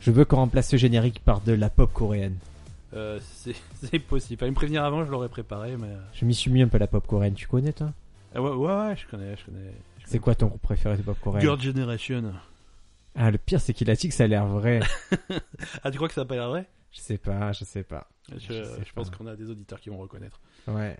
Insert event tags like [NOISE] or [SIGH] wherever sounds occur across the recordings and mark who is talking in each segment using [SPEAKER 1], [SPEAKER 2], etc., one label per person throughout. [SPEAKER 1] Je veux qu'on remplace ce générique par de la pop coréenne.
[SPEAKER 2] Euh, c'est [LAUGHS] c'est possible. Fallait me prévenir avant, je l'aurais préparé, mais. euh,
[SPEAKER 1] Je m'y suis mis un peu la pop coréenne, tu connais toi
[SPEAKER 2] ah ouais, ouais, ouais, je connais, je connais. je
[SPEAKER 1] C'est
[SPEAKER 2] connais.
[SPEAKER 1] quoi ton groupe préféré de pop coréenne
[SPEAKER 2] Girl Generation.
[SPEAKER 1] Ah, le pire c'est qu'il a dit que ça a l'air vrai.
[SPEAKER 2] Ah, tu crois que ça a pas l'air vrai
[SPEAKER 1] je sais pas, je sais pas.
[SPEAKER 2] Je,
[SPEAKER 1] Je sais
[SPEAKER 2] je pense
[SPEAKER 1] pas.
[SPEAKER 2] qu'on a des auditeurs qui vont reconnaître.
[SPEAKER 1] Ouais.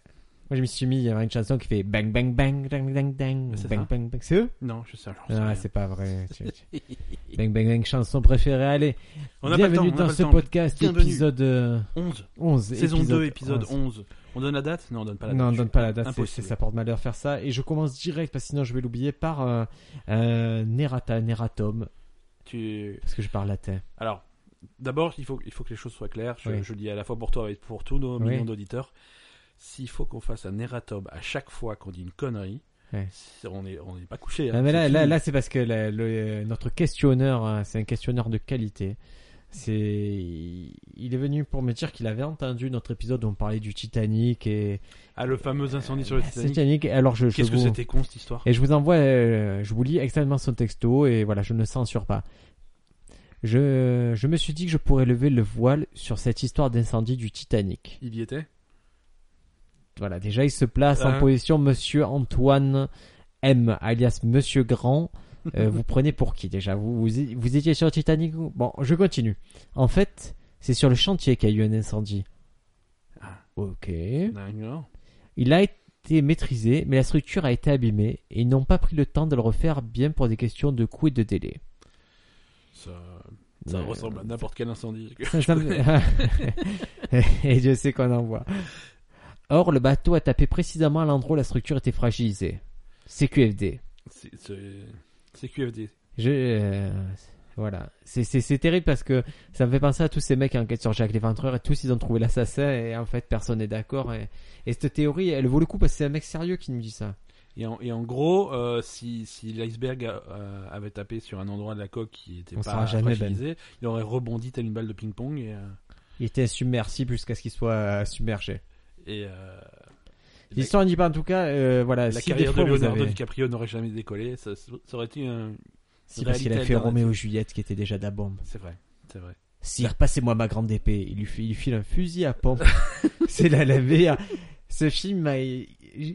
[SPEAKER 1] Moi je m'y suis mis, il y avait une chanson qui fait bang bang bang bang bang bang
[SPEAKER 2] c'est
[SPEAKER 1] bang
[SPEAKER 2] ça
[SPEAKER 1] bang bang. C'est eux
[SPEAKER 2] Non, je sais, j'en sais
[SPEAKER 1] Ah,
[SPEAKER 2] rien. [LAUGHS]
[SPEAKER 1] c'est pas vrai. Tu- tu- bang bang bang, chanson préférée, allez.
[SPEAKER 2] On a pas le temps,
[SPEAKER 1] Bienvenue
[SPEAKER 2] on
[SPEAKER 1] dans
[SPEAKER 2] a pas le
[SPEAKER 1] ce
[SPEAKER 2] temps.
[SPEAKER 1] podcast,
[SPEAKER 2] Bienvenue.
[SPEAKER 1] épisode euh,
[SPEAKER 2] 11.
[SPEAKER 1] 11.
[SPEAKER 2] Saison 2, épisode
[SPEAKER 1] 11.
[SPEAKER 2] 11. On donne la date Non, on donne pas la date.
[SPEAKER 1] non, on donne pas la date, c'est- c'est
[SPEAKER 2] Impossible.
[SPEAKER 1] ça porte malheur faire ça. Et je commence direct, parce que sinon je vais l'oublier, par euh, euh, Nerata, Neratom,
[SPEAKER 2] Tu...
[SPEAKER 1] parce que je parle latin.
[SPEAKER 2] Alors, d'abord, il faut, il faut que les choses soient claires. Je,
[SPEAKER 1] Oui.
[SPEAKER 2] je le dis à la fois pour toi et pour tous nos
[SPEAKER 1] Oui.
[SPEAKER 2] millions d'auditeurs. S'il faut qu'on fasse un erratum à chaque fois qu'on dit une connerie,
[SPEAKER 1] Ouais.
[SPEAKER 2] c'est- on n'est on n'est pas couché. hein.
[SPEAKER 1] Ah, mais là, là, là c'est parce que la- le- euh, notre questionneur, hein, c'est un questionneur de qualité. C'est, il est venu pour me dire qu'il avait entendu notre épisode où on parlait du Titanic et
[SPEAKER 2] Ah, le fameux incendie sur le
[SPEAKER 1] Ah, c'est
[SPEAKER 2] Titanic.
[SPEAKER 1] Alors je, je
[SPEAKER 2] Qu'est-ce que
[SPEAKER 1] vous-
[SPEAKER 2] c'était con cette histoire
[SPEAKER 1] Et je vous envoie, euh, je vous lis exactement son texto et voilà, je ne censure pas. Je, je me suis dit que je pourrais lever le voile sur cette histoire d'incendie du Titanic.
[SPEAKER 2] Il y était
[SPEAKER 1] Voilà, déjà il se place
[SPEAKER 2] Hein
[SPEAKER 1] en position Monsieur Antoine M, alias Monsieur Grand.
[SPEAKER 2] [LAUGHS]
[SPEAKER 1] Euh, vous prenez pour qui déjà vous, vous, é- vous étiez sur le Titanic ou- Bon, je continue. En fait, c'est sur le chantier qu'il y a eu un incendie.
[SPEAKER 2] Ah.
[SPEAKER 1] Ok.
[SPEAKER 2] D'accord.
[SPEAKER 1] Il a été maîtrisé, mais la structure a été abîmée et ils n'ont pas pris le temps de le refaire bien pour des questions de coût et de délai.
[SPEAKER 2] Ça, ça
[SPEAKER 1] Euh,
[SPEAKER 2] ressemble à n'importe quel [LAUGHS] incendie.
[SPEAKER 1] [LAUGHS] ça, ça me- et je sais qu'on en voit. Or, le bateau a tapé précisément à l'endroit où la structure était fragilisée. CQFD.
[SPEAKER 2] C'est- c'est- C'est QFD.
[SPEAKER 1] Je, euh, voilà. C'est- C'est c'est terrible parce que ça me fait penser à tous ces mecs qui enquêtent sur Jacques Léventreur et tous ils ont trouvé l'assassin et en fait personne n'est d'accord. Et, et cette théorie, elle vaut le coup parce que c'est un mec sérieux qui nous dit ça.
[SPEAKER 2] Et en, et en gros, euh, si, si l'iceberg euh, avait tapé sur un endroit de la coque qui était
[SPEAKER 1] On
[SPEAKER 2] pas
[SPEAKER 1] saura jamais, Ben.
[SPEAKER 2] fragilisé, il aurait rebondi telle une balle de ping-pong et, euh,
[SPEAKER 1] Il était submersible jusqu'à ce qu'il soit euh, submergé.
[SPEAKER 2] et, euh,
[SPEAKER 1] L'histoire n'y dit pas en tout cas, euh, voilà,
[SPEAKER 2] la,
[SPEAKER 1] si
[SPEAKER 2] carrière
[SPEAKER 1] des fois
[SPEAKER 2] de
[SPEAKER 1] vous
[SPEAKER 2] Leonardo
[SPEAKER 1] avez-
[SPEAKER 2] DiCaprio n'aurait jamais décollé. Ça, ça aurait été un...
[SPEAKER 1] Si parce qu'il a
[SPEAKER 2] réalité
[SPEAKER 1] fait Roméo et Juliette qui était déjà de la bombe.
[SPEAKER 2] C'est vrai, c'est vrai.
[SPEAKER 1] Sire, passez-moi ma grande épée. Il lui, fi- il lui file un fusil à pompe. [LAUGHS] C'est la, la meilleure. Ce film m'a-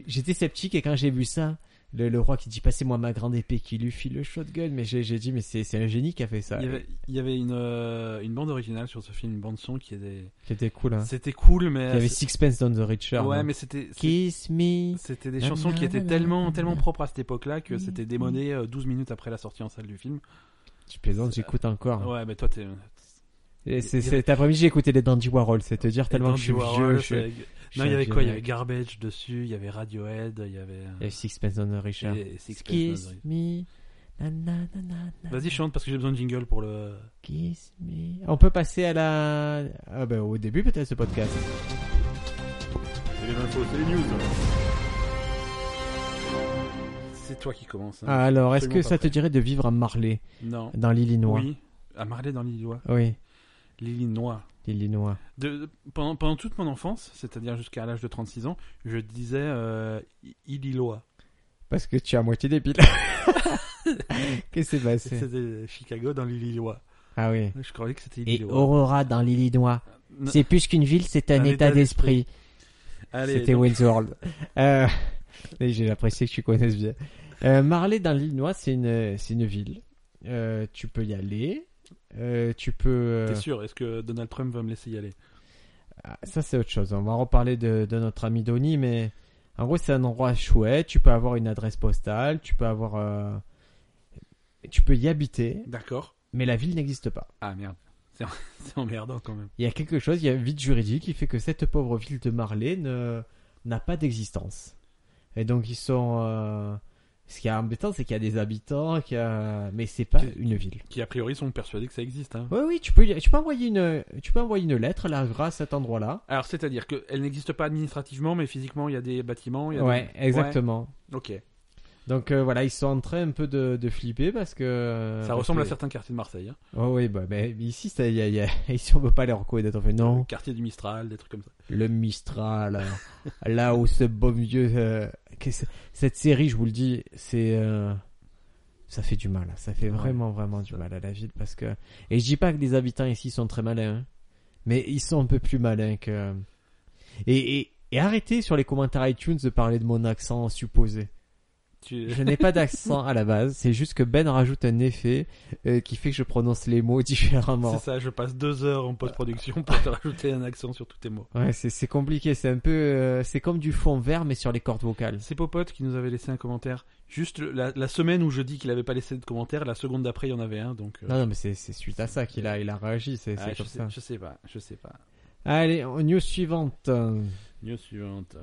[SPEAKER 1] J'étais sceptique et quand j'ai vu ça, le, le roi qui dit passez-moi ma grande épée, qui lui file le shotgun, mais j'ai j'ai dit mais c'est c'est un génie qui a fait ça.
[SPEAKER 2] Il y avait, il y avait une, euh, une bande originale sur ce film, une bande son qui était...
[SPEAKER 1] C'était cool. Hein.
[SPEAKER 2] C'était cool, mais...
[SPEAKER 1] Il y avait Sixpence Down the Richer.
[SPEAKER 2] ouais,
[SPEAKER 1] non
[SPEAKER 2] mais c'était...
[SPEAKER 1] Kiss me.
[SPEAKER 2] C'était des
[SPEAKER 1] Na,
[SPEAKER 2] chansons
[SPEAKER 1] na,
[SPEAKER 2] qui
[SPEAKER 1] na,
[SPEAKER 2] étaient
[SPEAKER 1] na,
[SPEAKER 2] tellement,
[SPEAKER 1] na,
[SPEAKER 2] tellement
[SPEAKER 1] na.
[SPEAKER 2] propres à cette époque-là que c'était démodé euh, 12 minutes après la sortie en salle du film.
[SPEAKER 1] Tu plaisantes, j'écoute encore.
[SPEAKER 2] Ouais, mais toi, t'es.
[SPEAKER 1] Et c'est- Cet après-midi, j'ai écouté les Dandy Warhol, c'est te dire tellement que je suis
[SPEAKER 2] Andy
[SPEAKER 1] vieux.
[SPEAKER 2] Warhol,
[SPEAKER 1] je suis-
[SPEAKER 2] c'est-
[SPEAKER 1] je suis
[SPEAKER 2] Non, il y
[SPEAKER 1] un
[SPEAKER 2] avait
[SPEAKER 1] vieux
[SPEAKER 2] quoi Il y
[SPEAKER 1] mec.
[SPEAKER 2] avait Garbage dessus, il y avait Radiohead, il y avait. euh,
[SPEAKER 1] Il y avait Sixpence Down the Richer.
[SPEAKER 2] et Sixpence
[SPEAKER 1] Kiss
[SPEAKER 2] Nonnery.
[SPEAKER 1] me. Na, na, na, na, na.
[SPEAKER 2] Vas-y, chante parce que j'ai besoin de jingle pour le.
[SPEAKER 1] Kiss me. On peut passer à la. Ah ben, au début, peut-être, ce podcast.
[SPEAKER 2] C'est les infos, c'est les news. hein. C'est toi qui commence. hein.
[SPEAKER 1] Ah, alors, est-ce
[SPEAKER 2] absolument
[SPEAKER 1] que
[SPEAKER 2] pas
[SPEAKER 1] ça te
[SPEAKER 2] prêt.
[SPEAKER 1] dirait de vivre à Marley,
[SPEAKER 2] Non.
[SPEAKER 1] dans l'Illinois
[SPEAKER 2] Oui. À Marley dans l'Illinois.
[SPEAKER 1] Oui,
[SPEAKER 2] L'Illinois.
[SPEAKER 1] l'Illinois.
[SPEAKER 2] De, de- pendant, pendant toute mon enfance, c'est-à-dire jusqu'à l'âge de 36 ans, je disais euh, Illinois.
[SPEAKER 1] Parce que tu as à moitié débile. [LAUGHS] Qu'est-ce qui s'est passé
[SPEAKER 2] C'était Chicago dans l'Illinois.
[SPEAKER 1] Ah oui.
[SPEAKER 2] Je croyais que c'était
[SPEAKER 1] Et
[SPEAKER 2] Illinois.
[SPEAKER 1] Aurora dans l'Illinois.
[SPEAKER 2] Non,
[SPEAKER 1] C'est plus qu'une ville, c'est un, état d'esprit.
[SPEAKER 2] allez,
[SPEAKER 1] C'était
[SPEAKER 2] donc,
[SPEAKER 1] Wayne's [LAUGHS] World. Euh, et J'ai apprécié que tu connaisses bien. Euh, Marley dans l'Illinois, c'est une, c'est une ville. Euh, tu peux y aller. Euh, tu peux. euh,
[SPEAKER 2] T'es sûr Est-ce que Donald Trump va me laisser y aller
[SPEAKER 1] Ah, Ça, c'est autre chose. On va reparler de, de notre ami Donny, mais en gros, c'est un endroit chouette. Tu peux avoir une adresse postale, tu peux avoir. euh, Tu peux y habiter,
[SPEAKER 2] D'accord.
[SPEAKER 1] mais la ville n'existe pas.
[SPEAKER 2] Ah merde. C'est [LAUGHS] c'est emmerdant quand même.
[SPEAKER 1] Il y a quelque chose, il y a un vide juridique qui fait que cette pauvre ville de Marley ne- n'a pas d'existence. Et donc, ils sont. euh, Ce qui est embêtant, c'est qu'il y a des habitants, qu'il y a... mais c'est pas
[SPEAKER 2] Qui-
[SPEAKER 1] une ville.
[SPEAKER 2] Qui a priori sont persuadés que ça existe. hein.
[SPEAKER 1] Oui, oui, tu peux, y- tu peux envoyer une, tu peux envoyer une lettre, elle arrivera à cet endroit-là.
[SPEAKER 2] Alors c'est-à-dire qu'elle n'existe pas administrativement, mais physiquement il y a des bâtiments. il Y a
[SPEAKER 1] Ouais,
[SPEAKER 2] des-
[SPEAKER 1] exactement.
[SPEAKER 2] Ouais, Ok.
[SPEAKER 1] Donc euh, voilà, ils sont en train un peu de, de flipper parce que. euh,
[SPEAKER 2] Ça
[SPEAKER 1] parce
[SPEAKER 2] ressemble
[SPEAKER 1] que-
[SPEAKER 2] à certains quartiers de Marseille. hein.
[SPEAKER 1] Oh oui, bah, mais ici, ça, y a, y a- [LAUGHS] ici on peut pas les reconnaître. On fait
[SPEAKER 2] Le
[SPEAKER 1] non,
[SPEAKER 2] quartier du Mistral, des trucs comme ça.
[SPEAKER 1] le Mistral, euh, là où ce beau vieux. euh, qu'est-ce- cette série, je vous le dis, c'est. euh, ça fait du mal. Ça fait vraiment, vraiment du mal à la ville parce que. Et je dis pas que les habitants ici sont très malins, hein, mais ils sont un peu plus malins que. Et, et, et arrêtez sur les commentaires iTunes de parler de mon accent supposé.
[SPEAKER 2] Tu-
[SPEAKER 1] Je n'ai pas d'accent à la base, c'est juste que Ben rajoute un effet euh, qui fait que je prononce les mots [LAUGHS] différemment.
[SPEAKER 2] [LAUGHS] C'est ça, je passe deux heures en post-production pour te [LAUGHS] rajouter un accent sur tous tes mots.
[SPEAKER 1] Ouais, c'est c'est compliqué, c'est un peu, euh, c'est comme du fond vert mais sur les cordes vocales.
[SPEAKER 2] C'est Popote qui nous avait laissé un commentaire. Juste le- la, la semaine où je dis qu'il avait pas laissé de commentaire, la seconde d'après, il y en avait un. Donc, euh,
[SPEAKER 1] Non, non, mais c'est c'est suite à ça qu'il a, il a réagi, c'est
[SPEAKER 2] ah,
[SPEAKER 1] c'est
[SPEAKER 2] je,
[SPEAKER 1] comme
[SPEAKER 2] sais,
[SPEAKER 1] ça.
[SPEAKER 2] je sais pas, je sais pas.
[SPEAKER 1] Allez, on- news suivante. Euh,
[SPEAKER 2] News suivante.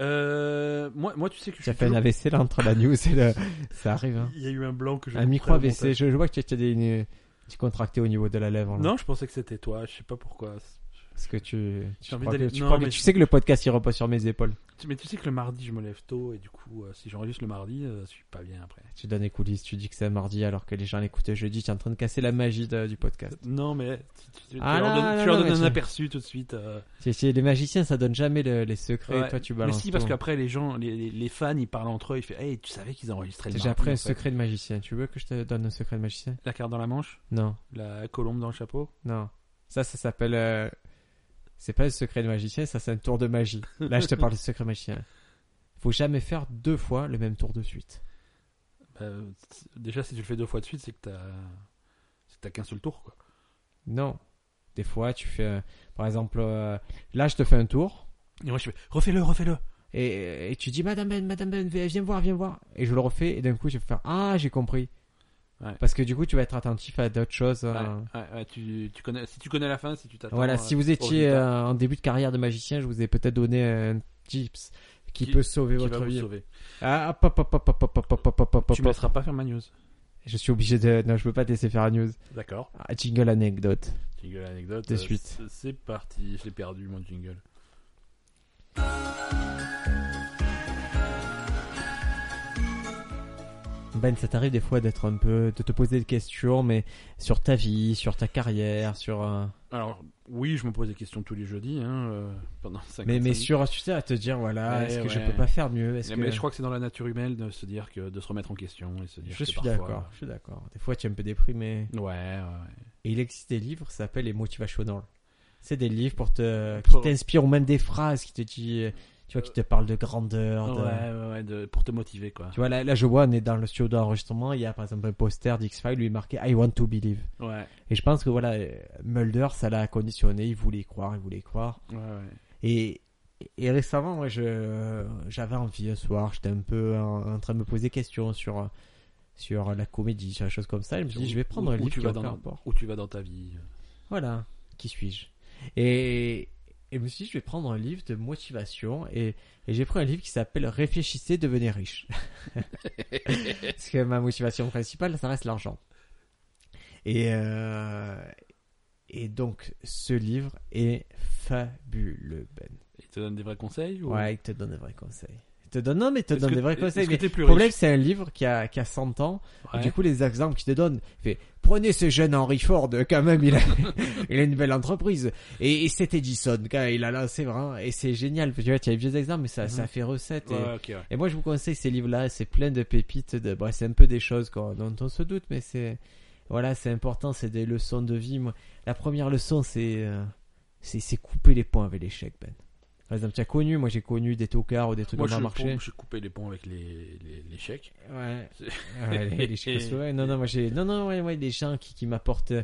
[SPEAKER 2] Euh, moi, moi, tu sais que je
[SPEAKER 1] Tu as
[SPEAKER 2] suis
[SPEAKER 1] fait un
[SPEAKER 2] toujours-
[SPEAKER 1] AVC là entre la news et le. Ça arrive, hein.
[SPEAKER 2] Il y a eu un blanc que je
[SPEAKER 1] Un
[SPEAKER 2] couperai
[SPEAKER 1] micro
[SPEAKER 2] au
[SPEAKER 1] AVC,
[SPEAKER 2] montage.
[SPEAKER 1] je, je vois que tu as, tu as des, une- tu contracté au niveau de la lèvre. là.
[SPEAKER 2] Non, je pensais que c'était toi. Je sais pas pourquoi.
[SPEAKER 1] Parce que tu.
[SPEAKER 2] J'ai
[SPEAKER 1] Tu,
[SPEAKER 2] envie
[SPEAKER 1] crois que,
[SPEAKER 2] d'aller-
[SPEAKER 1] tu,
[SPEAKER 2] non,
[SPEAKER 1] crois que-
[SPEAKER 2] mais
[SPEAKER 1] tu
[SPEAKER 2] je-
[SPEAKER 1] sais que le podcast il repose sur mes épaules.
[SPEAKER 2] Tu- Mais tu sais que le mardi, je me lève tôt et du coup, euh, si j'enregistre le mardi, euh, je suis pas bien après.
[SPEAKER 1] Tu donnes les coulisses, tu dis que c'est un mardi alors que les gens l'écoutaient jeudi, tu es en train de casser la magie de- du podcast.
[SPEAKER 2] Non, mais tu, tu- tu-
[SPEAKER 1] Ah
[SPEAKER 2] tu leur
[SPEAKER 1] non,
[SPEAKER 2] donnes,
[SPEAKER 1] non,
[SPEAKER 2] tu leur
[SPEAKER 1] non,
[SPEAKER 2] donnes
[SPEAKER 1] mais
[SPEAKER 2] un
[SPEAKER 1] tu-
[SPEAKER 2] aperçu tout de suite. euh,
[SPEAKER 1] C'est- c'est- les magiciens ça donne jamais le- les secrets,
[SPEAKER 2] Ouais.
[SPEAKER 1] et toi tu
[SPEAKER 2] Mais
[SPEAKER 1] balances.
[SPEAKER 2] si, parce
[SPEAKER 1] tout.
[SPEAKER 2] qu'après, les gens, les, les- les fans, ils parlent entre eux. Ils font Hey, tu savais qu'ils enregistraient le
[SPEAKER 1] J'ai
[SPEAKER 2] mardi.
[SPEAKER 1] appris
[SPEAKER 2] en
[SPEAKER 1] un
[SPEAKER 2] fait.
[SPEAKER 1] secret de magicien. Tu veux que je te donne un secret de magicien
[SPEAKER 2] La carte dans la manche,
[SPEAKER 1] Non,
[SPEAKER 2] la colombe dans le chapeau.
[SPEAKER 1] non. Ça, ça s'appelle. euh, C'est pas un secret de magicien, ça c'est un tour de magie. Là, je te parle du secret magicien. Faut jamais faire deux fois le même tour de suite.
[SPEAKER 2] Euh, c'est- déjà, si tu le fais deux fois de suite, c'est que t'as c'est que t'as qu'un seul tour. Quoi.
[SPEAKER 1] Non. Des fois, tu fais. euh, Par exemple, euh, là, je te fais un tour.
[SPEAKER 2] Et moi, je fais Refais-le, refais-le.
[SPEAKER 1] Et, et tu dis Madame Ben, Madame Ben, viens viens voir, viens voir. Et je le refais et d'un coup je vais faire Ah j'ai compris.
[SPEAKER 2] Ouais.
[SPEAKER 1] Parce que du coup tu vas être attentif à d'autres choses.
[SPEAKER 2] Ouais,
[SPEAKER 1] euh.
[SPEAKER 2] ouais, ouais, tu, tu connais, si tu connais la fin, si tu t'attends.
[SPEAKER 1] Voilà,
[SPEAKER 2] euh,
[SPEAKER 1] si vous
[SPEAKER 2] au
[SPEAKER 1] étiez
[SPEAKER 2] résultat,
[SPEAKER 1] euh, en début de carrière de magicien, je vous ai peut-être donné un tips qui,
[SPEAKER 2] Qui-
[SPEAKER 1] peut sauver
[SPEAKER 2] qui va
[SPEAKER 1] votre
[SPEAKER 2] vous
[SPEAKER 1] vie.
[SPEAKER 2] sauver.
[SPEAKER 1] Ah, hop, hop, hop, hop, hop, hop, hop, hop, hop, hop,
[SPEAKER 2] Tu
[SPEAKER 1] hop.
[SPEAKER 2] me laisseras pas faire ma news.
[SPEAKER 1] Je suis obligé de. Non, je peux pas te laisser faire la news.
[SPEAKER 2] D'accord.
[SPEAKER 1] Ah, jingle anecdote.
[SPEAKER 2] Jingle anecdote.
[SPEAKER 1] De
[SPEAKER 2] euh,
[SPEAKER 1] suite.
[SPEAKER 2] c'est- C'est parti. Je l'ai perdu, mon jingle.
[SPEAKER 1] Ben, ça t'arrive des fois d'être un peu. de te poser des questions, mais sur ta vie, sur ta carrière, sur. euh,
[SPEAKER 2] Alors, oui, je me pose des questions tous les jeudis hein, euh, pendant 5
[SPEAKER 1] Mais, mais sur, tu sais, à te dire, voilà,
[SPEAKER 2] Ouais,
[SPEAKER 1] est-ce que je
[SPEAKER 2] ouais.
[SPEAKER 1] peux pas faire mieux est-ce
[SPEAKER 2] Mais
[SPEAKER 1] que...
[SPEAKER 2] je crois que c'est dans la nature humaine de se dire que de se remettre en question et se dire
[SPEAKER 1] Je
[SPEAKER 2] que
[SPEAKER 1] suis
[SPEAKER 2] parfois- euh,
[SPEAKER 1] d'accord, je suis d'accord. Des fois, tu es un peu déprimé.
[SPEAKER 2] Ouais, ouais, ouais.
[SPEAKER 1] Et il existe des livres, ça s'appelle les motivational. C'est des livres pour te, qui
[SPEAKER 2] Pour-
[SPEAKER 1] t'inspirent ou même des phrases qui te dit, tu vois, qui te parlent de grandeur. de-
[SPEAKER 2] ouais, ouais, ouais, de- pour te motiver quoi.
[SPEAKER 1] Tu vois, là, là, je vois, on est dans le studio d'enregistrement, il y a par exemple un poster d'X-Files, lui marqué I want to believe.
[SPEAKER 2] Ouais,
[SPEAKER 1] Et je pense que voilà, euh, Mulder, ça l'a conditionné, il voulait y croire, il voulait y croire.
[SPEAKER 2] ouais, ouais.
[SPEAKER 1] Et, et récemment, moi, je, euh, j'avais envie un soir, j'étais un peu en, en train de me poser des questions sur, euh, sur la comédie, sur des choses comme ça. Je me suis dit, je vais prendre
[SPEAKER 2] Où-
[SPEAKER 1] un
[SPEAKER 2] où
[SPEAKER 1] livre
[SPEAKER 2] tu
[SPEAKER 1] qui
[SPEAKER 2] vas
[SPEAKER 1] a
[SPEAKER 2] dans-
[SPEAKER 1] aucun rapport.
[SPEAKER 2] Où tu vas dans ta vie. euh,
[SPEAKER 1] Voilà, qui suis-je et, et je me suis dit, je vais prendre un livre de motivation et, et j'ai pris un livre qui s'appelle Réfléchissez, devenez riche. [LAUGHS] Parce que ma motivation principale, ça reste l'argent. Et, euh, et donc, ce livre est fabuleux, Ben.
[SPEAKER 2] Il te donne des vrais conseils ou...
[SPEAKER 1] Ouais, il te donne des vrais conseils. Il te donne, non, mais il te
[SPEAKER 2] Est-ce
[SPEAKER 1] donne
[SPEAKER 2] que-
[SPEAKER 1] des vrais conseils.
[SPEAKER 2] Est-ce que
[SPEAKER 1] Mais
[SPEAKER 2] t'es plus
[SPEAKER 1] le
[SPEAKER 2] riche
[SPEAKER 1] problème, c'est un livre qui a, qui a 100 ans.
[SPEAKER 2] Ouais.
[SPEAKER 1] Et du coup, les exemples qu'il te donne, il fait, prenez ce jeune Henry Ford, quand même, il a, [LAUGHS] il a une belle entreprise. Et, et cet Edison, quand il a lancé, vraiment, et c'est génial. Tu vois, tu as les vieux exemples, mais ça,
[SPEAKER 2] Mhm.
[SPEAKER 1] ça fait recette. Et,
[SPEAKER 2] Ouais, ok, ouais.
[SPEAKER 1] et moi, je vous conseille ces livres-là, c'est plein de pépites. De, bon, c'est un peu des choses qu'on- dont on se doute, mais c'est, voilà, c'est important, c'est des leçons de vie. Moi, la première leçon, c'est, euh, c'est, c'est couper les ponts avec l'échec, Ben. Par exemple, tu as connu, moi j'ai connu des tocards ou des trucs
[SPEAKER 2] Moi,
[SPEAKER 1] de
[SPEAKER 2] je,
[SPEAKER 1] bon marché.
[SPEAKER 2] je coupais les ponts avec les, les, les chèques. [LAUGHS]
[SPEAKER 1] Ouais.
[SPEAKER 2] C'est-
[SPEAKER 1] Ouais, les- les Tchécoslovaques. Non, non, moi j'ai. Non, non, ouais, ouais, les gens qui, qui m'apportent. euh,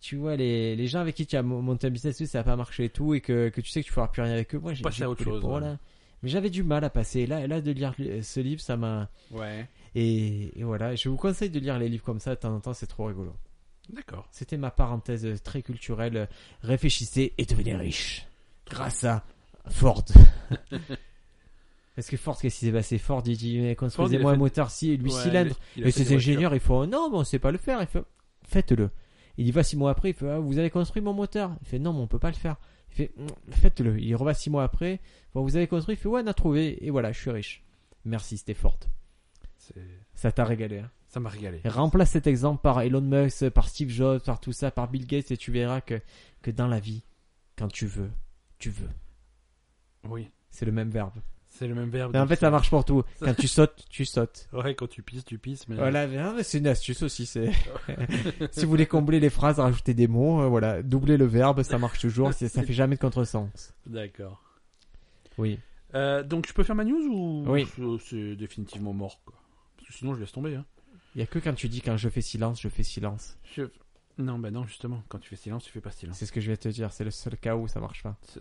[SPEAKER 1] Tu vois, les, les gens avec qui tu as mon- monté un business, oui, ça n'a pas marché et tout, et que, que tu sais que tu feras plus rien avec eux. Moi, j'ai.
[SPEAKER 2] Passer
[SPEAKER 1] j'ai
[SPEAKER 2] à autre
[SPEAKER 1] coupé les
[SPEAKER 2] chose,
[SPEAKER 1] ponts,
[SPEAKER 2] ouais.
[SPEAKER 1] là. Mais j'avais du mal à passer. Là, là de lire euh, ce livre, ça m'a.
[SPEAKER 2] Ouais.
[SPEAKER 1] Et, et voilà, je vous conseille de lire les livres comme ça, de temps en temps, c'est trop rigolo.
[SPEAKER 2] D'accord.
[SPEAKER 1] C'était ma parenthèse très culturelle. Réfléchissez et devenez riche. Grâce à
[SPEAKER 2] [LAUGHS]
[SPEAKER 1] Ford. Parce que Ford, qu'est-ce qui s'est passé Ford, il dit, mais construisez-moi
[SPEAKER 2] fait-
[SPEAKER 1] un moteur si 8
[SPEAKER 2] Ouais,
[SPEAKER 1] cylindres.
[SPEAKER 2] il a- il a
[SPEAKER 1] Mais ces
[SPEAKER 2] fait des voitures.
[SPEAKER 1] ingénieurs, ils font non, mais on sait pas le faire. Il fait faites-le. Il y va six mois après. Il fait ah, vous avez construit mon moteur. Il fait non, mais on peut pas le faire. Il fait Mm, faites-le. Il revient six mois après. Bon, vous avez construit. Il fait ouais, on a trouvé. Et voilà, je suis riche. Merci, c'était forte.
[SPEAKER 2] C'est-
[SPEAKER 1] Ça t'a régalé. hein.
[SPEAKER 2] Ça m'a régalé.
[SPEAKER 1] Et remplace cet exemple par Elon Musk, par Steve Jobs, par tout ça, par Bill Gates, et tu verras que que dans la vie, quand tu veux, tu veux.
[SPEAKER 2] Oui.
[SPEAKER 1] C'est le même verbe.
[SPEAKER 2] C'est- C'est le même verbe.
[SPEAKER 1] Mais en fait, ça marche pour tout. Quand tu sautes, tu sautes.
[SPEAKER 2] Ouais, quand tu pisses, tu pisses. Mais...
[SPEAKER 1] Voilà, mais, hein, mais c'est une astuce aussi. C'est [LAUGHS] si vous voulez combler les phrases, rajouter des mots, euh, voilà, doubler le verbe, ça marche toujours. c'est- Ça fait jamais de contresens.
[SPEAKER 2] D'accord.
[SPEAKER 1] Oui.
[SPEAKER 2] Euh, donc, je peux faire ma news ou
[SPEAKER 1] Oui.
[SPEAKER 2] ou c'est définitivement mort quoi Parce que sinon, je laisse tomber. Hein.
[SPEAKER 1] Il y a que quand tu dis quand je fais silence, je fais silence.
[SPEAKER 2] Je- Non, bah non, justement, quand tu fais silence, tu fais pas silence.
[SPEAKER 1] C'est ce que je vais te dire. C'est le seul cas où ça marche pas.
[SPEAKER 2] C'est-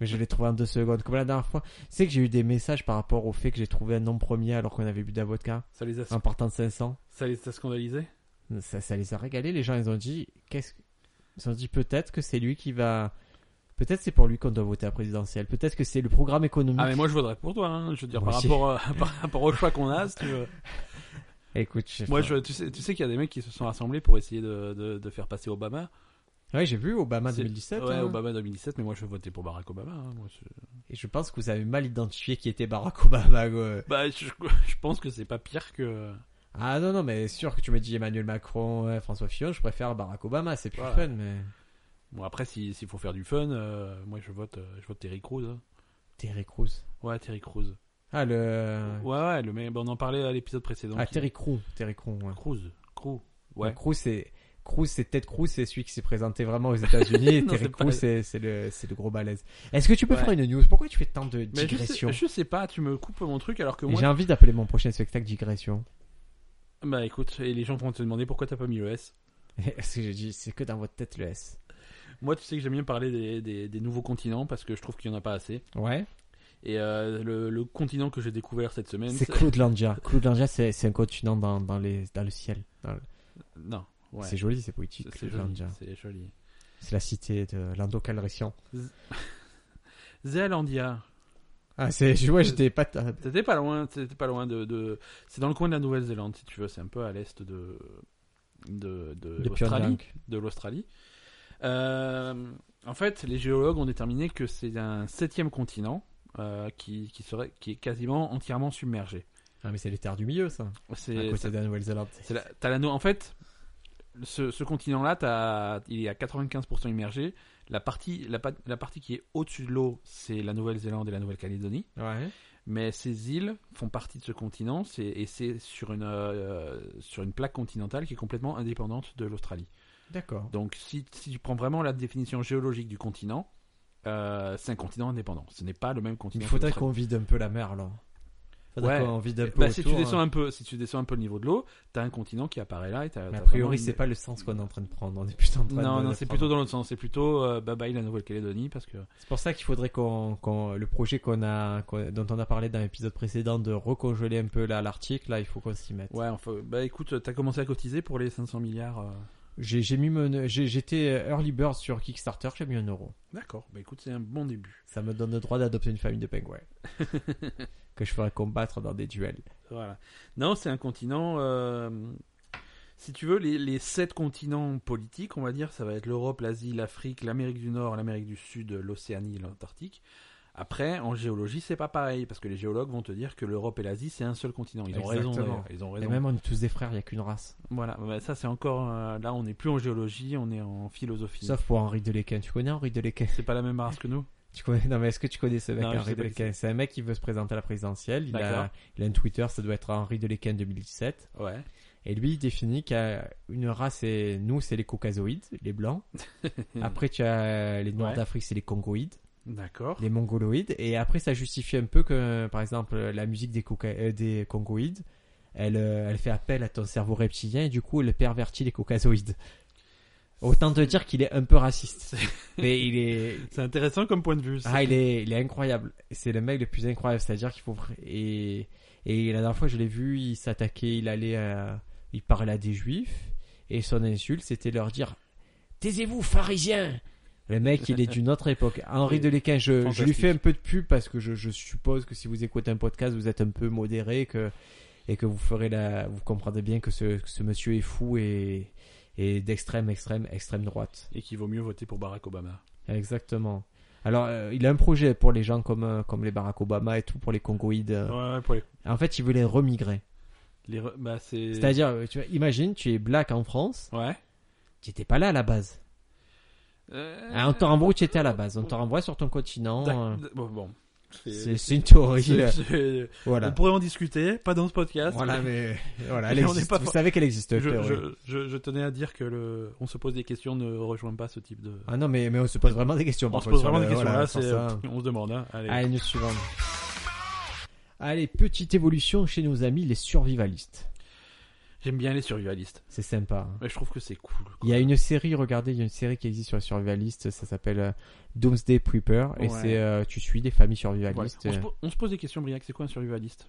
[SPEAKER 1] Mais je l'ai trouvé en deux secondes. Comme la dernière fois, c'est que j'ai eu des messages par rapport au fait que j'ai trouvé un nom premier alors qu'on avait bu de la vodka
[SPEAKER 2] Ça les a,
[SPEAKER 1] en partant de 500.
[SPEAKER 2] ça les a scandalisés
[SPEAKER 1] Ça, ça les a régalés. Les gens, ils ont dit, qu'est-ce que- ils ont dit peut-être que c'est lui qui va, peut-être c'est pour lui qu'on doit voter à la présidentielle. Peut-être que c'est le programme économique.
[SPEAKER 2] Ah, mais moi, je voudrais pour toi. hein. Je veux dire,
[SPEAKER 1] Moi
[SPEAKER 2] par
[SPEAKER 1] aussi.
[SPEAKER 2] rapport, à- [LAUGHS] par rapport au choix qu'on a, si
[SPEAKER 1] [LAUGHS]
[SPEAKER 2] tu veux.
[SPEAKER 1] Écoute, je...
[SPEAKER 2] Moi, je, tu sais, tu sais qu'il y a des mecs qui se sont rassemblés pour essayer de, de, de faire passer Obama.
[SPEAKER 1] euh, ouais, j'ai vu Obama
[SPEAKER 2] C'est-
[SPEAKER 1] 2017.
[SPEAKER 2] Ouais,
[SPEAKER 1] hein.
[SPEAKER 2] Obama 2017, mais moi, je votais pour Barack Obama. hein. Moi, c'est-
[SPEAKER 1] Et je pense que vous avez mal identifié qui était Barack Obama. quoi.
[SPEAKER 2] Bah, je, [LAUGHS] je pense que c'est pas pire que.
[SPEAKER 1] Ah non, non, mais sûr que tu me dis Emmanuel Macron, ouais, François Fillon, je préfère Barack Obama, c'est plus
[SPEAKER 2] Voilà.
[SPEAKER 1] fun, mais.
[SPEAKER 2] Bon, après, si- s'il faut faire du fun, euh, moi je vote, euh, je vote Terry Crews. hein.
[SPEAKER 1] Terry Crews.
[SPEAKER 2] Ouais, Terry Crews.
[SPEAKER 1] Ah, le.
[SPEAKER 2] Ouais, ouais, le mec, bon, on en parlait à l'épisode précédent.
[SPEAKER 1] ah,
[SPEAKER 2] qui-
[SPEAKER 1] Terry Crews. Terry Crews, ouais.
[SPEAKER 2] Crews. Crews. Ouais.
[SPEAKER 1] Donc, Crews, c'est. Crews, c'est Ted Cruz, c'est celui qui s'est présenté vraiment aux
[SPEAKER 2] [LAUGHS]
[SPEAKER 1] États-Unis. et
[SPEAKER 2] Non, c'est
[SPEAKER 1] Terry
[SPEAKER 2] pas-
[SPEAKER 1] Crews, c'est c'est le, c'est le gros balèze. Est-ce que tu peux
[SPEAKER 2] Ouais.
[SPEAKER 1] faire une news Pourquoi tu fais tant de
[SPEAKER 2] Mais je sais,
[SPEAKER 1] digressions
[SPEAKER 2] je sais pas, tu me coupes mon truc alors que
[SPEAKER 1] Et
[SPEAKER 2] moi.
[SPEAKER 1] J'ai envie d'appeler mon prochain spectacle
[SPEAKER 2] [LAUGHS]
[SPEAKER 1] digression.
[SPEAKER 2] Bah écoute, et les gens vont te demander pourquoi t'as pas mis le S.
[SPEAKER 1] Parce que j'ai dit, c'est que dans votre tête le S.
[SPEAKER 2] Moi, tu sais que j'aime bien parler des, des, des nouveaux continents parce que je trouve qu'il y en a pas assez.
[SPEAKER 1] Ouais.
[SPEAKER 2] Et euh, le, le continent que j'ai découvert cette semaine.
[SPEAKER 1] C'est Claude Landia. Claude Landia, c'est c'est un continent dans, dans, les, dans le ciel. Dans le-
[SPEAKER 2] Non, ouais.
[SPEAKER 1] C'est joli, c'est poétique.
[SPEAKER 2] C'est- c'est
[SPEAKER 1] Claude
[SPEAKER 2] joli.
[SPEAKER 1] Landia.
[SPEAKER 2] C'est joli.
[SPEAKER 1] C'est la cité de Lando Calrissian.
[SPEAKER 2] Zélandia.
[SPEAKER 1] Ah, c'est, je
[SPEAKER 2] Euh,
[SPEAKER 1] vois, j'étais pas. ta-
[SPEAKER 2] C'était pas loin, c'était pas loin de, de- c'est dans le coin de la Nouvelle-Zélande si tu veux, c'est un peu à l'est de de de
[SPEAKER 1] De
[SPEAKER 2] l'Australie,
[SPEAKER 1] Pyongyang.
[SPEAKER 2] de l'Australie. Euh, en fait, les géologues ont déterminé que c'est un septième continent euh, qui, qui serait qui est quasiment entièrement submergé.
[SPEAKER 1] Ah, mais c'est les terres du milieu, ça. à
[SPEAKER 2] C'est
[SPEAKER 1] côté de la Nouvelle-Zélande.
[SPEAKER 2] c'est la- t'as la no- en fait ce, ce continent-là, t'as- il est à 95% immergé. La partie la, pa- la partie qui est au-dessus de l'eau, c'est la Nouvelle-Zélande et la Nouvelle-Calédonie.
[SPEAKER 1] Ouais.
[SPEAKER 2] Mais ces îles font partie de ce continent c'est- et c'est sur, une, euh, sur une plaque continentale qui est complètement indépendante de l'Australie.
[SPEAKER 1] D'accord.
[SPEAKER 2] Donc si, si tu prends vraiment la définition géologique du continent, euh, c'est un continent indépendant. Ce n'est pas le même
[SPEAKER 1] Il
[SPEAKER 2] continent. que
[SPEAKER 1] faudrait
[SPEAKER 2] l'Australie.
[SPEAKER 1] qu'on vide un peu la mer, là. Faudrait
[SPEAKER 2] Ouais.
[SPEAKER 1] qu'on vide un peu.
[SPEAKER 2] Bah, si, tu
[SPEAKER 1] autour,
[SPEAKER 2] descends
[SPEAKER 1] hein.
[SPEAKER 2] un peu, si tu descends un peu le niveau de l'eau, t'as un continent qui apparaît là. Et t'as-
[SPEAKER 1] Mais a
[SPEAKER 2] t'as
[SPEAKER 1] priori,
[SPEAKER 2] vraiment une-
[SPEAKER 1] c'est pas le sens qu'on est en train de prendre. On est plutôt en train
[SPEAKER 2] Non,
[SPEAKER 1] de.
[SPEAKER 2] non,
[SPEAKER 1] de
[SPEAKER 2] c'est
[SPEAKER 1] prendre-
[SPEAKER 2] plutôt dans l'autre sens. C'est plutôt euh, bye bye la Nouvelle-Calédonie parce que.
[SPEAKER 1] C'est pour ça qu'il faudrait qu'on. qu'on- le projet qu'on a, qu'on- dont on a parlé dans l'épisode précédent de recongeler un peu là, l'Arctique, là, il faut qu'on s'y mette.
[SPEAKER 2] Ouais, enfin, bah écoute, t'as commencé à cotiser pour les 500 milliards. euh.
[SPEAKER 1] J'ai j'ai mis mon- j'ai- J'étais euh, early bird sur Kickstarter, j'ai mis un euro.
[SPEAKER 2] D'accord, bah écoute, c'est un bon début.
[SPEAKER 1] Ça me donne le droit d'adopter une famille de
[SPEAKER 2] [LAUGHS]
[SPEAKER 1] pingouins. que je ferai combattre dans des duels.
[SPEAKER 2] Voilà. Non, c'est un continent. euh, si tu veux, les, les sept continents politiques, on va dire, ça va être l'Europe, l'Asie, l'Afrique, l'Amérique du Nord, l'Amérique du Sud, l'Océanie, et l'Antarctique. Après, en géologie, c'est pas pareil parce que les géologues vont te dire que l'Europe et l'Asie, c'est un seul continent. Ils ont raison.
[SPEAKER 1] Exactement.
[SPEAKER 2] d'ailleurs. Ils ont
[SPEAKER 1] Et
[SPEAKER 2] raison.
[SPEAKER 1] même, on est tous des frères, il n'y a qu'une race.
[SPEAKER 2] Voilà. Bah, ça, c'est encore. euh, là, on n'est plus en géologie, on est en philosophie.
[SPEAKER 1] Sauf pour Henri Deléquin. Tu connais Henri Deléquin
[SPEAKER 2] C'est pas la même race que nous.
[SPEAKER 1] Tu connais Non, mais est-ce que tu connais ce mec,
[SPEAKER 2] Non, je sais
[SPEAKER 1] Henri
[SPEAKER 2] pas qui
[SPEAKER 1] Deléquin C'est un mec qui veut se présenter à la présidentielle. Il
[SPEAKER 2] D'accord.
[SPEAKER 1] a, il a un Twitter, ça doit être Henri Deléquin 2017.
[SPEAKER 2] Ouais.
[SPEAKER 1] Et lui, il définit qu'une race, et nous, c'est les caucasoïdes, les
[SPEAKER 2] [LAUGHS]
[SPEAKER 1] blancs. Après, tu as les Noirs
[SPEAKER 2] Ouais.
[SPEAKER 1] d'Afrique, c'est les congoïdes,
[SPEAKER 2] D'accord.
[SPEAKER 1] les mongoloïdes. Et après, ça justifie un peu que, par exemple, la musique des, coca- euh, des congoïdes, elle, euh, elle fait appel à ton cerveau reptilien et du coup, elle pervertit les caucasoïdes. Autant te dire qu'il est un peu
[SPEAKER 2] [LAUGHS]
[SPEAKER 1] raciste. Mais il est,
[SPEAKER 2] C'est intéressant comme point de vue. ça.
[SPEAKER 1] ah, il est, il est incroyable. C'est le mec le plus incroyable. C'est-à-dire qu'il faut. vra- Et, et la dernière fois, je l'ai vu, il s'attaquait, il allait. à- Il parlait à des juifs. Et son insulte, c'était leur dire Taisez-vous, pharisiens Le mec, il est d'une autre
[SPEAKER 2] [LAUGHS]
[SPEAKER 1] époque. Henri
[SPEAKER 2] Oui.
[SPEAKER 1] Deléquin, je, je lui
[SPEAKER 2] Fantastique.
[SPEAKER 1] fais un peu de pub parce que je, je suppose que si vous écoutez un podcast, vous êtes un peu modéré que, et que vous ferez la. Vous comprendrez bien que ce, que ce monsieur est fou et, et d'extrême, extrême, extrême droite.
[SPEAKER 2] Et qu'il vaut mieux voter pour Barack Obama.
[SPEAKER 1] Exactement. Alors, euh, il a un projet pour les gens comme, euh, comme les Barack Obama et tout, pour les Congoïdes. euh.
[SPEAKER 2] Ouais, ouais, pour les.
[SPEAKER 1] En fait, il veut les remigrer.
[SPEAKER 2] les re- bah, c'est.
[SPEAKER 1] C'est-à-dire, euh, tu vois, imagine, tu es black en France,
[SPEAKER 2] Ouais.
[SPEAKER 1] tu n'étais pas là à la base. Hein,
[SPEAKER 2] Euh,
[SPEAKER 1] Ah, on te renvoie où tu étais à la base. On te renvoie sur ton continent.
[SPEAKER 2] d'ac-
[SPEAKER 1] euh.
[SPEAKER 2] Euh, d- Bon, bon.
[SPEAKER 1] C'est c'est une théorie.
[SPEAKER 2] c'est-
[SPEAKER 1] euh,
[SPEAKER 2] c'est- On
[SPEAKER 1] Voilà.
[SPEAKER 2] pourrait en discuter, pas dans ce podcast.
[SPEAKER 1] Voilà,
[SPEAKER 2] [LAUGHS]
[SPEAKER 1] mais voilà, elle
[SPEAKER 2] Mais on
[SPEAKER 1] existe.
[SPEAKER 2] n'est pas
[SPEAKER 1] Vous
[SPEAKER 2] fort.
[SPEAKER 1] savez qu'elle existe.
[SPEAKER 2] Je,
[SPEAKER 1] la théorie.
[SPEAKER 2] je- je- je tenais à dire que le, on se pose des questions ne rejoint pas ce type de.
[SPEAKER 1] Ah non, mais, mais on se pose vraiment des questions.
[SPEAKER 2] on se
[SPEAKER 1] parfois
[SPEAKER 2] pose
[SPEAKER 1] Ah, bah, sur
[SPEAKER 2] vraiment
[SPEAKER 1] le-
[SPEAKER 2] des questions
[SPEAKER 1] voilà,
[SPEAKER 2] là,
[SPEAKER 1] sur
[SPEAKER 2] c'est-
[SPEAKER 1] ça.
[SPEAKER 2] on se demande. hein. Allez.
[SPEAKER 1] Allez, news suivante. Allez, petite évolution chez nos amis les survivalistes.
[SPEAKER 2] J'aime bien les survivalistes,
[SPEAKER 1] C'est sympa. hein.
[SPEAKER 2] mais je trouve que c'est cool. quoi.
[SPEAKER 1] Il y a une série, regardez, il y a une série qui existe sur les survivalistes, ça s'appelle euh, Doomsday Prepper, et
[SPEAKER 2] Ouais.
[SPEAKER 1] c'est euh, tu suis des familles
[SPEAKER 2] Ouais.
[SPEAKER 1] survivalistes. euh.
[SPEAKER 2] On, se po- on se pose des questions, Briac. C'est quoi un survivaliste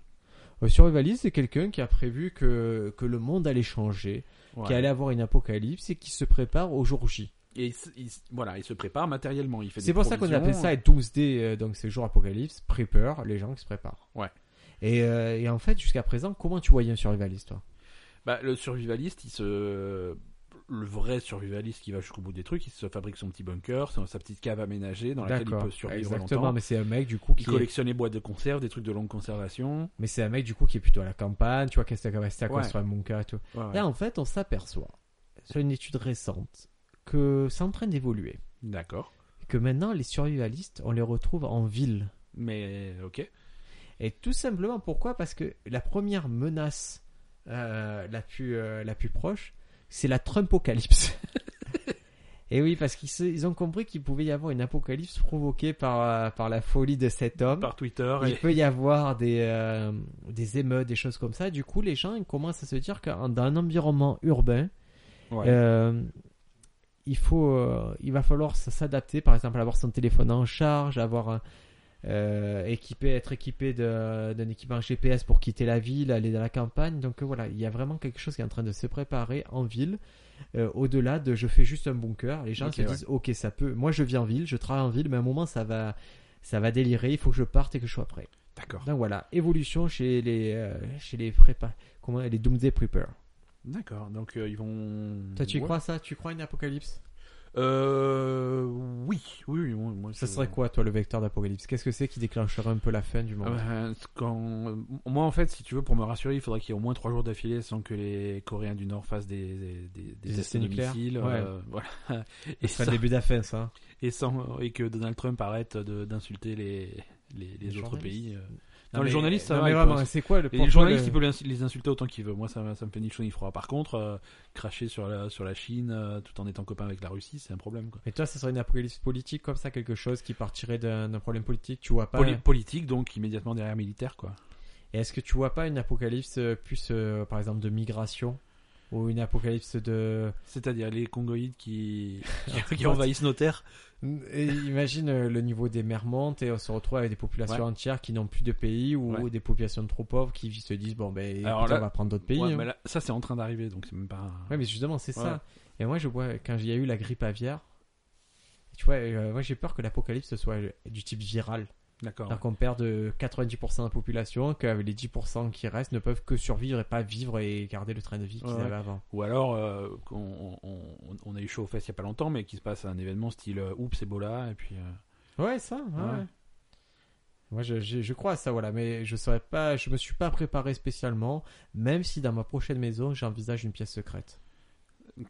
[SPEAKER 1] Un survivaliste, c'est quelqu'un qui a prévu que, que le monde allait changer,
[SPEAKER 2] Ouais.
[SPEAKER 1] qui allait avoir une apocalypse et qui se prépare au jour J.
[SPEAKER 2] Et il, se- il se- voilà, il se prépare matériellement. Il fait.
[SPEAKER 1] C'est
[SPEAKER 2] des
[SPEAKER 1] pour ça qu'on
[SPEAKER 2] provisions.
[SPEAKER 1] appelle ça Doomsday, euh, donc c'est le jour apocalypse, Prepper, les gens qui se préparent.
[SPEAKER 2] Ouais.
[SPEAKER 1] Et, euh, et en fait, jusqu'à présent, comment tu voyais un survivaliste, toi
[SPEAKER 2] Bah, le survivaliste, il se. Le vrai survivaliste qui va jusqu'au bout des trucs, il se fabrique son petit bunker, son- sa petite cave aménagée dans laquelle il peut survivre
[SPEAKER 1] Exactement,
[SPEAKER 2] longtemps.
[SPEAKER 1] mais c'est un mec du coup qui
[SPEAKER 2] Il
[SPEAKER 1] est-
[SPEAKER 2] collectionne les boîtes de conserve, des trucs de longue conservation.
[SPEAKER 1] mais c'est un mec du coup qui est plutôt à la campagne, tu vois, qui est resté à
[SPEAKER 2] Ouais.
[SPEAKER 1] construire un monka et tout.
[SPEAKER 2] Ouais, ouais.
[SPEAKER 1] Là, en fait, on s'aperçoit, sur une étude récente, que c'est en train d'évoluer.
[SPEAKER 2] D'accord.
[SPEAKER 1] Que maintenant, les survivalistes, on les retrouve en ville.
[SPEAKER 2] Mais ok.
[SPEAKER 1] Et tout simplement pourquoi Parce que la première menace euh, la, plus, euh, la plus proche, c'est la Trumpocalypse. [LAUGHS] Et oui, parce qu'ils se- ils ont compris qu'il pouvait y avoir une apocalypse provoquée par, euh, par la folie de cet homme.
[SPEAKER 2] Par Twitter
[SPEAKER 1] Il
[SPEAKER 2] et.
[SPEAKER 1] peut y avoir des, euh, des émeutes, des choses comme ça. Du coup, les gens ils commencent à se dire qu'en dans un environnement urbain,
[SPEAKER 2] Ouais.
[SPEAKER 1] euh, il, faut, euh, il va falloir s- s'adapter, par exemple, avoir son téléphone en charge, avoir un- euh, équipé, être équipé de- d'un équipement GPS pour quitter la ville, aller dans la campagne. Donc euh, voilà, il y a vraiment quelque chose qui est en train de se préparer en ville. Euh, Au-delà de je fais juste un bunker, les gens
[SPEAKER 2] Ok,
[SPEAKER 1] se disent ok ça peut. Moi je vis en ville, je travaille en ville, mais à un moment ça va, ça va délirer. Il faut que je parte et que je sois prêt.
[SPEAKER 2] D'accord.
[SPEAKER 1] Donc voilà, évolution chez les, euh, chez les prépa, comment les Doomsday Preppers.
[SPEAKER 2] D'accord. Donc euh, ils vont.
[SPEAKER 1] Toi tu
[SPEAKER 2] Ouais.
[SPEAKER 1] crois ça Tu crois à une apocalypse
[SPEAKER 2] Euh. Oui. Oui, oui, moi, moi,
[SPEAKER 1] Ça
[SPEAKER 2] je-
[SPEAKER 1] serait quoi, toi, le vecteur d'apocalypse Qu'est-ce que c'est qui déclencherait un peu la fin du monde
[SPEAKER 2] Euh, quand... euh, Moi, en fait, si tu veux, pour me rassurer, il faudrait qu'il y ait au moins trois jours d'affilée sans que les Coréens du Nord fassent des, des, des, des
[SPEAKER 1] Des
[SPEAKER 2] essais
[SPEAKER 1] essais
[SPEAKER 2] de
[SPEAKER 1] nucléaires.
[SPEAKER 2] missiles. euh, voilà. Et,
[SPEAKER 1] C'est
[SPEAKER 2] sans,
[SPEAKER 1] le début de la fin, ça.
[SPEAKER 2] et, sans- et que Donald Trump arrête de- d'insulter les, les, les
[SPEAKER 1] Les
[SPEAKER 2] autres
[SPEAKER 1] journalistes.
[SPEAKER 2] pays. euh. Non, les journalistes, ça
[SPEAKER 1] non,
[SPEAKER 2] va,
[SPEAKER 1] mais
[SPEAKER 2] ils
[SPEAKER 1] vraiment,
[SPEAKER 2] peuvent-
[SPEAKER 1] c'est quoi le
[SPEAKER 2] Et
[SPEAKER 1] pourquoi
[SPEAKER 2] les journalistes,
[SPEAKER 1] le-
[SPEAKER 2] il peut les ins- les insulter autant qu'il veut. Moi, ça, me- ça me fait ni chaud ni froid. Par contre, euh, cracher sur la, sur la Chine euh, tout en étant copain avec la Russie, c'est un problème. Quoi.
[SPEAKER 1] Mais toi, ça serait une apocalypse politique comme ça, quelque chose qui partirait d'un d'un problème politique, tu vois pas
[SPEAKER 2] Poli- Politique, donc immédiatement derrière militaire. quoi.
[SPEAKER 1] Et est-ce que tu vois pas une apocalypse euh, plus, euh, par exemple, de migration Ou une apocalypse de...
[SPEAKER 2] C'est-à-dire les Congoïdes [LAUGHS] qui, qui envahissent nos terres.
[SPEAKER 1] Et imagine euh, le niveau des mers monte et on se retrouve avec des populations
[SPEAKER 2] Ouais.
[SPEAKER 1] entières qui n'ont plus de pays ou
[SPEAKER 2] Ouais.
[SPEAKER 1] des populations trop pauvres qui se disent, bon, ben,
[SPEAKER 2] Alors
[SPEAKER 1] écoute,
[SPEAKER 2] là-
[SPEAKER 1] on va prendre d'autres pays.
[SPEAKER 2] Ouais,
[SPEAKER 1] hein.
[SPEAKER 2] mais là, ça, c'est en train d'arriver, donc c'est même pas. un-
[SPEAKER 1] Ouais, mais justement, c'est
[SPEAKER 2] Voilà.
[SPEAKER 1] ça. Et moi, je vois, quand il y a eu la grippe aviaire, tu vois, euh, moi j'ai peur que l'apocalypse soit euh, du type viral.
[SPEAKER 2] D'accord.
[SPEAKER 1] Donc on perd de 90% de la population, que les 10% qui restent ne peuvent que survivre et pas vivre et garder le train de vie qu'ils
[SPEAKER 2] Ouais, ouais.
[SPEAKER 1] avaient avant.
[SPEAKER 2] Ou alors, euh, qu'on- on, on- on a eu chaud aux fesses il y a pas longtemps, mais qu'il se passe un événement style euh, Oups, Ebola, et puis. euh,
[SPEAKER 1] Ouais, ça, ouais,
[SPEAKER 2] Ouais.
[SPEAKER 1] ouais. Moi, je, je- je crois à ça, voilà, mais je saurais pas, je me suis pas préparé spécialement, même si dans ma prochaine maison, j'envisage une pièce secrète.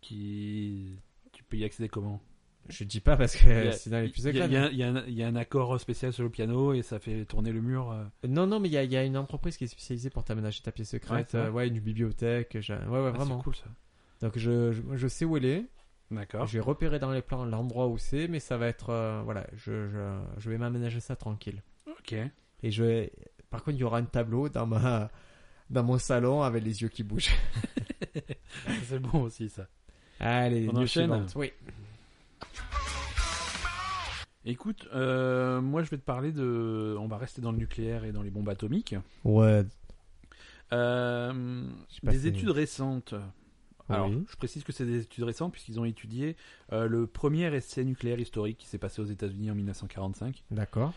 [SPEAKER 2] qui. Tu peux y accéder comment
[SPEAKER 1] Je dis pas parce que
[SPEAKER 2] Il
[SPEAKER 1] [LAUGHS]
[SPEAKER 2] y a-
[SPEAKER 1] Euh, c'est dans les plus
[SPEAKER 2] Il y a-
[SPEAKER 1] secrets.
[SPEAKER 2] il y a un- il y, a un- il y a un accord spécial sur le piano et ça fait tourner le mur. euh.
[SPEAKER 1] Non, non, mais il y a, il y a une entreprise qui est spécialisée pour t'aménager ta pièce
[SPEAKER 2] Ouais,
[SPEAKER 1] secrète.
[SPEAKER 2] c'est
[SPEAKER 1] euh,
[SPEAKER 2] vrai.
[SPEAKER 1] Ouais, une bibliothèque. j'ai- Ouais, ouais,
[SPEAKER 2] Ah,
[SPEAKER 1] vraiment.
[SPEAKER 2] C'est cool Ah. ça.
[SPEAKER 1] Donc je, je, je sais où elle est.
[SPEAKER 2] D'accord.
[SPEAKER 1] J'ai repéré dans les plans l'endroit où c'est, mais ça va être. euh, voilà, je, je, je vais m'aménager ça tranquille.
[SPEAKER 2] Ok.
[SPEAKER 1] [LAUGHS] Et je vais- Par contre, il y aura un tableau dans, ma, dans mon salon avec les yeux qui bougent.
[SPEAKER 2] c'est bon aussi ça.
[SPEAKER 1] Allez,
[SPEAKER 2] On
[SPEAKER 1] news
[SPEAKER 2] enchaîne
[SPEAKER 1] suivante. Oui.
[SPEAKER 2] Écoute, euh, moi je vais te parler de. On va rester dans le nucléaire et dans les bombes atomiques.
[SPEAKER 1] Ouais.
[SPEAKER 2] Euh,
[SPEAKER 1] J'ai pas
[SPEAKER 2] des
[SPEAKER 1] fait-
[SPEAKER 2] études récentes. Alors,
[SPEAKER 1] Oui.
[SPEAKER 2] je précise que c'est des études récentes puisqu'ils ont étudié euh, le premier essai nucléaire historique qui s'est passé aux États-Unis en 1945.
[SPEAKER 1] D'accord.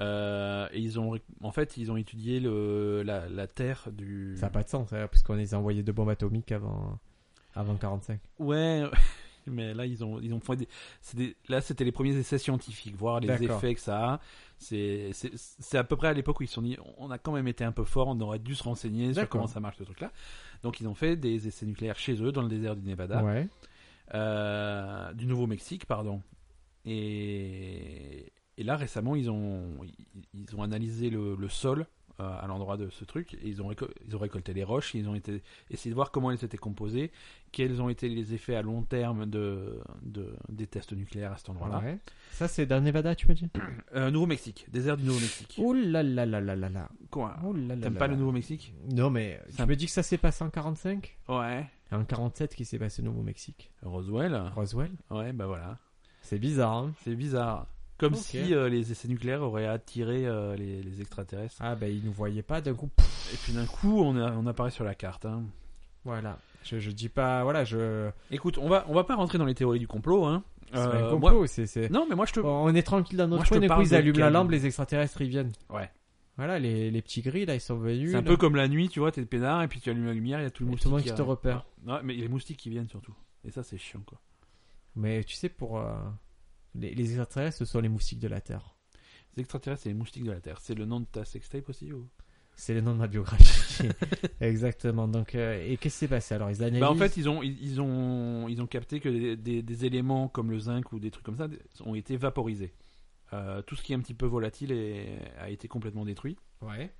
[SPEAKER 2] Euh, et ils ont, en fait, ils ont étudié le, la, la Terre du.
[SPEAKER 1] Ça n'a pas de sens, hein, puisqu'on les a envoyés deux bombes atomiques avant, avant 45.
[SPEAKER 2] Ouais, [LAUGHS] mais là ils ont, ils ont fait des, c'est des- là c'était les premiers essais scientifiques, voir les
[SPEAKER 1] D'accord.
[SPEAKER 2] effets que ça a. C'est, c'est, c'est à peu près à l'époque où ils se sont dit, on a quand même été un peu fort, on aurait dû se renseigner sur
[SPEAKER 1] D'accord.
[SPEAKER 2] comment ça marche ce truc-là. Donc ils ont fait des essais nucléaires chez eux dans le désert du Nevada.
[SPEAKER 1] Ouais.
[SPEAKER 2] euh, du Nouveau-Mexique, pardon. Et, Et là, récemment, ils ont, ils- ils ont analysé le, le sol euh, à l'endroit de ce truc. Et ils, ont récol- ils ont récolté les roches. Ils ont été, essayé de voir comment elles étaient composées, quels ont été les effets à long terme de, de- des tests nucléaires à cet endroit-là.
[SPEAKER 1] Ouais. Ça, c'est dans le Nevada, tu me dis
[SPEAKER 2] Euh, Nouveau-Mexique, désert du Nouveau-Mexique.
[SPEAKER 1] Ouh là là là là là là.
[SPEAKER 2] Quoi
[SPEAKER 1] Ouh là là
[SPEAKER 2] T'aimes
[SPEAKER 1] là
[SPEAKER 2] pas
[SPEAKER 1] là.
[SPEAKER 2] le Nouveau-Mexique
[SPEAKER 1] Non, mais
[SPEAKER 2] Ça-
[SPEAKER 1] tu me dis que ça s'est passé en 45
[SPEAKER 2] Ouais.
[SPEAKER 1] Et En 47, qui s'est passé au Nouveau-Mexique
[SPEAKER 2] Roswell
[SPEAKER 1] Roswell
[SPEAKER 2] Ouais, bah voilà.
[SPEAKER 1] C'est bizarre, hein
[SPEAKER 2] C'est bizarre. Comme
[SPEAKER 1] Ok.
[SPEAKER 2] si euh, les essais nucléaires auraient attiré euh, les, les extraterrestres.
[SPEAKER 1] Ah, bah, ils nous voyaient pas d'un coup. pouf,
[SPEAKER 2] Et puis d'un coup, on, a- on apparaît sur la carte. hein.
[SPEAKER 1] voilà. Je, je dis pas. Voilà, je.
[SPEAKER 2] Écoute, on va, on va pas rentrer dans les théories du complot. Oh, Hein.
[SPEAKER 1] C'est
[SPEAKER 2] Euh,
[SPEAKER 1] pas un
[SPEAKER 2] moi-
[SPEAKER 1] complot, c'est. c'est-
[SPEAKER 2] Non, mais moi je
[SPEAKER 1] [LAUGHS]
[SPEAKER 2] te.
[SPEAKER 1] Bon, on est tranquille dans
[SPEAKER 2] Moi,
[SPEAKER 1] notre
[SPEAKER 2] je te
[SPEAKER 1] coin, et
[SPEAKER 2] parle
[SPEAKER 1] puis ils
[SPEAKER 2] de
[SPEAKER 1] allument la
[SPEAKER 2] quel-
[SPEAKER 1] lampe, les extraterrestres, ils viennent.
[SPEAKER 2] Ouais.
[SPEAKER 1] Voilà, les, les petits gris, là, ils sont venus.
[SPEAKER 2] C'est un
[SPEAKER 1] là.
[SPEAKER 2] peu comme la nuit, tu vois, t'es pénard et puis tu allumes la lumière, il y a tout le
[SPEAKER 1] Et
[SPEAKER 2] monde
[SPEAKER 1] tout le monde qui te repère.
[SPEAKER 2] Ouais, mais il y a les moustiques qui viennent surtout. Et ça, c'est chiant quoi.
[SPEAKER 1] Mais tu sais, pour. euh, Les, les extraterrestres, ce sont les moustiques de la Terre.
[SPEAKER 2] Les extraterrestres, c'est les moustiques de la Terre. C'est le nom de ta sextape aussi ou
[SPEAKER 1] C'est le nom de ma
[SPEAKER 2] [LAUGHS]
[SPEAKER 1] biographie. Exactement. Donc, euh, et qu'est-ce qui s'est passé Alors, ils analysent.
[SPEAKER 2] Bah en fait ils ont ils, ils ont ils ont capté que des, des- des éléments comme le zinc ou des trucs comme ça des- ont été vaporisés. Euh, tout ce qui est un petit peu volatile est- a été complètement détruit.
[SPEAKER 1] Ouais.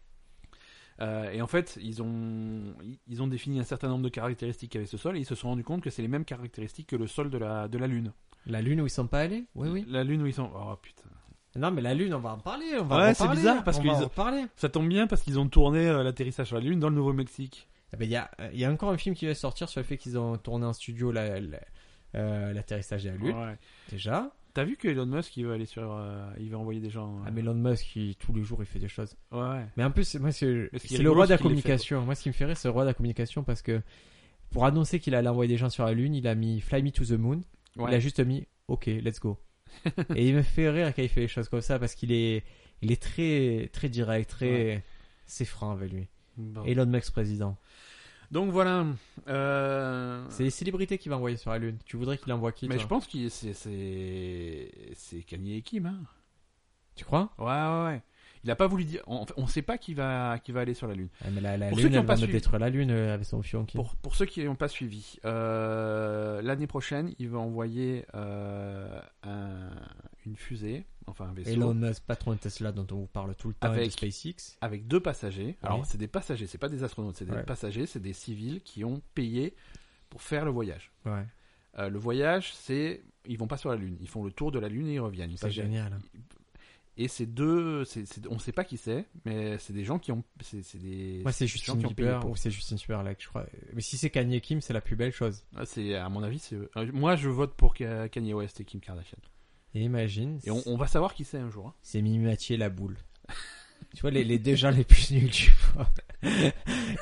[SPEAKER 2] Euh, et en fait ils ont ils- ils ont défini un certain nombre de caractéristiques avec ce sol et ils se sont rendus compte que c'est les mêmes caractéristiques que le sol de la de la Lune.
[SPEAKER 1] La Lune où ils sont pas allés Oui, oui.
[SPEAKER 2] La Lune où ils sont. Oh putain.
[SPEAKER 1] Non, mais la Lune, on va en parler. On va
[SPEAKER 2] Ouais,
[SPEAKER 1] en
[SPEAKER 2] c'est
[SPEAKER 1] parler,
[SPEAKER 2] bizarre, parce
[SPEAKER 1] on
[SPEAKER 2] qu'ils-
[SPEAKER 1] va en parler.
[SPEAKER 2] Ça tombe bien parce qu'ils ont tourné euh, l'atterrissage sur la Lune dans le Nouveau-Mexique.
[SPEAKER 1] Il y, a, euh, y a encore un film qui va sortir sur le fait qu'ils ont tourné en studio la- la- euh, l'atterrissage de la Lune,
[SPEAKER 2] Ouais.
[SPEAKER 1] déjà.
[SPEAKER 2] T'as vu que Elon Musk il veut aller sur euh, il veut envoyer des gens. euh,
[SPEAKER 1] Ah, mais Elon Musk, il- tous les jours, il fait des choses.
[SPEAKER 2] Ouais. ouais.
[SPEAKER 1] Mais en plus, c'est- moi, c'est
[SPEAKER 2] Mais ce qui
[SPEAKER 1] c'est
[SPEAKER 2] est
[SPEAKER 1] le
[SPEAKER 2] rigolo,
[SPEAKER 1] roi de la
[SPEAKER 2] c'est qu'il les fait,
[SPEAKER 1] communication. moi, ce qui me fait rire, c'est le roi de la communication parce que pour annoncer qu'il allait envoyer des gens sur la Lune, il a mis Fly Me to the Moon.
[SPEAKER 2] Ouais.
[SPEAKER 1] Il a juste mis OK, let's
[SPEAKER 2] [LAUGHS]
[SPEAKER 1] go. Et il me fait rire quand il fait les choses comme ça parce qu'il est, il est très, très direct, très. C'est franc avec lui.
[SPEAKER 2] Bon.
[SPEAKER 1] Elon Musk président.
[SPEAKER 2] Donc voilà. Euh...
[SPEAKER 1] C'est les célébrités qu'il va envoyer sur la Lune. Tu voudrais qu'il envoie qui
[SPEAKER 2] Mais
[SPEAKER 1] toi
[SPEAKER 2] je pense que c'est c'est c'est Kanye et Kim. Hein.
[SPEAKER 1] Tu crois
[SPEAKER 2] Ouais ouais ouais. Il a pas voulu dire. On, on sait pas qui va qui va aller sur la lune.
[SPEAKER 1] Ah, mais la, la
[SPEAKER 2] Pour ceux
[SPEAKER 1] Lune,
[SPEAKER 2] qui ont
[SPEAKER 1] elle
[SPEAKER 2] pas
[SPEAKER 1] va me
[SPEAKER 2] suivi.
[SPEAKER 1] détruire la Lune euh, avec son fion qui.
[SPEAKER 2] Pour pour ceux qui n'ont pas suivi, euh, l'année prochaine, il va envoyer euh, un- une fusée, enfin un vaisseau.
[SPEAKER 1] Elon Musk, patron de Tesla dont on vous parle tout le temps,
[SPEAKER 2] Avec-
[SPEAKER 1] et de SpaceX.
[SPEAKER 2] Avec deux passagers. Alors,
[SPEAKER 1] Oui.
[SPEAKER 2] c'est des passagers, c'est pas des astronautes, c'est des
[SPEAKER 1] Ah Ouais.
[SPEAKER 2] passagers, c'est des civils qui ont payé pour faire le voyage.
[SPEAKER 1] Ouais,
[SPEAKER 2] Euh, le voyage, c'est. Ils vont pas sur la Lune, ils font le tour de la Lune et ils reviennent. Il
[SPEAKER 1] c'est
[SPEAKER 2] s'agit-
[SPEAKER 1] génial. hein.
[SPEAKER 2] Et ces deux, c'est- c'est- on ne sait pas qui c'est, mais c'est des gens qui ont, c'est c'est des,
[SPEAKER 1] Moi, c'est
[SPEAKER 2] des gens
[SPEAKER 1] Justin
[SPEAKER 2] qui ont payé
[SPEAKER 1] Bieber
[SPEAKER 2] pour.
[SPEAKER 1] ou c'est Justin Timberlake, je crois. Mais si c'est Kanye Kim, c'est la plus belle chose.
[SPEAKER 2] Ah, C'est à mon avis, c'est eux. Euh, moi je vote pour Ka- Kanye West et Kim Kardashian.
[SPEAKER 1] Et imagine,
[SPEAKER 2] Et on, on va savoir qui c'est un jour. hein.
[SPEAKER 1] c'est Mimimatié la
[SPEAKER 2] [LAUGHS]
[SPEAKER 1] boule. tu vois, les, les deux gens les plus nuls, tu vois.
[SPEAKER 2] [LAUGHS]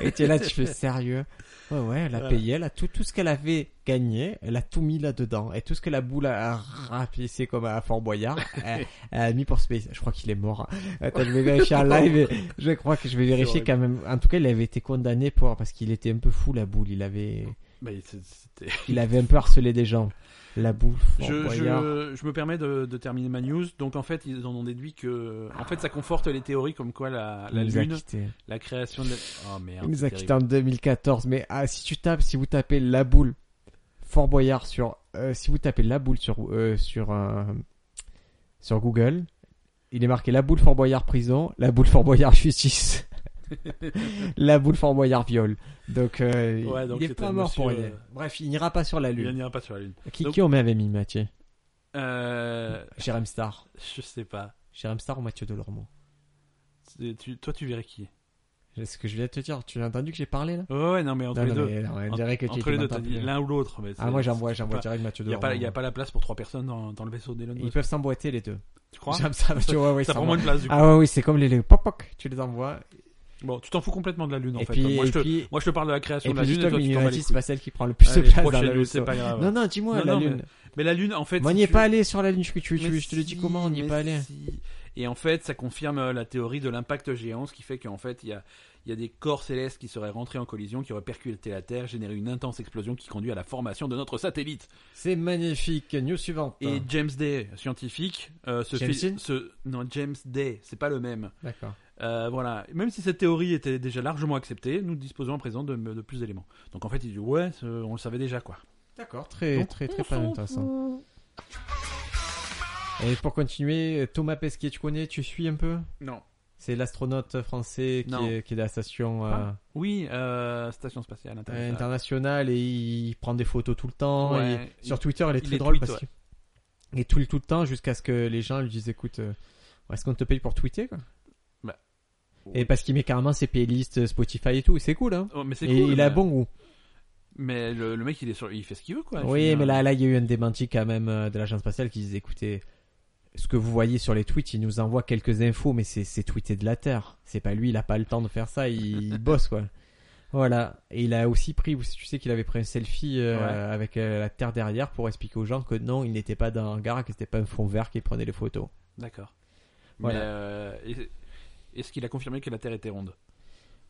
[SPEAKER 1] Et tu es là, tu fais sérieux. Ouais, ouais, elle a
[SPEAKER 2] Voilà.
[SPEAKER 1] payé, elle a tout, tout ce qu'elle avait gagné, elle a tout mis là-dedans. Et tout ce que la boule a rapissé comme à Fort
[SPEAKER 2] [LAUGHS]
[SPEAKER 1] Boyard, elle, elle a mis pour Space. Je crois qu'il est mort. hein. Attends, je
[SPEAKER 2] [LAUGHS]
[SPEAKER 1] vais vérifier en live. et je crois que je vais vérifier
[SPEAKER 2] horrible.
[SPEAKER 1] quand même. En tout cas, il avait été condamné pour, parce qu'il était un peu fou, la boule. Il avait,
[SPEAKER 2] Bah, c'est-
[SPEAKER 1] [LAUGHS]
[SPEAKER 2] c'était-
[SPEAKER 1] Il avait un peu harcelé des gens. La boule, Fort
[SPEAKER 2] je,
[SPEAKER 1] Boyard.
[SPEAKER 2] je, je me permets de, de terminer ma news. Donc en fait, ils en ont déduit que, en fait, ça conforte les théories comme quoi la,
[SPEAKER 1] Il
[SPEAKER 2] la
[SPEAKER 1] nous a
[SPEAKER 2] lune,
[SPEAKER 1] quittés.
[SPEAKER 2] la création de. la- Oh merde.
[SPEAKER 1] Il nous
[SPEAKER 2] c'est
[SPEAKER 1] a
[SPEAKER 2] terrible.
[SPEAKER 1] quittés en 2014. Mais ah, si tu tapes, si vous tapez la boule Fort Boyard sur, euh, si vous tapez la boule sur euh, sur euh, sur Google, il est marqué la boule Fort Boyard prison, la boule Fort Boyard justice, [LAUGHS] la boule Fort Boyard viol. Donc, euh,
[SPEAKER 2] Ouais, donc
[SPEAKER 1] il est
[SPEAKER 2] c'est
[SPEAKER 1] pas
[SPEAKER 2] un
[SPEAKER 1] mort pour
[SPEAKER 2] monsieur,
[SPEAKER 1] rien.
[SPEAKER 2] euh,
[SPEAKER 1] Bref, il n'ira pas sur la
[SPEAKER 2] Il
[SPEAKER 1] lune.
[SPEAKER 2] n'ira pas sur la lune.
[SPEAKER 1] Qui,
[SPEAKER 2] Donc-
[SPEAKER 1] qui on met avec mis Mathieu
[SPEAKER 2] Euh,
[SPEAKER 1] Jérém Star,
[SPEAKER 2] je sais pas.
[SPEAKER 1] Jérém Star ou Mathieu Delormeau
[SPEAKER 2] Tu- tu- toi, tu verrais qui
[SPEAKER 1] C'est ce que je viens de te dire. Tu l'as entendu que j'ai parlé là
[SPEAKER 2] Ouais, ouais, non, mais entre
[SPEAKER 1] Non,
[SPEAKER 2] les
[SPEAKER 1] non,
[SPEAKER 2] deux.
[SPEAKER 1] mais non, on
[SPEAKER 2] En-
[SPEAKER 1] dirait que tu
[SPEAKER 2] entre les
[SPEAKER 1] étais
[SPEAKER 2] deux,
[SPEAKER 1] pas
[SPEAKER 2] t'as dit
[SPEAKER 1] plus-
[SPEAKER 2] l'un ou l'autre. mais
[SPEAKER 1] Ah
[SPEAKER 2] c'est-
[SPEAKER 1] moi j'envoie, j'envoie
[SPEAKER 2] pas-
[SPEAKER 1] direct Mathieu
[SPEAKER 2] Il n'y a,
[SPEAKER 1] Delormeau.
[SPEAKER 2] pas- il y a pas la place pour trois personnes dans, dans le vaisseau d'Elon
[SPEAKER 1] Ils
[SPEAKER 2] Musk.
[SPEAKER 1] peuvent s'emboîter les deux.
[SPEAKER 2] Tu crois
[SPEAKER 1] J'aime ça, tu vois, ouais,
[SPEAKER 2] Ça
[SPEAKER 1] ça
[SPEAKER 2] prend moins
[SPEAKER 1] va.
[SPEAKER 2] de place du coup.
[SPEAKER 1] Ah ouais, oui, c'est comme les, les poc poc, tu les envoies.
[SPEAKER 2] Bon, tu t'en fous complètement de la Lune en
[SPEAKER 1] et,
[SPEAKER 2] fait.
[SPEAKER 1] puis,
[SPEAKER 2] moi,
[SPEAKER 1] et
[SPEAKER 2] je te,
[SPEAKER 1] puis,
[SPEAKER 2] moi je te parle de la
[SPEAKER 1] et
[SPEAKER 2] création de la
[SPEAKER 1] puis,
[SPEAKER 2] Lune et
[SPEAKER 1] justement,
[SPEAKER 2] toi tu t'en bats les
[SPEAKER 1] Illuminati, c'est
[SPEAKER 2] couilles.
[SPEAKER 1] pas celle qui prend le plus de
[SPEAKER 2] Allez,
[SPEAKER 1] place dans
[SPEAKER 2] prochaine
[SPEAKER 1] la
[SPEAKER 2] news, c'est
[SPEAKER 1] leçon.
[SPEAKER 2] pas grave.
[SPEAKER 1] Non, non, dis-moi,
[SPEAKER 2] Non,
[SPEAKER 1] la
[SPEAKER 2] non,
[SPEAKER 1] lune.
[SPEAKER 2] Mais la Lune en fait.
[SPEAKER 1] Mais on
[SPEAKER 2] si
[SPEAKER 1] n'y est
[SPEAKER 2] tu-
[SPEAKER 1] pas allé sur la lune, je, tu-
[SPEAKER 2] Mais
[SPEAKER 1] tu- je te le dis
[SPEAKER 2] si,
[SPEAKER 1] comment, on n'y est
[SPEAKER 2] mais
[SPEAKER 1] pas allé.
[SPEAKER 2] si. Et en fait, ça confirme euh, la théorie de l'impact géant, ce qui fait qu'en fait, il y a, il y a des corps célestes qui seraient rentrés en collision, qui auraient percuté la Terre, généré une intense explosion qui conduit à la formation de notre satellite.
[SPEAKER 1] C'est magnifique, news suivante.
[SPEAKER 2] Et James Day, scientifique, euh, se
[SPEAKER 1] James
[SPEAKER 2] fait-
[SPEAKER 1] Dean
[SPEAKER 2] se- non James Day, c'est pas le même.
[SPEAKER 1] D'accord.
[SPEAKER 2] Euh, voilà, même si cette théorie était déjà largement acceptée, nous disposons à présent de, de plus d'éléments. Donc en fait, il dit ouais, ce- on le savait déjà quoi.
[SPEAKER 1] D'accord, très,
[SPEAKER 2] Donc,
[SPEAKER 1] très,
[SPEAKER 2] on
[SPEAKER 1] très pas
[SPEAKER 2] s'en
[SPEAKER 1] intéressant. Et pour continuer, Thomas Pesquet, tu connais, tu suis un peu
[SPEAKER 2] Non.
[SPEAKER 1] C'est l'astronaute français
[SPEAKER 2] Non.
[SPEAKER 1] qui est, qui est de la station euh,
[SPEAKER 2] Ah, Oui, euh, station spatiale
[SPEAKER 1] euh,
[SPEAKER 2] internationale.
[SPEAKER 1] internationale et il prend des photos tout le temps.
[SPEAKER 2] Ouais,
[SPEAKER 1] et sur
[SPEAKER 2] il-
[SPEAKER 1] Twitter, il est
[SPEAKER 2] il
[SPEAKER 1] très
[SPEAKER 2] les
[SPEAKER 1] drôle
[SPEAKER 2] tweet,
[SPEAKER 1] parce qu'il est tweet tout le temps jusqu'à ce que les gens lui disent écoute, euh, est-ce qu'on te paye pour tweeter quoi
[SPEAKER 2] Bah,
[SPEAKER 1] Et parce qu'il met carrément ses playlists euh, Spotify et tout, c'est cool hein
[SPEAKER 2] Oh, mais c'est
[SPEAKER 1] et
[SPEAKER 2] cool,
[SPEAKER 1] il a
[SPEAKER 2] mais-
[SPEAKER 1] bon goût.
[SPEAKER 2] Mais le, le mec, il est sur, il fait ce qu'il veut, quoi. Je veux
[SPEAKER 1] oui,
[SPEAKER 2] dire, euh,
[SPEAKER 1] mais là, là, il y a eu un démenti quand même euh, de l'agence spatiale qui disait écoutez, ce que vous voyez sur les tweets, il nous envoie quelques infos, mais c'est, c'est tweeté de la Terre. C'est pas lui, il a pas le temps de faire ça, il,
[SPEAKER 2] [LAUGHS]
[SPEAKER 1] il bosse quoi. Voilà. Et il a aussi pris, tu sais qu'il avait pris un selfie euh,
[SPEAKER 2] Ouais.
[SPEAKER 1] avec euh, la Terre derrière pour expliquer aux gens que non, il n'était pas dans un hangar, que c'était pas un fond vert qui prenait les photos.
[SPEAKER 2] D'accord.
[SPEAKER 1] Voilà.
[SPEAKER 2] Mais euh, est- est-ce qu'il a confirmé que la Terre était ronde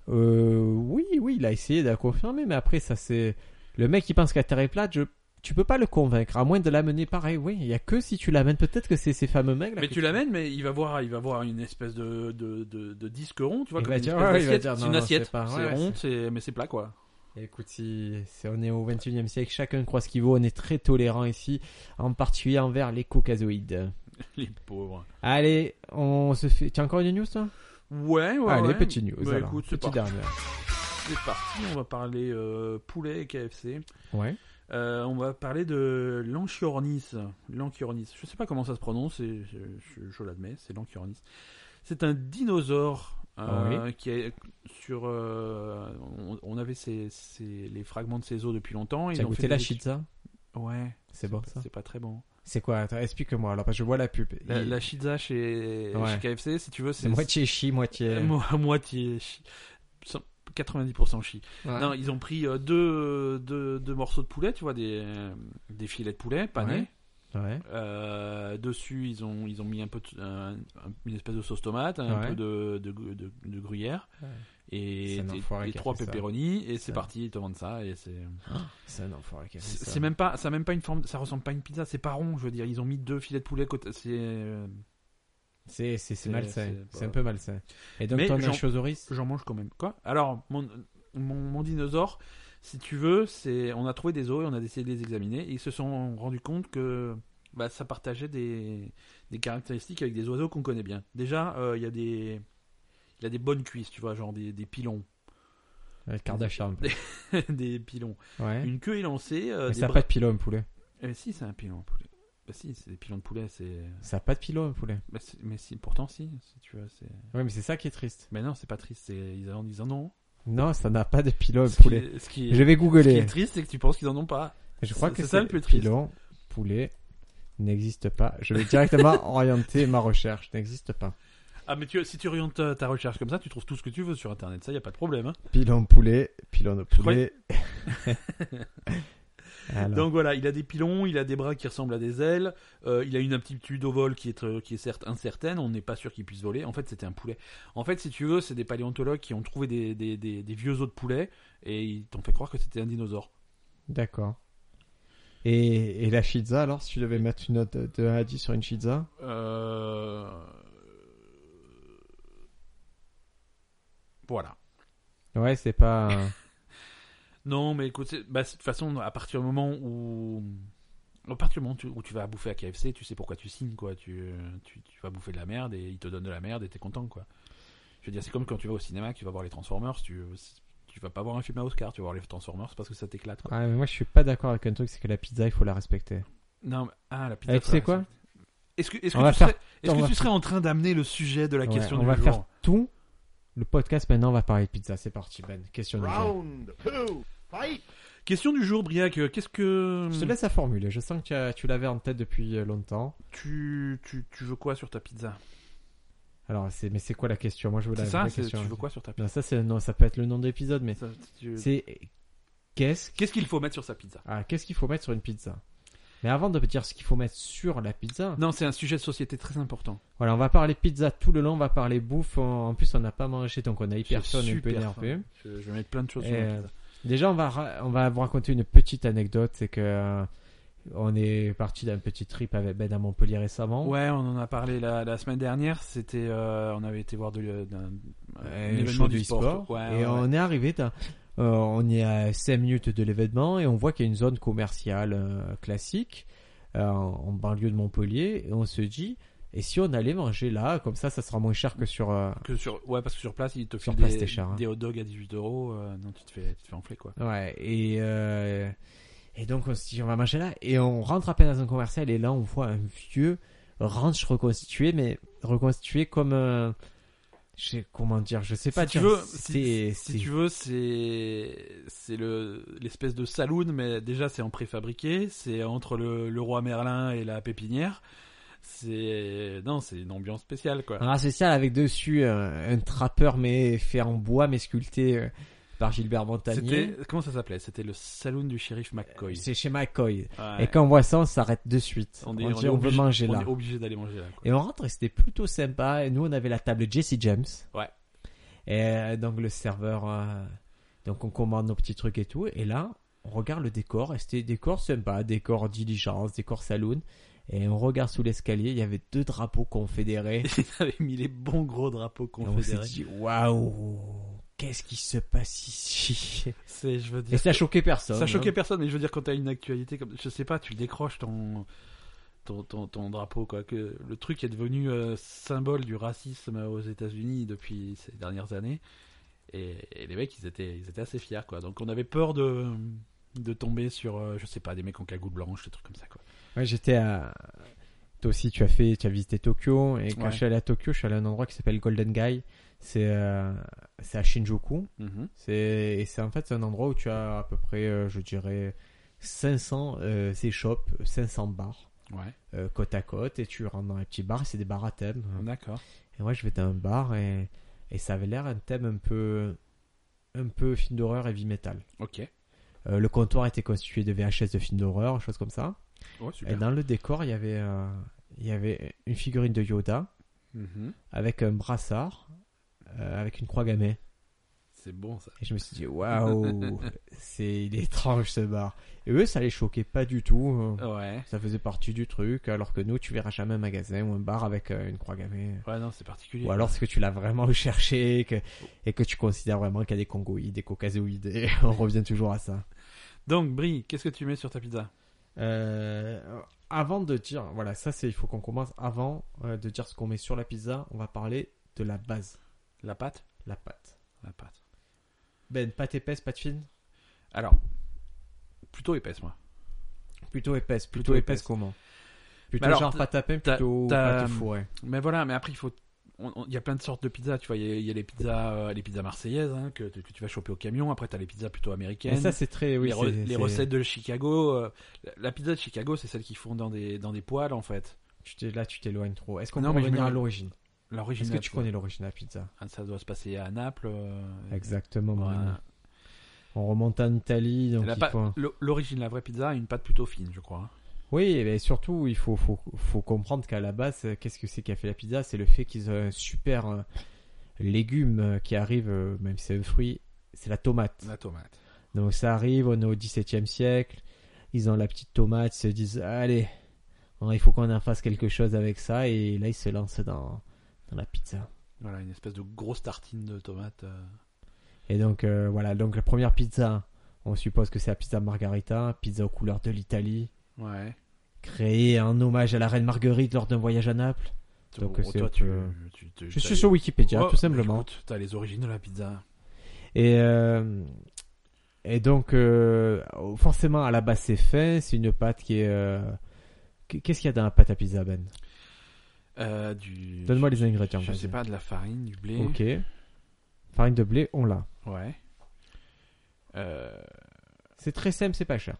[SPEAKER 1] Euh, oui, oui, il a essayé de la confirmer, mais après, ça c'est. Le mec qui pense que la Terre est plate, je... tu peux pas le convaincre, à moins de l'amener pareil. Oui, il y a que si tu l'amènes, peut-être que c'est ces fameux mecs là.
[SPEAKER 2] Mais
[SPEAKER 1] que
[SPEAKER 2] tu l'amènes, mais il va voir, il va voir une espèce de, de, de, de disque rond, tu vois,
[SPEAKER 1] Il
[SPEAKER 2] comme
[SPEAKER 1] va
[SPEAKER 2] une
[SPEAKER 1] dire,
[SPEAKER 2] espèce
[SPEAKER 1] ouais, il va
[SPEAKER 2] d'assiette.
[SPEAKER 1] dire,
[SPEAKER 2] C'est
[SPEAKER 1] non,
[SPEAKER 2] une
[SPEAKER 1] non,
[SPEAKER 2] assiette,
[SPEAKER 1] c'est pas-
[SPEAKER 2] c'est
[SPEAKER 1] ouais, ouais,
[SPEAKER 2] rond, c'est- mais c'est plat, quoi.
[SPEAKER 1] Écoute, si, si on est au 21 e siècle, chacun croit ce qu'il vaut, on est très tolérant ici, en particulier envers les caucasoïdes.
[SPEAKER 2] Les pauvres.
[SPEAKER 1] Allez, on se fait. T'as encore une news toi
[SPEAKER 2] Ouais, ouais.
[SPEAKER 1] Allez,
[SPEAKER 2] ouais.
[SPEAKER 1] petite news.
[SPEAKER 2] Bah,
[SPEAKER 1] alors,
[SPEAKER 2] écoute, c'est
[SPEAKER 1] petite
[SPEAKER 2] parti.
[SPEAKER 1] dernière.
[SPEAKER 2] C'est parti, on va parler euh, poulet et KFC.
[SPEAKER 1] Ouais.
[SPEAKER 2] Euh, on va parler de l'anchiornis. L'anchiornis. Je sais pas comment ça se prononce, et je, je- je l'admets, c'est l'anchiornis. C'est un dinosaure
[SPEAKER 1] Ah
[SPEAKER 2] euh, qui est sur. euh, on, on avait ses- ses- les fragments de ses os depuis longtemps. ils
[SPEAKER 1] T'as
[SPEAKER 2] ont fait
[SPEAKER 1] goûté
[SPEAKER 2] des
[SPEAKER 1] la
[SPEAKER 2] études-
[SPEAKER 1] chitza
[SPEAKER 2] Ouais,
[SPEAKER 1] C'est bon ça
[SPEAKER 2] c'est pas très bon.
[SPEAKER 1] C'est quoi Attends, explique-moi alors, parce que je vois la pub.
[SPEAKER 2] La,
[SPEAKER 1] Il-
[SPEAKER 2] la pizza chez,
[SPEAKER 1] Ouais.
[SPEAKER 2] chez KFC, si tu veux,
[SPEAKER 1] C'est
[SPEAKER 2] c'est
[SPEAKER 1] moitié chi, moitié.
[SPEAKER 2] c'est- Euh, mo- [LAUGHS] à moitié chi- cent- 90% chi.
[SPEAKER 1] Ouais.
[SPEAKER 2] Non, ils ont pris euh, deux, deux, deux morceaux de poulet, tu vois, des, euh, des filets de poulet panés.
[SPEAKER 1] Ouais. Ouais.
[SPEAKER 2] Euh, dessus, ils ont, ils ont mis un peu de- un- un- une espèce de sauce tomate, un
[SPEAKER 1] Ouais.
[SPEAKER 2] peu de, de, gru- de- de gruyère
[SPEAKER 1] Ouais.
[SPEAKER 2] et,
[SPEAKER 1] C'est un
[SPEAKER 2] et-
[SPEAKER 1] enfoiré
[SPEAKER 2] et
[SPEAKER 1] qui a
[SPEAKER 2] trois
[SPEAKER 1] fait ça.
[SPEAKER 2] pepperoni et
[SPEAKER 1] Ça.
[SPEAKER 2] c'est parti, ils te vendent ça et c'est
[SPEAKER 1] C'est un enfoiré qui a fait
[SPEAKER 2] c'est
[SPEAKER 1] ça.
[SPEAKER 2] c'est même pas ça a même pas une forme, ça ressemble pas à une pizza, c'est pas rond, je veux dire, ils ont mis deux filets de poulet côte c'est euh,
[SPEAKER 1] C'est, c'est, c'est
[SPEAKER 2] c'est-
[SPEAKER 1] malsain.
[SPEAKER 2] c'est-
[SPEAKER 1] C'est un peu malsain. Et donc,
[SPEAKER 2] Mais
[SPEAKER 1] ton
[SPEAKER 2] j'en-
[SPEAKER 1] anchosaurus
[SPEAKER 2] j'en mange quand même quoi. Alors mon, mon, mon dinosaure, si tu veux, c'est on a trouvé des os et on a décidé de les examiner et ils se sont rendus compte que bah, ça partageait des, des caractéristiques avec des oiseaux qu'on connaît bien. Déjà, euh, il y a des il a des bonnes cuisses, tu vois, genre des, des pilons. [LAUGHS]
[SPEAKER 1] euh, Kardashian un peu.
[SPEAKER 2] des pilons.
[SPEAKER 1] Ouais.
[SPEAKER 2] Une queue élancée. euh,
[SPEAKER 1] Mais
[SPEAKER 2] des
[SPEAKER 1] ça n'a
[SPEAKER 2] bras-
[SPEAKER 1] pas de pilon, un poulet.
[SPEAKER 2] Eh si, c'est un pilon de poulet. Bah si, c'est des pilons de poulet, c'est.
[SPEAKER 1] Ça n'a pas de pilon, un poulet.
[SPEAKER 2] bah, c'est- mais si, pourtant si, si tu veux, c'est.
[SPEAKER 1] Oui, mais c'est ça qui est triste.
[SPEAKER 2] Mais non, c'est pas triste, c'est ils en ils en ont.
[SPEAKER 1] Non, ça n'a pas de pilon,
[SPEAKER 2] Ce qui-
[SPEAKER 1] Euh, poulet.
[SPEAKER 2] ce qui est-
[SPEAKER 1] Je vais
[SPEAKER 2] ce qui
[SPEAKER 1] googler.
[SPEAKER 2] est triste, c'est que tu penses qu'ils en ont pas.
[SPEAKER 1] Je crois
[SPEAKER 2] c'est-
[SPEAKER 1] que
[SPEAKER 2] c'est ça le plus triste.
[SPEAKER 1] pilon, poulet n'existe pas. Je vais [LAUGHS] directement orienter ma recherche. N'existe pas.
[SPEAKER 2] Ah mais tu, si tu orientes ta, ta recherche comme ça, tu trouves tout ce que tu veux sur internet, ça y a pas de problème. hein.
[SPEAKER 1] Pilon poulet, pilon de
[SPEAKER 2] Je
[SPEAKER 1] poulet. [LAUGHS] Alors,
[SPEAKER 2] Donc voilà, il a des pilons, il a des bras qui ressemblent à des ailes, euh, il a une aptitude au vol qui est, euh, qui est certes incertaine, on n'est pas sûr qu'il puisse voler. En fait, c'était un poulet. En fait, si tu veux, c'est des paléontologues qui ont trouvé des, des, des- des vieux os de poulet et ils t'ont fait croire que c'était un dinosaure.
[SPEAKER 1] d'accord. Et, et la pizza, alors, si tu devais mettre une note de de 1 à 10 sur une pizza
[SPEAKER 2] Euh... Voilà.
[SPEAKER 1] Ouais, c'est pas. [LAUGHS] un-
[SPEAKER 2] Non, mais écoute, c'est- bah, de toute façon, à partir du moment où. À partir du moment où tu, où tu vas bouffer à KFC, tu sais pourquoi tu signes, quoi. Tu, tu, tu vas bouffer de la merde et ils te donnent de la merde et t'es content, quoi. Je veux dire, c'est comme quand tu vas au cinéma, que tu vas voir les Transformers, tu, tu vas pas voir un film à Oscar, tu vas voir les Transformers parce que ça t'éclate, quoi.
[SPEAKER 1] Ouais, Ah, mais moi, je suis pas d'accord avec un truc, c'est que la pizza, il faut la respecter.
[SPEAKER 2] Non, mais- ah, la pizza.
[SPEAKER 1] Eh, tu sais quoi
[SPEAKER 2] Est-ce que, est-ce
[SPEAKER 1] On
[SPEAKER 2] que,
[SPEAKER 1] va
[SPEAKER 2] tu,
[SPEAKER 1] faire-
[SPEAKER 2] serais, est-ce
[SPEAKER 1] on
[SPEAKER 2] que
[SPEAKER 1] va
[SPEAKER 2] tu
[SPEAKER 1] faire-
[SPEAKER 2] serais en train d'amener le sujet de la
[SPEAKER 1] Ouais,
[SPEAKER 2] question
[SPEAKER 1] on
[SPEAKER 2] du
[SPEAKER 1] va
[SPEAKER 2] jour
[SPEAKER 1] faire tout le podcast maintenant, on va parler de pizza. C'est parti, Ben. Question du jour.
[SPEAKER 3] Round two, fight!
[SPEAKER 2] Question du jour, Briac, euh, qu'est-ce que.
[SPEAKER 1] Je te laisse la formule. Je sens que tu, as- tu l'avais en tête depuis euh, longtemps.
[SPEAKER 2] Tu, tu, tu veux quoi sur ta pizza
[SPEAKER 1] Alors, c'est, mais c'est quoi la question Moi, je veux la
[SPEAKER 2] C'est ça
[SPEAKER 1] vraie
[SPEAKER 2] c'est-
[SPEAKER 1] question.
[SPEAKER 2] Tu veux quoi sur ta pizza
[SPEAKER 1] Non, ça, c'est, non, ça peut être le nom de l'épisode, mais
[SPEAKER 2] Ça, tu-
[SPEAKER 1] c'est qu'est-ce,
[SPEAKER 2] Qu'est-ce qu'il faut mettre sur sa pizza
[SPEAKER 1] ah, qu'est-ce qu'il faut mettre sur une pizza Mais avant de dire ce qu'il faut mettre sur la pizza,
[SPEAKER 2] Non, c'est un sujet de société très important.
[SPEAKER 1] voilà, on va parler pizza tout le long, on va parler bouffe. En en plus, on n'a pas mangé, donc on a hyper
[SPEAKER 2] J'ai
[SPEAKER 1] faim, on est un peu
[SPEAKER 2] super
[SPEAKER 1] énervé.
[SPEAKER 2] faim. Je, je vais mettre plein de choses
[SPEAKER 1] Et,
[SPEAKER 2] sur la
[SPEAKER 1] euh,
[SPEAKER 2] pizza.
[SPEAKER 1] Déjà, on va, ra- on va vous raconter une petite anecdote. C'est que euh, on est parti d'un petit trip avec Ben à Montpellier récemment.
[SPEAKER 2] Ouais, on en a parlé la, la semaine dernière. C'était, euh, on avait été voir de, d'un, un
[SPEAKER 1] Euh,
[SPEAKER 2] événement
[SPEAKER 1] show
[SPEAKER 2] du
[SPEAKER 1] de
[SPEAKER 2] sport.
[SPEAKER 1] e-sport.
[SPEAKER 2] Ouais,
[SPEAKER 1] et
[SPEAKER 2] ouais, ouais.
[SPEAKER 1] on est arrivé, dans- euh, on est à 5 minutes de l'événement et on voit qu'il y a une zone commerciale euh, classique euh, en en banlieue de Montpellier, et on se dit, et si on allait manger là, comme ça, ça sera moins cher que sur. euh,
[SPEAKER 2] Que sur... Ouais, parce que sur place, ils te
[SPEAKER 1] Sur
[SPEAKER 2] filent
[SPEAKER 1] place,
[SPEAKER 2] des,
[SPEAKER 1] t'es cher, hein.
[SPEAKER 2] des hot dogs à 18 euros. euh, Non, tu te fais, tu te fais enfler, quoi.
[SPEAKER 1] Ouais, et, euh, et donc on se dit, on va manger là, et on rentre à peine dans un commercial, et là on voit un vieux ranch reconstitué, mais reconstitué comme. un- je sais comment dire, je sais pas
[SPEAKER 2] si tu
[SPEAKER 1] dire,
[SPEAKER 2] veux,
[SPEAKER 1] c'est-
[SPEAKER 2] si, si
[SPEAKER 1] c'est-
[SPEAKER 2] tu veux, c'est c'est le l'espèce de saloon, mais déjà c'est en préfabriqué, c'est entre le, le roi Merlin et la pépinière. C'est non, c'est une ambiance spéciale quoi.
[SPEAKER 1] Un rassocial Ah, avec dessus euh, un trappeur mais fait en bois mais sculpté euh, par Gilbert Montagnier.
[SPEAKER 2] C'était comment ça s'appelait C'était le saloon du shérif McCoy.
[SPEAKER 1] Euh, C'est chez McCoy.
[SPEAKER 2] Ouais.
[SPEAKER 1] Et quand on voit ça, on s'arrête de suite. On,
[SPEAKER 2] est-
[SPEAKER 1] dit
[SPEAKER 2] est
[SPEAKER 1] on veut
[SPEAKER 2] obligé-
[SPEAKER 1] manger
[SPEAKER 2] on
[SPEAKER 1] là.
[SPEAKER 2] est obligé d'aller manger [LAUGHS] là. quoi.
[SPEAKER 1] Et on rentre et c'était plutôt sympa. Et nous, on avait la table Jesse James.
[SPEAKER 2] Ouais.
[SPEAKER 1] Et euh, donc le serveur, euh, donc on commande nos petits trucs et tout. Et là, on regarde le décor. Et c'était décor sympa, décor diligence, décor saloon. Et on regarde sous l'escalier, il y avait deux drapeaux confédérés.
[SPEAKER 2] Ils avaient mis les bons gros drapeaux
[SPEAKER 1] Et on s'est
[SPEAKER 2] confédérés.
[SPEAKER 1] dit, waouh, qu'est-ce qui se passe ici
[SPEAKER 2] C'est je veux
[SPEAKER 1] Et
[SPEAKER 2] dire.
[SPEAKER 1] ça a choqué personne.
[SPEAKER 2] Ça choquait
[SPEAKER 1] hein.
[SPEAKER 2] personne, mais je veux dire, quand t'as une actualité comme. Je sais pas, tu décroches ton. Ton, ton, ton drapeau quoi que le truc est devenu euh, symbole du racisme aux États-Unis depuis ces dernières années et, et les mecs ils étaient ils étaient assez fiers quoi donc on avait peur de de tomber sur euh, je sais pas des mecs en cagoule blanche des trucs comme ça quoi
[SPEAKER 1] Ouais, j'étais à. Toi aussi, tu as fait, tu as visité Tokyo. Et quand
[SPEAKER 2] Ouais.
[SPEAKER 1] je suis allé à Tokyo, je suis allé à un endroit qui s'appelle Golden Guy. C'est euh, c'est à Shinjuku.
[SPEAKER 2] Mhm.
[SPEAKER 1] C'est et c'est en fait c'est un endroit où tu as à peu près, euh, je dirais, 500 euh, ces shops, 500 bars
[SPEAKER 2] ouais
[SPEAKER 1] euh, côte à côte. Et tu rentres dans les petits bars. et C'est des bars à thème.
[SPEAKER 2] d'accord
[SPEAKER 1] Et moi, je vais dans un bar et, et ça avait l'air un thème un peu, un peu film d'horreur et vie metal.
[SPEAKER 2] ok
[SPEAKER 1] Euh, le comptoir était constitué de VHS de films d'horreur, choses comme ça.
[SPEAKER 2] ouais
[SPEAKER 1] Et
[SPEAKER 2] super
[SPEAKER 1] dans le décor, il y avait, euh, il y avait une figurine de Yoda
[SPEAKER 2] Mhm.
[SPEAKER 1] avec un brassard, euh, avec une croix gammée.
[SPEAKER 2] c'est bon ça
[SPEAKER 1] Et je me suis dit, waouh, c'est il est étrange ce bar. Et eux, ça les choquait pas du tout. euh,
[SPEAKER 2] ouais
[SPEAKER 1] Ça faisait partie du truc, alors que nous, tu verras jamais un magasin ou un bar avec euh, une croix gammée.
[SPEAKER 2] ouais non c'est particulier
[SPEAKER 1] Ou alors, est-ce que tu l'as vraiment recherché que, et que tu considères vraiment qu'il y a des congoïdes, des caucasoïdes et [LAUGHS] On revient toujours à ça.
[SPEAKER 2] donc Brie qu'est-ce que tu mets sur ta pizza
[SPEAKER 1] Euh, avant de dire, voilà, ça c'est, il faut qu'on commence avant euh, de dire ce qu'on met sur la pizza. On va parler de la base,
[SPEAKER 2] la pâte
[SPEAKER 1] la pâte.
[SPEAKER 2] la pâte
[SPEAKER 1] Ben, pâte épaisse, pâte fine
[SPEAKER 2] alors plutôt épaisse moi
[SPEAKER 1] Plutôt épaisse, plutôt,
[SPEAKER 2] Plutôt
[SPEAKER 1] épaisse,
[SPEAKER 2] épaisse.
[SPEAKER 1] comment Plutôt
[SPEAKER 2] Mais alors,
[SPEAKER 1] genre pâte à pain,
[SPEAKER 2] t'as-
[SPEAKER 1] plutôt
[SPEAKER 2] t'as-
[SPEAKER 1] pâte fourrée.
[SPEAKER 2] Mais voilà, mais après, il faut. on- on- Il y a plein de sortes de pizzas, tu vois. Il y a, il y a les pizzas, euh, les pizzas marseillaises hein, que, que tu vas choper au camion. Après, t'as les pizzas plutôt
[SPEAKER 1] Mais
[SPEAKER 2] américaines.
[SPEAKER 1] ça c'est très, oui,
[SPEAKER 2] euh, les, re-
[SPEAKER 1] c'est-
[SPEAKER 2] les
[SPEAKER 1] c'est-
[SPEAKER 2] recettes de Chicago. euh, la, la pizza de Chicago, c'est celle qu'ils font dans des dans des poêles en fait.
[SPEAKER 1] Tu t'es- là, tu t'éloignes trop. Est-ce qu'on peut
[SPEAKER 2] Non, mais je
[SPEAKER 1] revenir à
[SPEAKER 2] m'éloigne.
[SPEAKER 1] l'origine
[SPEAKER 2] L'origine.
[SPEAKER 1] Est-ce que tu connais l'origine de la pizza
[SPEAKER 2] Ah, Ça doit se passer à Naples. euh,
[SPEAKER 1] Exactement.
[SPEAKER 2] voilà.
[SPEAKER 1] Bruno. On remonte en Italie, donc
[SPEAKER 2] La
[SPEAKER 1] il
[SPEAKER 2] pâte-
[SPEAKER 1] faut-
[SPEAKER 2] l'o- L'origine de la vraie pizza a une pâte plutôt fine, je crois. hein.
[SPEAKER 1] Oui, mais surtout, il faut, faut, faut comprendre qu'à la base, euh, qu'est-ce que c'est qui a fait la pizza C'est le fait qu'ils ont un super euh, légume euh, qui arrive, euh, même si c'est un fruit, c'est la tomate.
[SPEAKER 2] La tomate.
[SPEAKER 1] Donc ça arrive, on est au XVIIe siècle, ils ont la petite tomate, ils se disent, allez, hein, il faut qu'on en fasse quelque chose avec ça, et là, ils se lancent dans, dans la pizza.
[SPEAKER 2] Voilà, une espèce de grosse tartine de tomate. euh.
[SPEAKER 1] Et donc, euh, voilà, donc la première pizza, on suppose que c'est la pizza margarita, pizza aux couleurs de l'Italie,
[SPEAKER 2] Ouais.
[SPEAKER 1] créée en hommage à la reine Marguerite lors d'un voyage à Naples. Donc,
[SPEAKER 2] Pour-
[SPEAKER 1] c'est
[SPEAKER 2] toi,
[SPEAKER 1] un
[SPEAKER 2] tu,
[SPEAKER 1] peu-
[SPEAKER 2] tu- tu-
[SPEAKER 1] Je
[SPEAKER 2] t'as-
[SPEAKER 1] suis sur Wikipédia,
[SPEAKER 2] Oh,
[SPEAKER 1] tout simplement.
[SPEAKER 2] écoute, T'as les origines de la pizza.
[SPEAKER 1] Et, euh, et donc, euh, forcément, à la base, c'est fin. C'est une pâte qui est. euh, qu- Qu'est-ce qu'il y a dans la pâte à pizza, Ben
[SPEAKER 2] Euh, du...
[SPEAKER 1] Donne-moi les ingrédients.
[SPEAKER 2] Je
[SPEAKER 1] vas-y.
[SPEAKER 2] sais pas, de la farine, du blé.
[SPEAKER 1] Ok. Farine de blé, on l'a.
[SPEAKER 2] Ouais. Euh,
[SPEAKER 1] C'est très simple, c'est pas cher.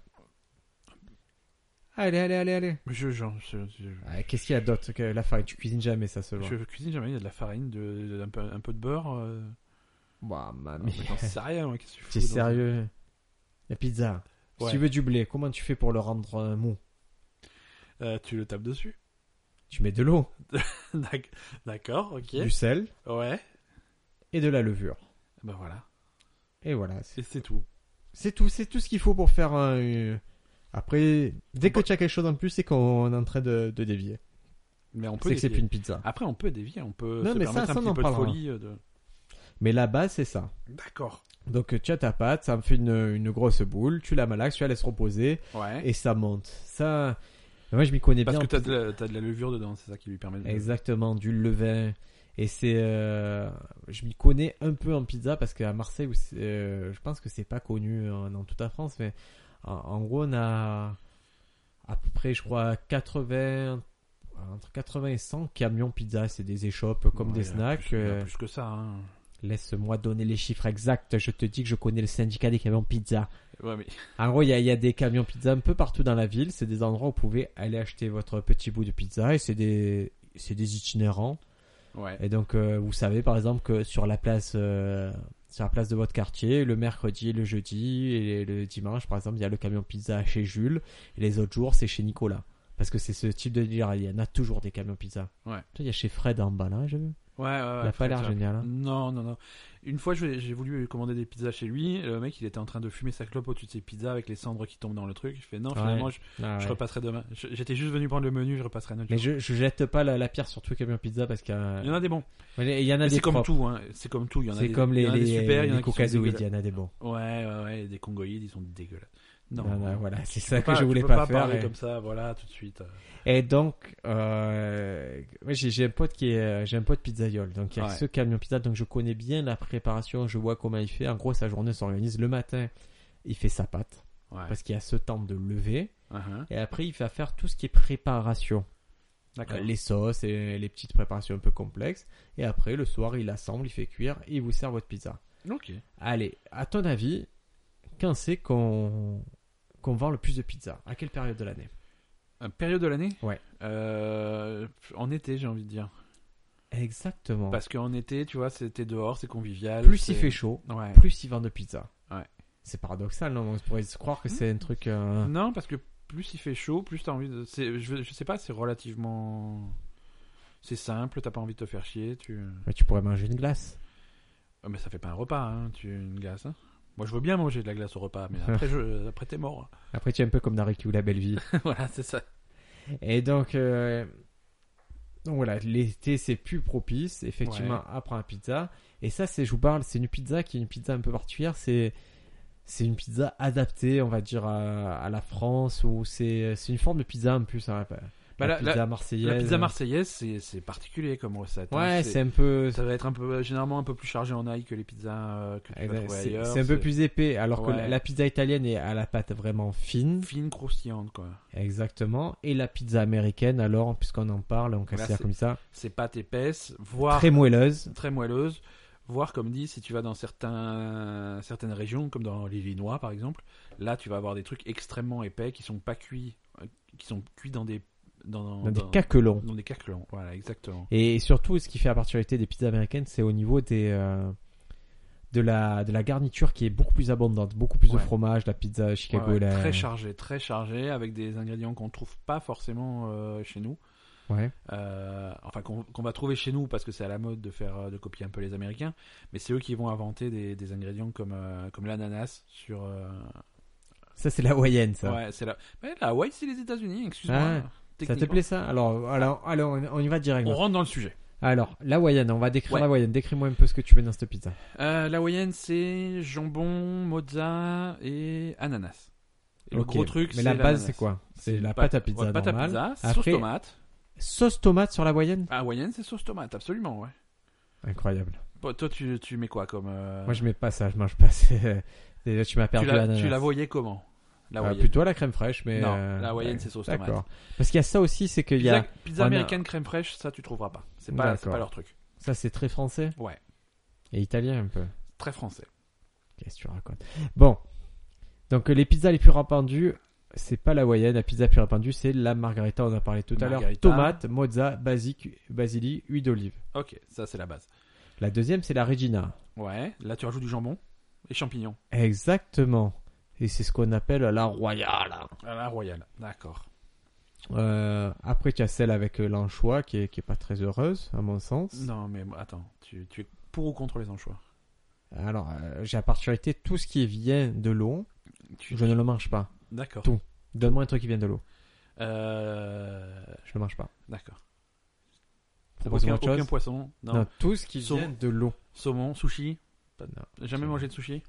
[SPEAKER 1] Allez, allez, allez, allez.
[SPEAKER 2] je, genre, je, je-
[SPEAKER 1] Ah, Qu'est-ce qu'il y a d'autre que la farine Tu cuisines jamais ça, se voit.
[SPEAKER 2] je cuisine jamais, il y a de la farine, de, de- un, peu, un peu de beurre. euh.
[SPEAKER 1] Bah,
[SPEAKER 2] Non, [LAUGHS]
[SPEAKER 1] mamie.
[SPEAKER 2] mais J'en sais rien, moi, qu'est-ce que tu fous
[SPEAKER 1] T'es
[SPEAKER 2] dans-
[SPEAKER 1] sérieux La pizza.
[SPEAKER 2] Ouais.
[SPEAKER 1] Si tu veux du blé, comment tu fais pour le rendre euh, mou
[SPEAKER 2] Euh, tu le tapes dessus. [LAUGHS]
[SPEAKER 1] Tu mets de l'eau,
[SPEAKER 2] D'ac- D'accord, ok.
[SPEAKER 1] du sel
[SPEAKER 2] Ouais.
[SPEAKER 1] et de la levure.
[SPEAKER 2] Bah voilà.
[SPEAKER 1] Et voilà.
[SPEAKER 2] Et c'est tout.
[SPEAKER 1] C'est tout, c'est tout ce qu'il faut pour faire un. euh, Après, dès que tu as quelque chose en plus, c'est qu'on est en train de, de dévier.
[SPEAKER 2] Mais on peut
[SPEAKER 1] C'est que c'est plus
[SPEAKER 2] dévier.
[SPEAKER 1] une pizza.
[SPEAKER 2] Après, on peut dévier, on peut
[SPEAKER 1] Non,
[SPEAKER 2] se
[SPEAKER 1] mais ça,
[SPEAKER 2] permettre
[SPEAKER 1] ça,
[SPEAKER 2] un
[SPEAKER 1] on en
[SPEAKER 2] petit peu de
[SPEAKER 1] parlera.
[SPEAKER 2] folie. euh, de-
[SPEAKER 1] Mais la base, c'est ça.
[SPEAKER 2] D'accord.
[SPEAKER 1] Donc tu as ta pâte, ça me fait une, une grosse boule, tu la malaxes, tu la laisses reposer
[SPEAKER 2] Ouais.
[SPEAKER 1] et ça monte. Ça, Mais moi, je m'y connais
[SPEAKER 2] Parce
[SPEAKER 1] bien.
[SPEAKER 2] que
[SPEAKER 1] en
[SPEAKER 2] t'as
[SPEAKER 1] plus.
[SPEAKER 2] de, la- t'as de la levure dedans, c'est ça qui lui permet de.
[SPEAKER 1] Exactement, du levain. Et c'est, euh, je m'y connais un peu en pizza parce qu'à Marseille, où c'est, euh, je pense que c'est pas connu euh, dans toute la France, mais en, en gros, on a à peu près, je crois, 80, entre 80 et 100 camions pizza. C'est des échoppes comme
[SPEAKER 2] Ouais,
[SPEAKER 1] des
[SPEAKER 2] il y a
[SPEAKER 1] snacks.
[SPEAKER 2] Plus, il y a
[SPEAKER 1] euh,
[SPEAKER 2] plus que ça. hein.
[SPEAKER 1] Laisse-moi donner les chiffres exacts. Je te dis que je connais le syndicat des camions pizza.
[SPEAKER 2] Ouais, mais
[SPEAKER 1] En gros, il y, a- il y a des camions pizza un peu partout dans la ville. C'est des endroits où vous pouvez aller acheter votre petit bout de pizza et c'est des, c'est des itinérants. [LAUGHS]
[SPEAKER 2] ouais.
[SPEAKER 1] Et donc, euh, vous savez par exemple que sur la place, euh, sur la place de votre quartier, le mercredi, le jeudi et le dimanche, par exemple, il y a le camion pizza chez Jules. Et les autres jours, c'est chez Nicolas. Parce que c'est ce type de dealer. Il y en a toujours des camions pizza.
[SPEAKER 2] Ouais.
[SPEAKER 1] Tu sais, Il y a chez Fred en bas là, j'ai vu.
[SPEAKER 2] Ouais, ouais, ouais,
[SPEAKER 1] Il a pas
[SPEAKER 2] Fred,
[SPEAKER 1] l'air
[SPEAKER 2] ça.
[SPEAKER 1] génial. hein.
[SPEAKER 2] Non, non, non. Une fois, je- j'ai voulu commander des pizzas chez lui. Le mec, il était en train de fumer sa clope au-dessus de ses pizzas avec les cendres qui tombent dans le truc. Je fais non,
[SPEAKER 1] Ouais.
[SPEAKER 2] finalement, je,
[SPEAKER 1] Ah
[SPEAKER 2] je
[SPEAKER 1] ouais.
[SPEAKER 2] repasserai demain. Je- J'étais juste venu prendre le menu, je repasserai un autre
[SPEAKER 1] Mais
[SPEAKER 2] jour.
[SPEAKER 1] je, je jette pas la, la pierre sur tout le camion pizza parce qu'il y a,
[SPEAKER 2] Il y en a des bons.
[SPEAKER 1] Ouais, il y en a
[SPEAKER 2] Mais
[SPEAKER 1] des
[SPEAKER 2] C'est comme
[SPEAKER 1] propres.
[SPEAKER 2] tout, hein. C'est comme tout. Il y en a
[SPEAKER 1] C'est
[SPEAKER 2] des-
[SPEAKER 1] comme
[SPEAKER 2] il
[SPEAKER 1] les,
[SPEAKER 2] y en a
[SPEAKER 1] les,
[SPEAKER 2] des super, il y en a
[SPEAKER 1] les
[SPEAKER 2] qui sont
[SPEAKER 1] caucasoïdes,
[SPEAKER 2] dégueulasses.
[SPEAKER 1] il y en a des bons.
[SPEAKER 2] Ouais, ouais, ouais. Des congoïdes, ils sont dégueulasses. Non. Ah,
[SPEAKER 1] Voilà,
[SPEAKER 2] Tu
[SPEAKER 1] voilà, c'est
[SPEAKER 2] peux
[SPEAKER 1] ça que
[SPEAKER 2] pas-
[SPEAKER 1] je
[SPEAKER 2] tu
[SPEAKER 1] voulais
[SPEAKER 2] peux
[SPEAKER 1] pas,
[SPEAKER 2] parler
[SPEAKER 1] faire.
[SPEAKER 2] comme ça, voilà, tout de suite.
[SPEAKER 1] Et, et donc, euh, ouais, j'ai j'ai un pote qui est, euh, j'ai un pote pizzaïole, donc il y a
[SPEAKER 2] Ouais.
[SPEAKER 1] ce camion pizza, donc je connais bien la préparation, je vois comment il fait. En gros, sa journée s'organise. Le matin, il fait sa pâte
[SPEAKER 2] Ouais.
[SPEAKER 1] parce qu'il y a ce temps de lever,
[SPEAKER 2] Uh-huh.
[SPEAKER 1] et après, il va faire tout ce qui est préparation,
[SPEAKER 2] D'accord.
[SPEAKER 1] Euh, les sauces et les petites préparations un peu complexes. Et après, le soir, il assemble, il fait cuire, et il vous sert votre pizza.
[SPEAKER 2] Ok.
[SPEAKER 1] Allez, à ton avis, quand c'est qu'on qu'on vend le plus de pizza À quelle période de l'année
[SPEAKER 2] Euh, Période de l'année
[SPEAKER 1] Ouais.
[SPEAKER 2] Euh, en été, j'ai envie de dire.
[SPEAKER 1] Exactement.
[SPEAKER 2] Parce qu'en été, tu vois, c'était dehors, c'est convivial.
[SPEAKER 1] plus
[SPEAKER 2] Bah, c'est-
[SPEAKER 1] il fait chaud,
[SPEAKER 2] Ouais.
[SPEAKER 1] plus ils vendent de pizza.
[SPEAKER 2] Ouais.
[SPEAKER 1] C'est paradoxal, non On pourrait se croire que c'est un truc. euh,
[SPEAKER 2] Non, parce que plus il fait chaud, plus t'as envie de. c'est- Je, je sais pas, c'est relativement. C'est simple, t'as pas envie de te faire chier. Tu...
[SPEAKER 1] Mais tu pourrais manger une glace.
[SPEAKER 2] Ah, Mais ça fait pas un repas, hein, tu... une glace. hein. Moi, je veux bien manger de la glace au repas, mais
[SPEAKER 1] [LAUGHS]
[SPEAKER 2] après, je... après t'es mort.
[SPEAKER 1] Après, tu es un peu comme dans Ricky ou la belle
[SPEAKER 2] [LAUGHS]
[SPEAKER 1] vie.
[SPEAKER 2] voilà, c'est ça.
[SPEAKER 1] Et donc, euh, donc voilà, l'été c'est plus propice, effectivement,
[SPEAKER 2] Ouais.
[SPEAKER 1] après la pizza. Et ça, c'est, je vous parle, c'est une pizza qui est une pizza un peu particulière. C'est c'est une pizza adaptée, on va dire, à, à la France, ou c'est c'est une forme de pizza en plus. hein, la- la,
[SPEAKER 2] Bah, la-
[SPEAKER 1] pizza marseillaise. euh,
[SPEAKER 2] La pizza marseillaise, c'est c'est particulier comme recette. hein.
[SPEAKER 1] Ouais,
[SPEAKER 2] C'est-
[SPEAKER 1] c'est un peu.
[SPEAKER 2] Ça va être un peu, généralement un peu plus chargé en ail que les pizzas euh, que tu vas
[SPEAKER 1] Eh ben, C'est
[SPEAKER 2] trouver ailleurs.
[SPEAKER 1] c'est un peu plus épais, alors que
[SPEAKER 2] Ouais.
[SPEAKER 1] la- la pizza italienne est à la pâte vraiment fine,
[SPEAKER 2] fine, croustillante, quoi.
[SPEAKER 1] exactement, et la pizza américaine, alors, puisqu'on en parle, on
[SPEAKER 2] Là,
[SPEAKER 1] considère
[SPEAKER 2] c'est
[SPEAKER 1] comme ça,
[SPEAKER 2] C'est pâte épaisse, voire
[SPEAKER 1] très moelleuse.
[SPEAKER 2] très moelleuse, voire comme dit, si tu vas dans certains, certaines régions, comme dans l'Illinois par exemple, là tu vas avoir des trucs extrêmement épais qui sont pas cuits, euh, qui sont cuits dans des dans,
[SPEAKER 1] dans des
[SPEAKER 2] dans-
[SPEAKER 1] caquelons.
[SPEAKER 2] dans des caquelons. Voilà, exactement.
[SPEAKER 1] Et surtout, ce qui fait la particularité des pizzas américaines, c'est au niveau des euh, de la de la garniture qui est beaucoup plus abondante, beaucoup plus de
[SPEAKER 2] Ouais.
[SPEAKER 1] fromage, la pizza Chicago.
[SPEAKER 2] Ouais, ouais,
[SPEAKER 1] la-
[SPEAKER 2] Très chargé, très chargé, avec des ingrédients qu'on trouve pas forcément euh, chez nous.
[SPEAKER 1] Ouais.
[SPEAKER 2] Euh, enfin qu'on qu'on va trouver chez nous parce que c'est à la mode de faire euh, de copier un peu les Américains, mais c'est eux qui vont inventer des, des ingrédients comme euh, comme l'ananas sur. euh,
[SPEAKER 1] Ça, c'est la hawaïenne, ça.
[SPEAKER 2] ouais, c'est la. Ouais, la Hawaï, c'est les États-Unis. Excuse-moi. hein,
[SPEAKER 1] Ah, ça te
[SPEAKER 2] Techniquement.
[SPEAKER 1] plaît ça alors, alors, alors, on on y va direct.
[SPEAKER 2] On rentre dans le sujet.
[SPEAKER 1] Alors, la hawaïenne, on va décrire
[SPEAKER 2] Ouais.
[SPEAKER 1] la hawaïenne. Décris-moi un peu ce que tu mets dans cette pizza.
[SPEAKER 2] Euh, la Hawaïenne, c'est jambon, mozza et ananas. Et Le
[SPEAKER 1] Ok.
[SPEAKER 2] gros truc,
[SPEAKER 1] Mais
[SPEAKER 2] c'est
[SPEAKER 1] la base,
[SPEAKER 2] l'ananas.
[SPEAKER 1] c'est quoi C'est
[SPEAKER 2] une
[SPEAKER 1] la pâte à pizza
[SPEAKER 2] ouais, pâte à
[SPEAKER 1] normale.
[SPEAKER 2] pizza, sauce
[SPEAKER 1] Après-
[SPEAKER 2] tomate.
[SPEAKER 1] Sauce tomate sur la hawaïenne
[SPEAKER 2] Ah, Hawaïenne, c'est sauce tomate, absolument, ouais.
[SPEAKER 1] Incroyable.
[SPEAKER 2] Bon, toi, tu, tu mets quoi comme. euh,
[SPEAKER 1] Moi, je mets pas ça, [LAUGHS] je mange pas. c'est- Déjà, tu m'as
[SPEAKER 2] tu,
[SPEAKER 1] perdu
[SPEAKER 2] la,
[SPEAKER 1] l'ananas.
[SPEAKER 2] tu la voyais comment La
[SPEAKER 1] Ah,
[SPEAKER 2] Hawaïenne.
[SPEAKER 1] plutôt à la crème fraîche, mais.
[SPEAKER 2] Non,
[SPEAKER 1] euh,
[SPEAKER 2] la Hawaïenne,
[SPEAKER 1] ouais.
[SPEAKER 2] c'est sauce tomate.
[SPEAKER 1] D'accord. Parce qu'il y a ça aussi, c'est qu'il y a.
[SPEAKER 2] Pizza, pizza
[SPEAKER 1] on a-
[SPEAKER 2] américaine crème fraîche, ça, tu trouveras pas. C'est pas, c'est
[SPEAKER 1] D'accord.
[SPEAKER 2] pas leur truc.
[SPEAKER 1] Ça, c'est très français
[SPEAKER 2] Ouais,
[SPEAKER 1] et italien un peu.
[SPEAKER 2] très français.
[SPEAKER 1] Qu'est-ce que tu racontes Bon. Donc, euh, les pizzas les plus répandues, c'est pas la Hawaïenne. La pizza plus répandue, c'est la margarita, on en a parlé tout à l'heure.
[SPEAKER 2] Margarita.
[SPEAKER 1] Tomate, mozza, basique, basili, huile d'olive.
[SPEAKER 2] Ok, ça, c'est la base.
[SPEAKER 1] La deuxième, c'est la Regina.
[SPEAKER 2] Ouais, là, tu rajoutes du jambon et champignons.
[SPEAKER 1] Exactement. Et c'est ce qu'on appelle la royale.
[SPEAKER 2] À la royale, d'accord.
[SPEAKER 1] Euh, après, tu as celle avec euh, l'anchois qui est, qui est pas très heureuse, à mon sens.
[SPEAKER 2] Non, mais attends, tu, tu es pour ou contre les anchois
[SPEAKER 1] Alors, euh, j'ai la particularité, tout ce qui vient de l'eau,
[SPEAKER 2] Tu-
[SPEAKER 1] je ne le mange pas.
[SPEAKER 2] D'accord.
[SPEAKER 1] Tout. Donne-moi un truc qui vient de l'eau.
[SPEAKER 2] Euh,
[SPEAKER 1] Je ne le mange pas.
[SPEAKER 2] D'accord. Aucun,
[SPEAKER 1] Propose-moi autre
[SPEAKER 2] aucun
[SPEAKER 1] chose.
[SPEAKER 2] poisson, non.
[SPEAKER 1] Non. tout ce qui
[SPEAKER 2] Saumon.
[SPEAKER 1] vient de l'eau.
[SPEAKER 2] Saumon, sushi.
[SPEAKER 1] Non.
[SPEAKER 2] Jamais
[SPEAKER 1] Saumon.
[SPEAKER 2] mangé de sushi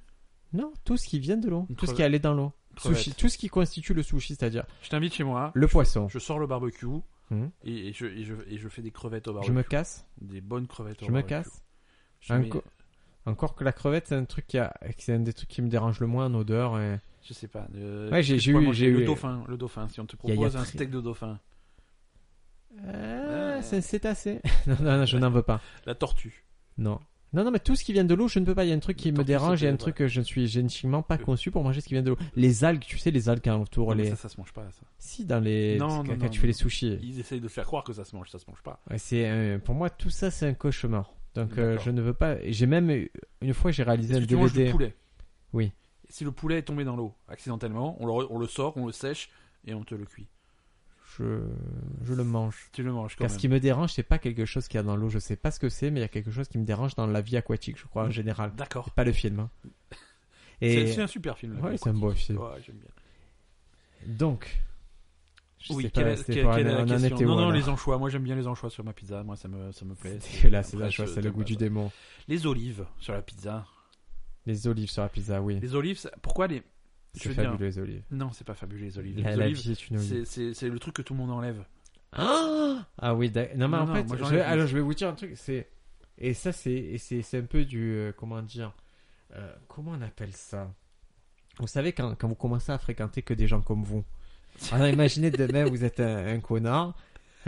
[SPEAKER 1] Non, tout ce qui vient de l'eau.
[SPEAKER 2] Une
[SPEAKER 1] Tout ce
[SPEAKER 2] crevette.
[SPEAKER 1] qui allait dans l'eau. Sushi,
[SPEAKER 2] crevettes.
[SPEAKER 1] tout ce qui constitue le sushi, c'est-à-dire
[SPEAKER 2] Je t'invite chez moi,
[SPEAKER 1] le poisson.
[SPEAKER 2] je sors le barbecue
[SPEAKER 1] Mhm.
[SPEAKER 2] et, et je, et je- et je fais des crevettes au
[SPEAKER 1] Je
[SPEAKER 2] barbecue.
[SPEAKER 1] me casse,
[SPEAKER 2] Des bonnes crevettes au
[SPEAKER 1] je me
[SPEAKER 2] barbecue.
[SPEAKER 1] casse.
[SPEAKER 2] Je
[SPEAKER 1] Un
[SPEAKER 2] mets-
[SPEAKER 1] co- Encore que la crevette, c'est un truc qui a, c'est un des trucs qui me dérange le moins en odeur. hein. et-
[SPEAKER 2] Je sais pas. euh,
[SPEAKER 1] Ouais, j'ai-
[SPEAKER 2] tu
[SPEAKER 1] j'ai
[SPEAKER 2] pourrais
[SPEAKER 1] eu-
[SPEAKER 2] manger
[SPEAKER 1] j'ai
[SPEAKER 2] le
[SPEAKER 1] eu-
[SPEAKER 2] dauphin. Le dauphin. Si on te
[SPEAKER 1] y a-
[SPEAKER 2] propose
[SPEAKER 1] y a
[SPEAKER 2] un
[SPEAKER 1] très-
[SPEAKER 2] steak de dauphin,
[SPEAKER 1] Ah,
[SPEAKER 2] Ouais.
[SPEAKER 1] Euh, c'est- c'est assez. [LAUGHS] non, non, non, je n'en veux pas.
[SPEAKER 2] la tortue.
[SPEAKER 1] Non. Non, non, mais tout ce qui vient de l'eau, je ne peux pas. Il y a un truc qui
[SPEAKER 2] Le
[SPEAKER 1] me
[SPEAKER 2] tortue,
[SPEAKER 1] dérange, il y a un
[SPEAKER 2] c'était-
[SPEAKER 1] truc que je ne suis génétiquement pas
[SPEAKER 2] Euh.
[SPEAKER 1] conçu pour manger ce qui vient de l'eau. Les algues, tu sais, les algues qui entourent
[SPEAKER 2] Non, mais
[SPEAKER 1] les.
[SPEAKER 2] Ça, ça se mange pas. Ça.
[SPEAKER 1] Si, dans les.
[SPEAKER 2] Non,
[SPEAKER 1] parce
[SPEAKER 2] non,
[SPEAKER 1] que quand
[SPEAKER 2] non,
[SPEAKER 1] tu
[SPEAKER 2] non.
[SPEAKER 1] fais les sushis.
[SPEAKER 2] Ils essayent de faire croire que ça se mange, ça se mange pas.
[SPEAKER 1] Ouais, c'est, euh, pour moi, tout ça, c'est un cauchemar. Donc, euh,
[SPEAKER 2] D'accord.
[SPEAKER 1] je ne veux pas. et J'ai même. eu- Une fois, j'ai réalisé
[SPEAKER 2] Est-ce
[SPEAKER 1] un
[SPEAKER 2] que tu manges du
[SPEAKER 1] DVD.
[SPEAKER 2] poulet
[SPEAKER 1] Oui.
[SPEAKER 2] Et Si le poulet est tombé dans l'eau accidentellement, on le, re- on le sort, on le sèche et on te le cuit.
[SPEAKER 1] Je... je le mange.
[SPEAKER 2] Tu le manges quand
[SPEAKER 1] Car ce
[SPEAKER 2] même.
[SPEAKER 1] qui me dérange, c'est pas quelque chose qu'il y a dans l'eau. Je sais pas ce que c'est, mais il y a quelque chose qui me dérange dans la vie aquatique, je crois, en général.
[SPEAKER 2] D'accord.
[SPEAKER 1] Pas le film. hein.
[SPEAKER 2] C'est
[SPEAKER 1] Et
[SPEAKER 2] c'est un super film.
[SPEAKER 1] Ouais, c'est un beau film.
[SPEAKER 2] Ouais, j'aime bien.
[SPEAKER 1] donc. Je
[SPEAKER 2] oui,
[SPEAKER 1] sais
[SPEAKER 2] quelle,
[SPEAKER 1] pas,
[SPEAKER 2] est-
[SPEAKER 1] c'était
[SPEAKER 2] quelle-
[SPEAKER 1] pour
[SPEAKER 2] quelle
[SPEAKER 1] un-
[SPEAKER 2] est la
[SPEAKER 1] on en
[SPEAKER 2] question
[SPEAKER 1] était où,
[SPEAKER 2] Non, non,
[SPEAKER 1] alors [LAUGHS]
[SPEAKER 2] les anchois. Moi, j'aime bien les anchois sur ma pizza. Moi, ça me, ça me plaît.
[SPEAKER 1] C'est dégueulasse,
[SPEAKER 2] Après,
[SPEAKER 1] c'est la chose,
[SPEAKER 2] je-
[SPEAKER 1] c'est le
[SPEAKER 2] j'aime
[SPEAKER 1] goût
[SPEAKER 2] pas
[SPEAKER 1] du
[SPEAKER 2] ça.
[SPEAKER 1] démon.
[SPEAKER 2] Les olives sur la pizza.
[SPEAKER 1] Les olives sur la pizza, oui.
[SPEAKER 2] Les olives, ça- pourquoi les. Je
[SPEAKER 1] C'est
[SPEAKER 2] veux dire-
[SPEAKER 1] fabuleux, les olives.
[SPEAKER 2] Non, c'est pas fabuleux, les olives.
[SPEAKER 1] La,
[SPEAKER 2] les
[SPEAKER 1] la
[SPEAKER 2] olives,
[SPEAKER 1] vie est une olive.
[SPEAKER 2] c'est- c'est c'est le truc que tout le monde enlève.
[SPEAKER 1] Ah, ah oui, d'ac- non, mais
[SPEAKER 2] Non,
[SPEAKER 1] en
[SPEAKER 2] non,
[SPEAKER 1] fait,
[SPEAKER 2] moi,
[SPEAKER 1] je
[SPEAKER 2] j'en
[SPEAKER 1] vais-
[SPEAKER 2] ai plus.
[SPEAKER 1] alors je vais vous dire un truc, c'est. Et ça, c'est et c'est c'est un peu du. euh, comment dire euh, Comment on appelle ça Vous savez, quand, quand vous commencez à fréquenter que des gens comme
[SPEAKER 2] [LAUGHS]
[SPEAKER 1] vous, alors imaginez demain, vous êtes un, un connard,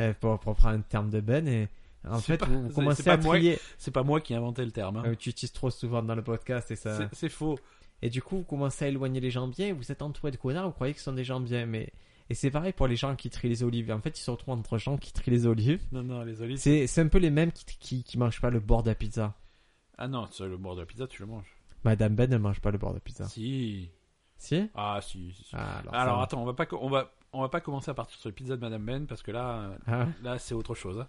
[SPEAKER 1] euh, pour, pour prendre un terme de Ben, et en
[SPEAKER 2] C'est
[SPEAKER 1] fait,
[SPEAKER 2] pas-
[SPEAKER 1] vous, vous
[SPEAKER 2] c'est-
[SPEAKER 1] commencez
[SPEAKER 2] c'est
[SPEAKER 1] à
[SPEAKER 2] pas moi-
[SPEAKER 1] trier.
[SPEAKER 2] C'est pas moi qui ai inventé le terme. hein.
[SPEAKER 1] Euh, tu utilises trop souvent dans le podcast, et ça.
[SPEAKER 2] C'est- C'est faux.
[SPEAKER 1] Et du coup, vous commencez à éloigner les gens bien, et vous êtes entouré de connards, vous croyez que ce sont des gens bien, mais. Et c'est pareil pour les gens qui trient les olives. En fait, ils se retrouvent entre gens qui trient les olives.
[SPEAKER 2] Non, non, les olives.
[SPEAKER 1] C'est c'est un peu les mêmes qui, qui, qui mangent pas le bord de la pizza.
[SPEAKER 2] Ah non, c'est le bord de la pizza, tu le manges.
[SPEAKER 1] Madame Ben ne mange pas le bord de la pizza.
[SPEAKER 2] Si.
[SPEAKER 1] Si
[SPEAKER 2] Ah, si. si, si.
[SPEAKER 1] Ah,
[SPEAKER 2] Alors,
[SPEAKER 1] ça va.
[SPEAKER 2] attends, on va pas, co- on va, on va pas commencer à partir sur le pizza de Madame Ben parce que là, euh,
[SPEAKER 1] Ah,
[SPEAKER 2] là, c'est autre chose. hein.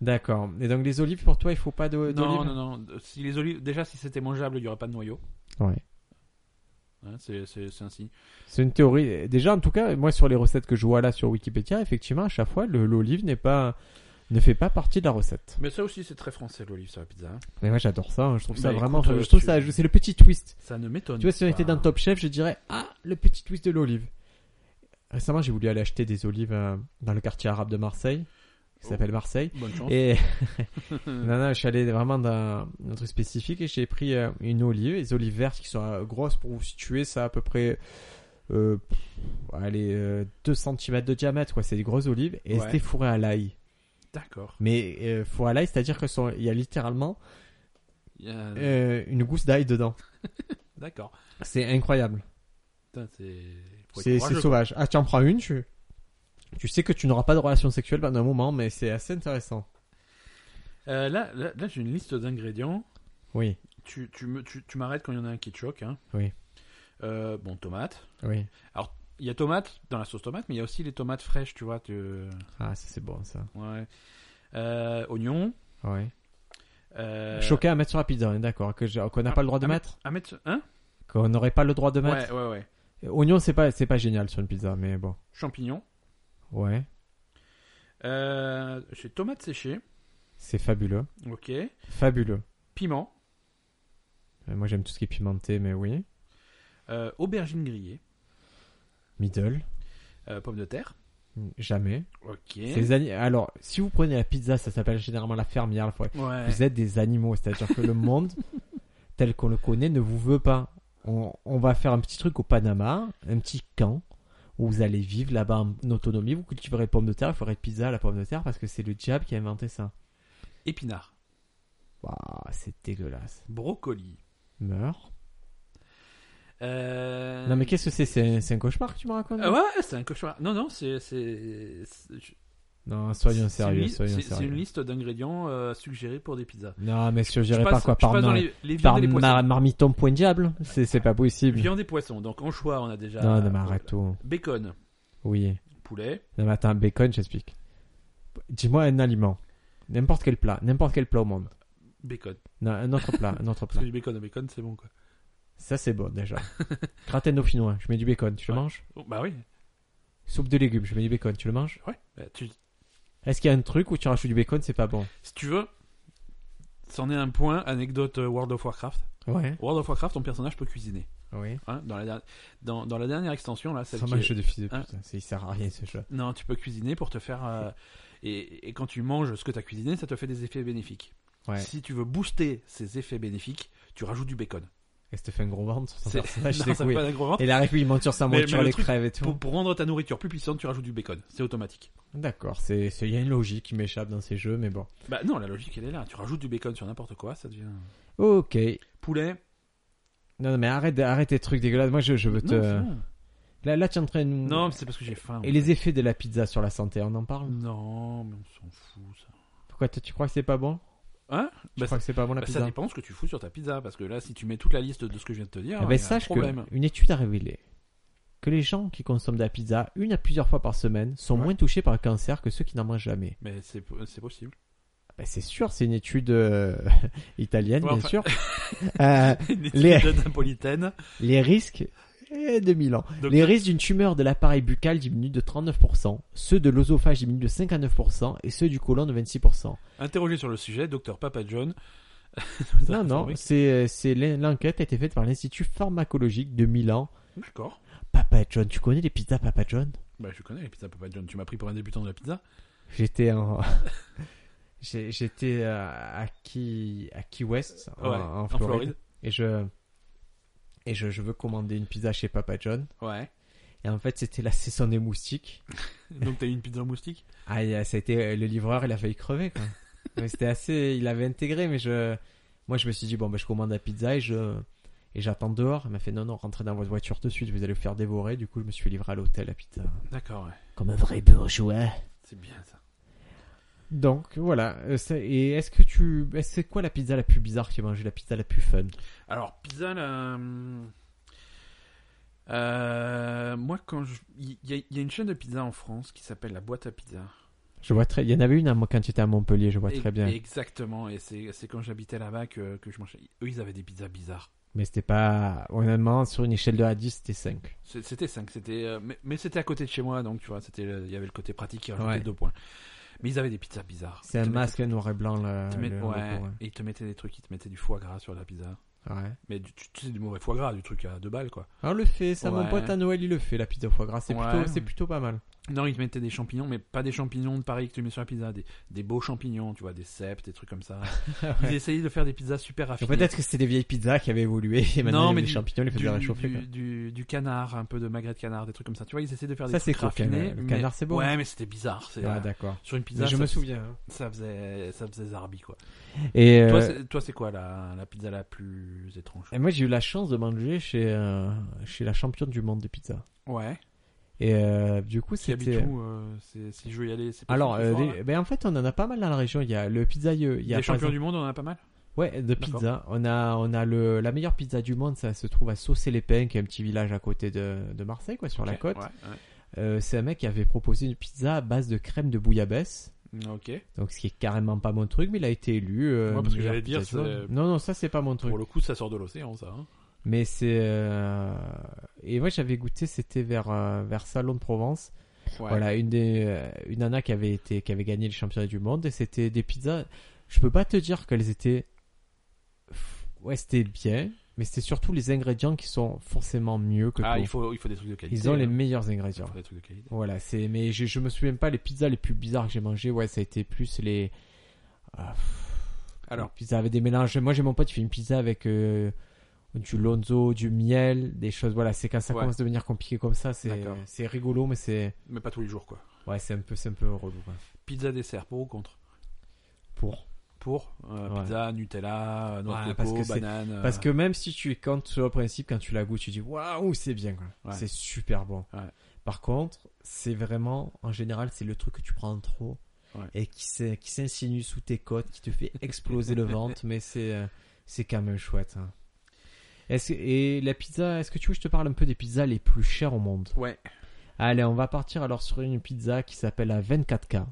[SPEAKER 1] D'accord. Et donc les olives pour toi, il faut pas de-
[SPEAKER 2] Non,
[SPEAKER 1] d'olives
[SPEAKER 2] non, non. euh, Si les olives, déjà, si c'était mangeable, il y aurait pas de noyau.
[SPEAKER 1] Ouais.
[SPEAKER 2] Hein, c'est, c'est, c'est ainsi.
[SPEAKER 1] C'est une théorie. Déjà, en tout cas, moi sur les recettes que je vois là sur Wikipédia, effectivement, à chaque fois, le- l'olive n'est pas ne fait pas partie de la recette.
[SPEAKER 2] Mais ça aussi, c'est très français l'olive sur la pizza. hein.
[SPEAKER 1] Mais moi j'adore ça, hein. je trouve ça
[SPEAKER 2] Bah,
[SPEAKER 1] vraiment
[SPEAKER 2] écoute, euh,
[SPEAKER 1] je trouve
[SPEAKER 2] tu-
[SPEAKER 1] ça c'est le petit twist.
[SPEAKER 2] Ça ne m'étonne.
[SPEAKER 1] Tu vois, si on
[SPEAKER 2] pas.
[SPEAKER 1] était dans Top Chef, je dirais Ah, le petit twist de l'olive. Récemment, j'ai voulu aller acheter des olives euh, dans le quartier arabe de Marseille, qui
[SPEAKER 2] Oh.
[SPEAKER 1] s'appelle Marseille.
[SPEAKER 2] Bonne chance. [LAUGHS]
[SPEAKER 1] Et [LAUGHS] non, non, je suis allé vraiment dans un truc spécifique et j'ai pris euh, une olive, des olives vertes qui sont euh, grosses pour vous situer, ça à peu près euh, pff, allez, euh, 2 cm de diamètre, quoi. C'est des grosses olives et
[SPEAKER 2] Ouais.
[SPEAKER 1] c'était fourré à l'ail.
[SPEAKER 2] D'accord.
[SPEAKER 1] Mais euh, fourré à l'ail, c'est-à-dire que son- il y a littéralement
[SPEAKER 2] Il y a-
[SPEAKER 1] euh, une gousse d'ail dedans.
[SPEAKER 2] D'accord.
[SPEAKER 1] C'est incroyable.
[SPEAKER 2] Putain, c'est. faut être
[SPEAKER 1] C'est
[SPEAKER 2] courageux,
[SPEAKER 1] c'est sauvage. Ah, tu en prends une, tu, tu sais que tu n'auras pas de relation sexuelle pendant un moment, mais c'est assez intéressant.
[SPEAKER 2] quoi. Euh, là, là, là, j'ai une liste d'ingrédients.
[SPEAKER 1] Oui,
[SPEAKER 2] Tu, tu me, tu, tu m'arrêtes quand il y en a un qui te choque. Hein.
[SPEAKER 1] Oui.
[SPEAKER 2] Euh, bon, tomate.
[SPEAKER 1] oui.
[SPEAKER 2] Il y a tomate dans la sauce tomate, mais il y a aussi les tomates fraîches, tu vois. Tu...
[SPEAKER 1] Ah, ça c'est bon ça.
[SPEAKER 2] Ouais. Euh, oignon.
[SPEAKER 1] Ouais.
[SPEAKER 2] Euh... ah,
[SPEAKER 1] Choqué à mettre sur la pizza, on est d'accord. que je- Qu'on n'a pas le droit de
[SPEAKER 2] à
[SPEAKER 1] mettre
[SPEAKER 2] À mettre. Hein
[SPEAKER 1] Qu'on n'aurait pas le droit de mettre
[SPEAKER 2] Ouais, ouais, ouais.
[SPEAKER 1] Oignon, c'est pas, c'est pas génial sur une pizza, mais bon.
[SPEAKER 2] Champignons.
[SPEAKER 1] Ouais,
[SPEAKER 2] Euh, j'ai tomates séchées.
[SPEAKER 1] c'est fabuleux.
[SPEAKER 2] Ok.
[SPEAKER 1] Fabuleux.
[SPEAKER 2] Piment.
[SPEAKER 1] Euh, Moi j'aime tout ce qui est pimenté, mais oui.
[SPEAKER 2] Euh, aubergine grillée.
[SPEAKER 1] Middle,
[SPEAKER 2] Euh, pommes de terre.
[SPEAKER 1] jamais.
[SPEAKER 2] Ok.
[SPEAKER 1] C'est des ani- Alors, si vous prenez la pizza, ça s'appelle généralement la fermière. la forêt.
[SPEAKER 2] Ouais.
[SPEAKER 1] Vous êtes des animaux, c'est-à-dire que le
[SPEAKER 2] [LAUGHS]
[SPEAKER 1] monde tel qu'on le connaît ne vous veut pas. On, on va faire un petit truc au Panama, un petit camp où vous allez vivre là-bas en autonomie, vous cultiverez pommes de terre, vous ferez pizza à la pomme de terre parce que c'est le diable qui a inventé ça.
[SPEAKER 2] Épinards.
[SPEAKER 1] Waouh, c'est dégueulasse.
[SPEAKER 2] Brocoli.
[SPEAKER 1] Meurs.
[SPEAKER 2] Euh...
[SPEAKER 1] Non, mais qu'est-ce que c'est c'est un, c'est un cauchemar que tu me racontes
[SPEAKER 2] Ah ouais, c'est un cauchemar. Non, non, c'est. c'est- c'est-
[SPEAKER 1] Non, soyons
[SPEAKER 2] c'est
[SPEAKER 1] sérieux,
[SPEAKER 2] une li-
[SPEAKER 1] soyons
[SPEAKER 2] c'est- C'est
[SPEAKER 1] sérieux.
[SPEAKER 2] une liste d'ingrédients euh, suggérés pour des pizzas.
[SPEAKER 1] Non, mais je dirais
[SPEAKER 2] Je
[SPEAKER 1] pas
[SPEAKER 2] passe-
[SPEAKER 1] quoi,
[SPEAKER 2] je
[SPEAKER 1] par,
[SPEAKER 2] passe dans
[SPEAKER 1] mar-
[SPEAKER 2] les, les viandes
[SPEAKER 1] par
[SPEAKER 2] et les poissons.
[SPEAKER 1] mar- marmiton point diable C'est c'est pas possible.
[SPEAKER 2] Viande et poissons. Donc en choix, on a déjà. euh,
[SPEAKER 1] Non, non, mais arrête tout.
[SPEAKER 2] Bacon,
[SPEAKER 1] Oui.
[SPEAKER 2] poulet.
[SPEAKER 1] Non, mais attends, bacon, j'explique. Dis-moi un aliment. N'importe quel plat, n'importe quel plat au monde.
[SPEAKER 2] Bacon.
[SPEAKER 1] Non, un autre plat, un autre
[SPEAKER 2] Parce [LAUGHS]
[SPEAKER 1] plat.
[SPEAKER 2] que du bacon au bacon, c'est bon quoi.
[SPEAKER 1] Ça, c'est bon déjà. Gratin dauphinois, je mets du bacon, tu le
[SPEAKER 2] Ouais.
[SPEAKER 1] manges
[SPEAKER 2] Oh, bah oui.
[SPEAKER 1] Soupe de légumes, je mets du bacon, tu le manges
[SPEAKER 2] Ouais. Bah, tu-
[SPEAKER 1] Est-ce qu'il y a un truc où tu rajoutes du bacon, c'est pas bon
[SPEAKER 2] si tu veux, c'en est un point, anecdote euh, World of Warcraft.
[SPEAKER 1] Ouais.
[SPEAKER 2] World of Warcraft, ton personnage peut cuisiner.
[SPEAKER 1] Oui.
[SPEAKER 2] hein. dans, la der- dans, dans la dernière extension, là, celle
[SPEAKER 1] C'est
[SPEAKER 2] qui
[SPEAKER 1] un
[SPEAKER 2] est-
[SPEAKER 1] jeu de fils de
[SPEAKER 2] Hein.
[SPEAKER 1] pute. ça, Il sert à rien ce jeu.
[SPEAKER 2] Non, tu peux cuisiner pour te faire. euh, et, et quand tu manges ce que tu as cuisiné, ça te fait des effets bénéfiques.
[SPEAKER 1] Ouais.
[SPEAKER 2] Si tu veux booster ces effets bénéfiques, tu rajoutes du bacon.
[SPEAKER 1] Et ça te fait un gros ventre sur son
[SPEAKER 2] C'est-
[SPEAKER 1] personnage,
[SPEAKER 2] [LAUGHS] Non,
[SPEAKER 1] c'est
[SPEAKER 2] ça
[SPEAKER 1] coué.
[SPEAKER 2] fait pas un gros ventre.
[SPEAKER 1] Et la règle, il monte sur sa
[SPEAKER 2] Mais-
[SPEAKER 1] monture,
[SPEAKER 2] mais le
[SPEAKER 1] les
[SPEAKER 2] truc,
[SPEAKER 1] crèves et tout.
[SPEAKER 2] Pour, pour rendre ta nourriture plus puissante, tu rajoutes du bacon. C'est automatique.
[SPEAKER 1] D'accord, c'est, c'est- il y a une logique qui m'échappe dans ces jeux, mais bon.
[SPEAKER 2] Bah non, la logique elle est là. Tu rajoutes du bacon sur n'importe quoi, ça devient.
[SPEAKER 1] Ok.
[SPEAKER 2] Poulet.
[SPEAKER 1] Non, non, mais arrête, de- arrête tes trucs dégueulasses. Moi, je, je veux
[SPEAKER 2] Non,
[SPEAKER 1] te.
[SPEAKER 2] c'est bon.
[SPEAKER 1] là, là, tu es en train de nous-
[SPEAKER 2] Non, mais c'est parce que j'ai faim.
[SPEAKER 1] Et les effets de la pizza sur la santé, on en parle
[SPEAKER 2] Mm. Non, mais on s'en fout ça.
[SPEAKER 1] Pourquoi toi, tu crois que c'est pas bon
[SPEAKER 2] Hein
[SPEAKER 1] Tu
[SPEAKER 2] Bah,
[SPEAKER 1] crois que c'est pas bon la
[SPEAKER 2] Bah, ça
[SPEAKER 1] pizza
[SPEAKER 2] dépend ce que tu fous sur ta pizza, parce que là, si tu mets toute la liste de ce que je viens de te dire, hein,
[SPEAKER 1] Eh
[SPEAKER 2] il y
[SPEAKER 1] ben,
[SPEAKER 2] a
[SPEAKER 1] sache
[SPEAKER 2] un problème.
[SPEAKER 1] qu'une étude a révélé que les gens qui consomment de la pizza une à plusieurs fois par semaine sont
[SPEAKER 2] Ouais.
[SPEAKER 1] moins touchés par le cancer que ceux qui n'en mangent jamais.
[SPEAKER 2] Mais c'est c'est possible. [LAUGHS]
[SPEAKER 1] Bah, c'est sûr, c'est une étude euh, [LAUGHS] italienne,
[SPEAKER 2] Ouais,
[SPEAKER 1] bien
[SPEAKER 2] enfin- [LAUGHS]
[SPEAKER 1] sûr. Euh, Les-
[SPEAKER 2] L'étude napolitaine.
[SPEAKER 1] les risques eh, 2000 ans.
[SPEAKER 2] Donc- euh,
[SPEAKER 1] les risques d'une tumeur de l'appareil buccal diminuent de 39%, ceux de l'œsophage diminuent de 59% et ceux du côlon de 26%.
[SPEAKER 2] Interrogé sur le sujet, docteur Papa John. nous
[SPEAKER 1] [LAUGHS] Non,
[SPEAKER 2] a
[SPEAKER 1] non,
[SPEAKER 2] informé-
[SPEAKER 1] c'est euh, c'est l'en- l'enquête a été faite par l'Institut pharmacologique de Milan.
[SPEAKER 2] D'accord.
[SPEAKER 1] Papa John, tu connais les pizzas Papa John
[SPEAKER 2] Bah, je connais les pizzas Papa John. Tu m'as pris pour un débutant de la pizza.
[SPEAKER 1] J'étais en... [LAUGHS] J'ai- J'étais euh, à Key, à Key West, Ah, en,
[SPEAKER 2] Ouais,
[SPEAKER 1] en Floride, et je et je, je veux commander une pizza chez Papa John. [LAUGHS]
[SPEAKER 2] Ouais.
[SPEAKER 1] Et en fait, c'était la saison des moustiques.
[SPEAKER 2] Donc, t'as eu une pizza moustique
[SPEAKER 1] Ah, il y a- ça a été euh, le livreur, il a failli crever. [LAUGHS] Quoi. Mais c'était assez, il avait intégré, mais je, moi, je me suis dit bon, ben, je commande la pizza et je et j'attends dehors. Il m'a fait non, non, rentrez dans votre voiture de suite, vous allez vous faire dévorer. Du coup, je me suis livré à l'hôtel la pizza.
[SPEAKER 2] D'accord, ouais.
[SPEAKER 1] Comme un vrai bourgeois.
[SPEAKER 2] C'est bien ça.
[SPEAKER 1] Donc voilà. euh, c'est- Et est-ce que tu, est-ce- c'est quoi la pizza la plus bizarre que tu as mangée, la pizza la plus fun
[SPEAKER 2] Alors, pizza, là. hum, euh, moi, quand je. Il y, a- il y a une chaîne de pizza en France qui s'appelle La Boîte à Pizza.
[SPEAKER 1] Je vois très. Il y en avait une à moi quand tu étais à Montpellier, je vois
[SPEAKER 2] Et-
[SPEAKER 1] très bien.
[SPEAKER 2] Exactement, et c'est c'est quand j'habitais là-bas que, que je mangeais. Eux, ils avaient des pizzas bizarres.
[SPEAKER 1] Mais c'était pas, honnêtement, sur une échelle de à 10, c'était 5.
[SPEAKER 2] C'est- C'était 5, c'était, euh, mais, mais c'était à côté de chez moi, donc tu vois, c'était le- il y avait le côté pratique qui rajoutait
[SPEAKER 1] Ouais.
[SPEAKER 2] deux points. Mais ils avaient des pizzas bizarres.
[SPEAKER 1] C'est
[SPEAKER 2] Ils
[SPEAKER 1] un
[SPEAKER 2] te mettaient-
[SPEAKER 1] masque noir et blanc là.
[SPEAKER 2] ils te met-
[SPEAKER 1] le- hein. le
[SPEAKER 2] ouais,
[SPEAKER 1] logo,
[SPEAKER 2] et ils te mettaient des trucs, ils te mettaient du foie gras sur la pizza.
[SPEAKER 1] ouais. Ouais.
[SPEAKER 2] Mais du, tu, tu sais, du mauvais foie gras, du truc à deux balles quoi.
[SPEAKER 1] Ah, on le fait, ça, mon
[SPEAKER 2] Ouais.
[SPEAKER 1] pote à Noël, il le fait, la pizza au foie gras. C'est
[SPEAKER 2] Ouais.
[SPEAKER 1] plutôt, c'est plutôt pas mal.
[SPEAKER 2] Non, ils te mettaient des champignons, mais pas des champignons de Paris que tu mets sur la pizza, des, des beaux champignons, tu vois, des cèpes, des trucs comme
[SPEAKER 1] [LAUGHS]
[SPEAKER 2] ça. Ils essayaient de faire des pizzas super
[SPEAKER 1] Donc,
[SPEAKER 2] raffinées.
[SPEAKER 1] Peut-être que c'est des vieilles pizzas qui avaient évolué et maintenant
[SPEAKER 2] Non,
[SPEAKER 1] les
[SPEAKER 2] mais
[SPEAKER 1] les
[SPEAKER 2] du-
[SPEAKER 1] champignons les
[SPEAKER 2] du,
[SPEAKER 1] faisaient réchauffer.
[SPEAKER 2] du-
[SPEAKER 1] quoi.
[SPEAKER 2] du- du canard, un peu de magret de canard, des trucs comme ça. Tu vois, ils essaient de faire des
[SPEAKER 1] Ça, c'est
[SPEAKER 2] trucs
[SPEAKER 1] cool,
[SPEAKER 2] raffinés.
[SPEAKER 1] quand même. Le
[SPEAKER 2] mais-
[SPEAKER 1] canard, c'est bon.
[SPEAKER 2] Ouais, mais c'était bizarre. C'est,
[SPEAKER 1] Ah,
[SPEAKER 2] euh,
[SPEAKER 1] d'accord.
[SPEAKER 2] sur une pizza,
[SPEAKER 1] Mais je
[SPEAKER 2] ça,
[SPEAKER 1] me
[SPEAKER 2] fais-
[SPEAKER 1] souviens. hein.
[SPEAKER 2] Ça faisait, ça faisait zarbi, quoi.
[SPEAKER 1] Et, euh,
[SPEAKER 2] Toi, c'est, toi, c'est quoi la, la pizza la plus étrange
[SPEAKER 1] et moi, j'ai eu la chance de manger chez, euh, chez la championne du monde des pizzas.
[SPEAKER 2] Ouais.
[SPEAKER 1] Et euh, du coup,
[SPEAKER 2] Qui habite
[SPEAKER 1] c'était.
[SPEAKER 2] où euh, c'est, Si je veux y aller, c'est possible
[SPEAKER 1] Alors,
[SPEAKER 2] ce
[SPEAKER 1] euh,
[SPEAKER 2] soir,
[SPEAKER 1] des-
[SPEAKER 2] là
[SPEAKER 1] ben, en fait, on en a pas mal dans la région. Il y a le pizzaïeux. Il y a
[SPEAKER 2] Des
[SPEAKER 1] par
[SPEAKER 2] champions
[SPEAKER 1] exemple-
[SPEAKER 2] du monde, on en a pas mal
[SPEAKER 1] Ouais, de
[SPEAKER 2] D'accord.
[SPEAKER 1] pizza. On a, on a le, la meilleure pizza du monde. Ça se trouve à Saucé-les-Pins, qui est un petit village à côté de, de Marseille, quoi, sur la
[SPEAKER 2] Ok,
[SPEAKER 1] côte.
[SPEAKER 2] ouais,
[SPEAKER 1] Euh, c'est un mec qui avait proposé une pizza à base de crème de bouillabaisse.
[SPEAKER 2] ouais. Ok.
[SPEAKER 1] Donc, ce qui est carrément pas mon truc, mais il a été élu. euh,
[SPEAKER 2] Ouais, parce que
[SPEAKER 1] meilleur
[SPEAKER 2] j'allais dire,
[SPEAKER 1] pizza du
[SPEAKER 2] c'est-
[SPEAKER 1] monde. Non, non, ça, c'est pas mon truc.
[SPEAKER 2] Pour le coup, ça sort de l'océan, ça. hein.
[SPEAKER 1] Mais c'est. euh, Et moi, j'avais goûté, c'était vers, euh, vers Salon de Provence.
[SPEAKER 2] Ouais.
[SPEAKER 1] Voilà, une des. euh, Une nana qui avait, été, qui avait gagné le championnat du monde. Et c'était des pizzas. Je peux pas te dire qu'elles étaient. Ouais, c'était bien. Mais c'était surtout les ingrédients qui sont forcément mieux que
[SPEAKER 2] Ah,
[SPEAKER 1] tout.
[SPEAKER 2] il faut, il faut des trucs de qualité.
[SPEAKER 1] Ils ont les
[SPEAKER 2] hein.
[SPEAKER 1] meilleurs
[SPEAKER 2] Il
[SPEAKER 1] ingrédients.
[SPEAKER 2] faut des trucs de qualité.
[SPEAKER 1] Voilà, c'est. Mais je, je me souviens pas les pizzas les plus bizarres que j'ai mangées. Ouais, ça a été plus les. ah, pff,
[SPEAKER 2] Alors.
[SPEAKER 1] les pizzas avec des mélanges. Moi, j'ai mon pote qui fait une pizza avec euh, du lonzo, du miel, des choses. Voilà, c'est quand ça
[SPEAKER 2] Ouais.
[SPEAKER 1] commence à devenir compliqué comme ça, c'est
[SPEAKER 2] D'accord.
[SPEAKER 1] c'est rigolo, mais c'est.
[SPEAKER 2] Mais pas tous les jours, quoi.
[SPEAKER 1] Ouais, c'est un peu, c'est un peu relou. quoi.
[SPEAKER 2] Pizza dessert, pour ou contre
[SPEAKER 1] Pour.
[SPEAKER 2] pour euh,
[SPEAKER 1] Ouais.
[SPEAKER 2] pizza, Nutella, euh, noix
[SPEAKER 1] Ouais,
[SPEAKER 2] de
[SPEAKER 1] parce
[SPEAKER 2] coco,
[SPEAKER 1] que c'est-
[SPEAKER 2] banane. euh,
[SPEAKER 1] Parce que même si tu quand sur le principe, quand tu la goûtes, tu dis waouh, c'est bien, quoi.
[SPEAKER 2] Ouais.
[SPEAKER 1] c'est super bon.
[SPEAKER 2] Ouais.
[SPEAKER 1] Par contre, c'est vraiment, en général, c'est le truc que tu prends en trop
[SPEAKER 2] Ouais.
[SPEAKER 1] et qui s'in- qui s'insinue sous tes côtes, qui te fait exploser le ventre, mais c'est euh, c'est quand même chouette. hein. Est-ce que- et la pizza, est-ce que tu veux que je te parle un peu des pizzas les plus chères au monde
[SPEAKER 2] Ouais.
[SPEAKER 1] Allez, on va partir alors sur une pizza qui s'appelle la 24K.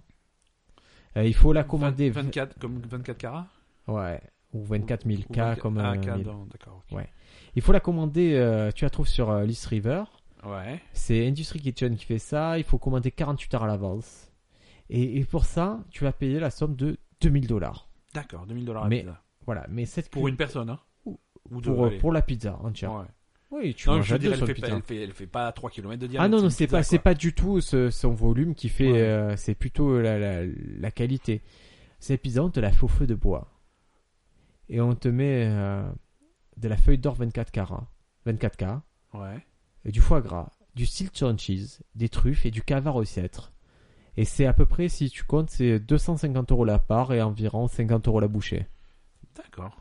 [SPEAKER 1] Euh, il faut la commander
[SPEAKER 2] 20 24 comme 24 carats.
[SPEAKER 1] ouais, ou 24 000
[SPEAKER 2] Ou
[SPEAKER 1] K
[SPEAKER 2] 24
[SPEAKER 1] comme
[SPEAKER 2] ah,
[SPEAKER 1] euh,
[SPEAKER 2] K,
[SPEAKER 1] mille.
[SPEAKER 2] dans- d'accord. ok.
[SPEAKER 1] Ouais. Il faut la commander, euh, tu la trouves sur euh, Lease River.
[SPEAKER 2] Ouais.
[SPEAKER 1] C'est Industry Kitchen qui fait ça. Il faut commander 48 heures à l'avance. Et, et pour ça, tu vas payer la somme de 2000 dollars.
[SPEAKER 2] D'accord, 2000 dollars la
[SPEAKER 1] Mais-
[SPEAKER 2] pizza.
[SPEAKER 1] Voilà, mais cette
[SPEAKER 2] Pour une personne, hein. Ou deux,
[SPEAKER 1] pour, euh,
[SPEAKER 2] allez.
[SPEAKER 1] pour la pizza entière.
[SPEAKER 2] Ouais.
[SPEAKER 1] Oui, tu
[SPEAKER 2] Non,
[SPEAKER 1] manges
[SPEAKER 2] je
[SPEAKER 1] à
[SPEAKER 2] veux dire,
[SPEAKER 1] deux
[SPEAKER 2] elle
[SPEAKER 1] sur
[SPEAKER 2] fait,
[SPEAKER 1] le
[SPEAKER 2] pas,
[SPEAKER 1] pizza.
[SPEAKER 2] elle, fait, elle fait pas 3 km de diamètre.
[SPEAKER 1] Ah non,
[SPEAKER 2] une
[SPEAKER 1] non, c'est
[SPEAKER 2] pizza,
[SPEAKER 1] pas, c'est
[SPEAKER 2] quoi.
[SPEAKER 1] pas du tout ce- son volume qui fait,
[SPEAKER 2] Ouais.
[SPEAKER 1] euh, c'est plutôt la, la, la qualité. Cette pizza, on te la fait au feu de bois. Et on te met euh, de la feuille d'or 24 carats, 24K,
[SPEAKER 2] Ouais.
[SPEAKER 1] et du foie gras, du Silton cheese, des truffes et du cavard au cèdre. Et c'est à peu près, si tu comptes, c'est 250 euros la part et environ 50 euros la bouchée.
[SPEAKER 2] D'accord.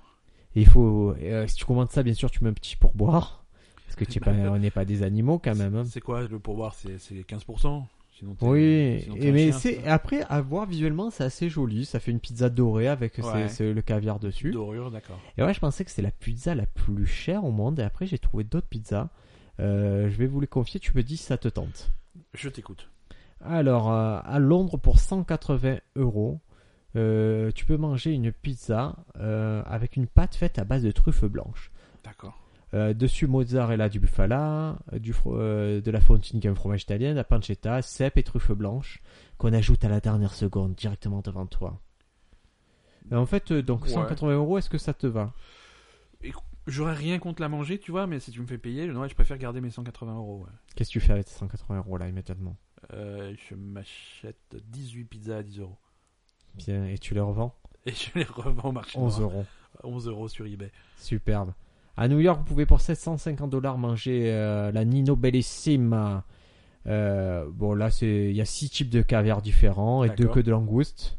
[SPEAKER 1] Et il faut, euh, si tu commandes ça, bien sûr, tu mets un petit pourboire. Parce que
[SPEAKER 2] [LAUGHS]
[SPEAKER 1] tu es pas, on n'est pas des animaux quand même. hein.
[SPEAKER 2] C'est quoi le pourboire C'est c'est 15% Sinon, t'es-
[SPEAKER 1] Oui,
[SPEAKER 2] sinon, t'es
[SPEAKER 1] et
[SPEAKER 2] un
[SPEAKER 1] mais
[SPEAKER 2] chien,
[SPEAKER 1] c'est
[SPEAKER 2] ça.
[SPEAKER 1] après à voir visuellement, c'est assez joli. Ça fait une pizza dorée avec ses-
[SPEAKER 2] Ouais.
[SPEAKER 1] ses- le caviar dessus.
[SPEAKER 2] Dorure, d'accord.
[SPEAKER 1] Et ouais, je pensais que c'est la pizza la plus chère au monde. Et après, j'ai trouvé d'autres pizzas. Euh, je vais vous les confier. Tu me dis si ça te tente.
[SPEAKER 2] Je t'écoute.
[SPEAKER 1] Alors, euh, à Londres pour 180 euros, euh, tu peux manger une pizza euh, avec une pâte faite à base de truffes blanches.
[SPEAKER 2] D'accord.
[SPEAKER 1] Euh, dessus mozzarella du bufala, euh, du fro- euh, de la fontine qui est un fromage italien, la pancetta, cèpe et truffes blanches qu'on ajoute à la dernière seconde directement devant toi. Et en fait, euh, donc
[SPEAKER 2] Ouais.
[SPEAKER 1] 180 euros, est-ce que ça te va
[SPEAKER 2] J'aurais rien contre la manger, tu vois, mais si tu me fais payer, ouais, je préfère garder mes 180 euros. ouais.
[SPEAKER 1] Qu'est-ce que tu fais avec ces 180 euros là immédiatement
[SPEAKER 2] Euh, je m'achète 18 pizzas à 10 euros.
[SPEAKER 1] Bien, et tu les revends
[SPEAKER 2] Et je les revends au marché.
[SPEAKER 1] 11
[SPEAKER 2] noir.
[SPEAKER 1] euros.
[SPEAKER 2] 11 euros sur eBay.
[SPEAKER 1] Superbe. À New York, vous pouvez pour 750 dollars manger euh, la Nino Bellissima. Euh, bon, là, c'est- il y a six types de caviar différents et deux
[SPEAKER 2] D'accord.
[SPEAKER 1] queues de langoustes.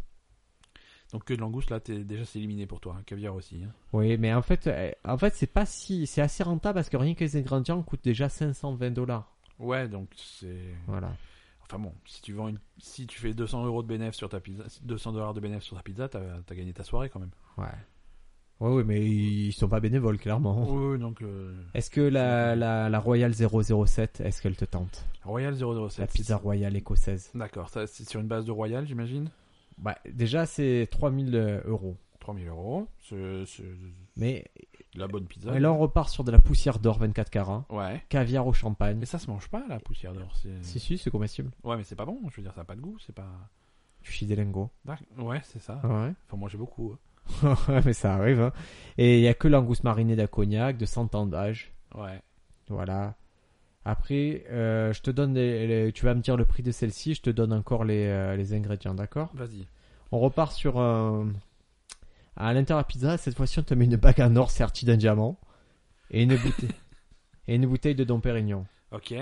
[SPEAKER 2] Donc que de langouste, là, t'es- déjà c'est éliminé pour toi. hein. Caviar aussi. hein.
[SPEAKER 1] Oui, mais en fait, euh, en fait, c'est pas si, c'est assez rentable parce que rien que les ingrédients coûtent déjà 520 dollars.
[SPEAKER 2] Ouais, donc c'est.
[SPEAKER 1] Voilà.
[SPEAKER 2] Enfin bon, si tu vends une... si tu fais 200 euros de bénéfice sur ta pizza, 200 dollars de bénéfice sur ta pizza, t'as t'as gagné ta soirée quand même.
[SPEAKER 1] Ouais. Ouais, oui, mais ils sont pas bénévoles, clairement.
[SPEAKER 2] Oui, oui, donc euh,
[SPEAKER 1] Est-ce que la, la, la Royal 007, est-ce qu'elle te tente
[SPEAKER 2] Royal 007.
[SPEAKER 1] La pizza royale écossaise.
[SPEAKER 2] D'accord, ça c'est sur une base de Royal, j'imagine.
[SPEAKER 1] Bah, déjà, c'est 3000 euh, euros.
[SPEAKER 2] 3000 euros, c'est c'est
[SPEAKER 1] Mais
[SPEAKER 2] de la bonne pizza.
[SPEAKER 1] et là, on repart sur de la poussière d'or 24 carats,
[SPEAKER 2] Ouais.
[SPEAKER 1] caviar au champagne.
[SPEAKER 2] Mais ça se mange pas la poussière d'or. c'est-
[SPEAKER 1] Si, si, c'est comestible.
[SPEAKER 2] Ouais, mais c'est pas bon. Je veux dire, ça a pas de goût, c'est pas.
[SPEAKER 1] Tu chies des lingots.
[SPEAKER 2] D'ac- Ouais, c'est ça.
[SPEAKER 1] Ah Ouais.
[SPEAKER 2] Faut manger beaucoup. hein.
[SPEAKER 1] [LAUGHS] mais ça arrive, hein. Et il y a que l'angouste marinée d'Acognac de 100 ans d'âge.
[SPEAKER 2] Ouais.
[SPEAKER 1] Voilà. Après, euh, je te donne les- les- tu vas me dire le prix de celle-ci, je te donne encore les, euh, les ingrédients, d'accord
[SPEAKER 2] Vas-y.
[SPEAKER 1] On repart sur un- à l'intérieur de la pizza, cette fois-ci on te met une bague en or sertie d'un diamant et une [LAUGHS] bouteille et une bouteille de Dom Pérignon.
[SPEAKER 2] Ok.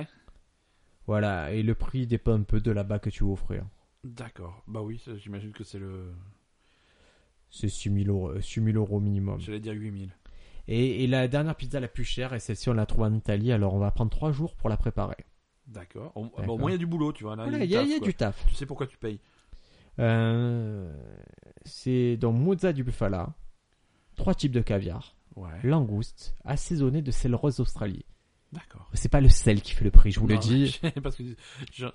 [SPEAKER 1] Voilà, et le prix dépend un peu de la bague que tu veux offrir.
[SPEAKER 2] D'accord. Bah oui, ça, j'imagine que c'est le.
[SPEAKER 1] C'est 6000 euros, euh, 6 000 euros minimum.
[SPEAKER 2] J'allais dire 8000.
[SPEAKER 1] Et, et la dernière pizza la plus chère, et celle-ci on la trouve en Italie, alors on va prendre 3 jours pour la préparer.
[SPEAKER 2] D'accord. Au, bah, au
[SPEAKER 1] D'accord.
[SPEAKER 2] moins, il y a du boulot, tu vois. Là,
[SPEAKER 1] Voilà,
[SPEAKER 2] du
[SPEAKER 1] il y a,
[SPEAKER 2] taf,
[SPEAKER 1] il y a
[SPEAKER 2] quoi.
[SPEAKER 1] du taf.
[SPEAKER 2] Tu sais pourquoi tu payes.
[SPEAKER 1] Euh, c'est dans Mozza du Bufala, trois types de caviar,
[SPEAKER 2] Ouais.
[SPEAKER 1] langoustes, assaisonnées de sel rose d'Australie.
[SPEAKER 2] D'accord.
[SPEAKER 1] C'est pas le sel qui fait le prix, je vous le
[SPEAKER 2] Non,
[SPEAKER 1] dis.
[SPEAKER 2] [LAUGHS] Parce que. je-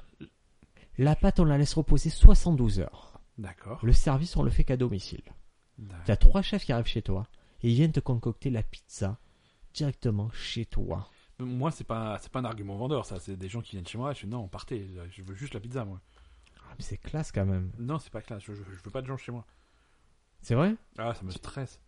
[SPEAKER 1] La pâte, on la laisse reposer 72 heures.
[SPEAKER 2] D'accord.
[SPEAKER 1] Le service, on le fait qu'à domicile.
[SPEAKER 2] D'accord.
[SPEAKER 1] T'as trois chefs qui arrivent chez toi et ils viennent te concocter la pizza directement chez toi.
[SPEAKER 2] Moi, c'est pas, c'est pas un argument vendeur, ça. C'est des gens qui viennent chez moi. Je dis non, partez. Je veux juste la pizza, moi.
[SPEAKER 1] Ah, mais C'est classe quand même.
[SPEAKER 2] Non, c'est pas classe. Je, je- je veux pas de gens chez moi.
[SPEAKER 1] C'est vrai
[SPEAKER 2] Ah, ça me stresse.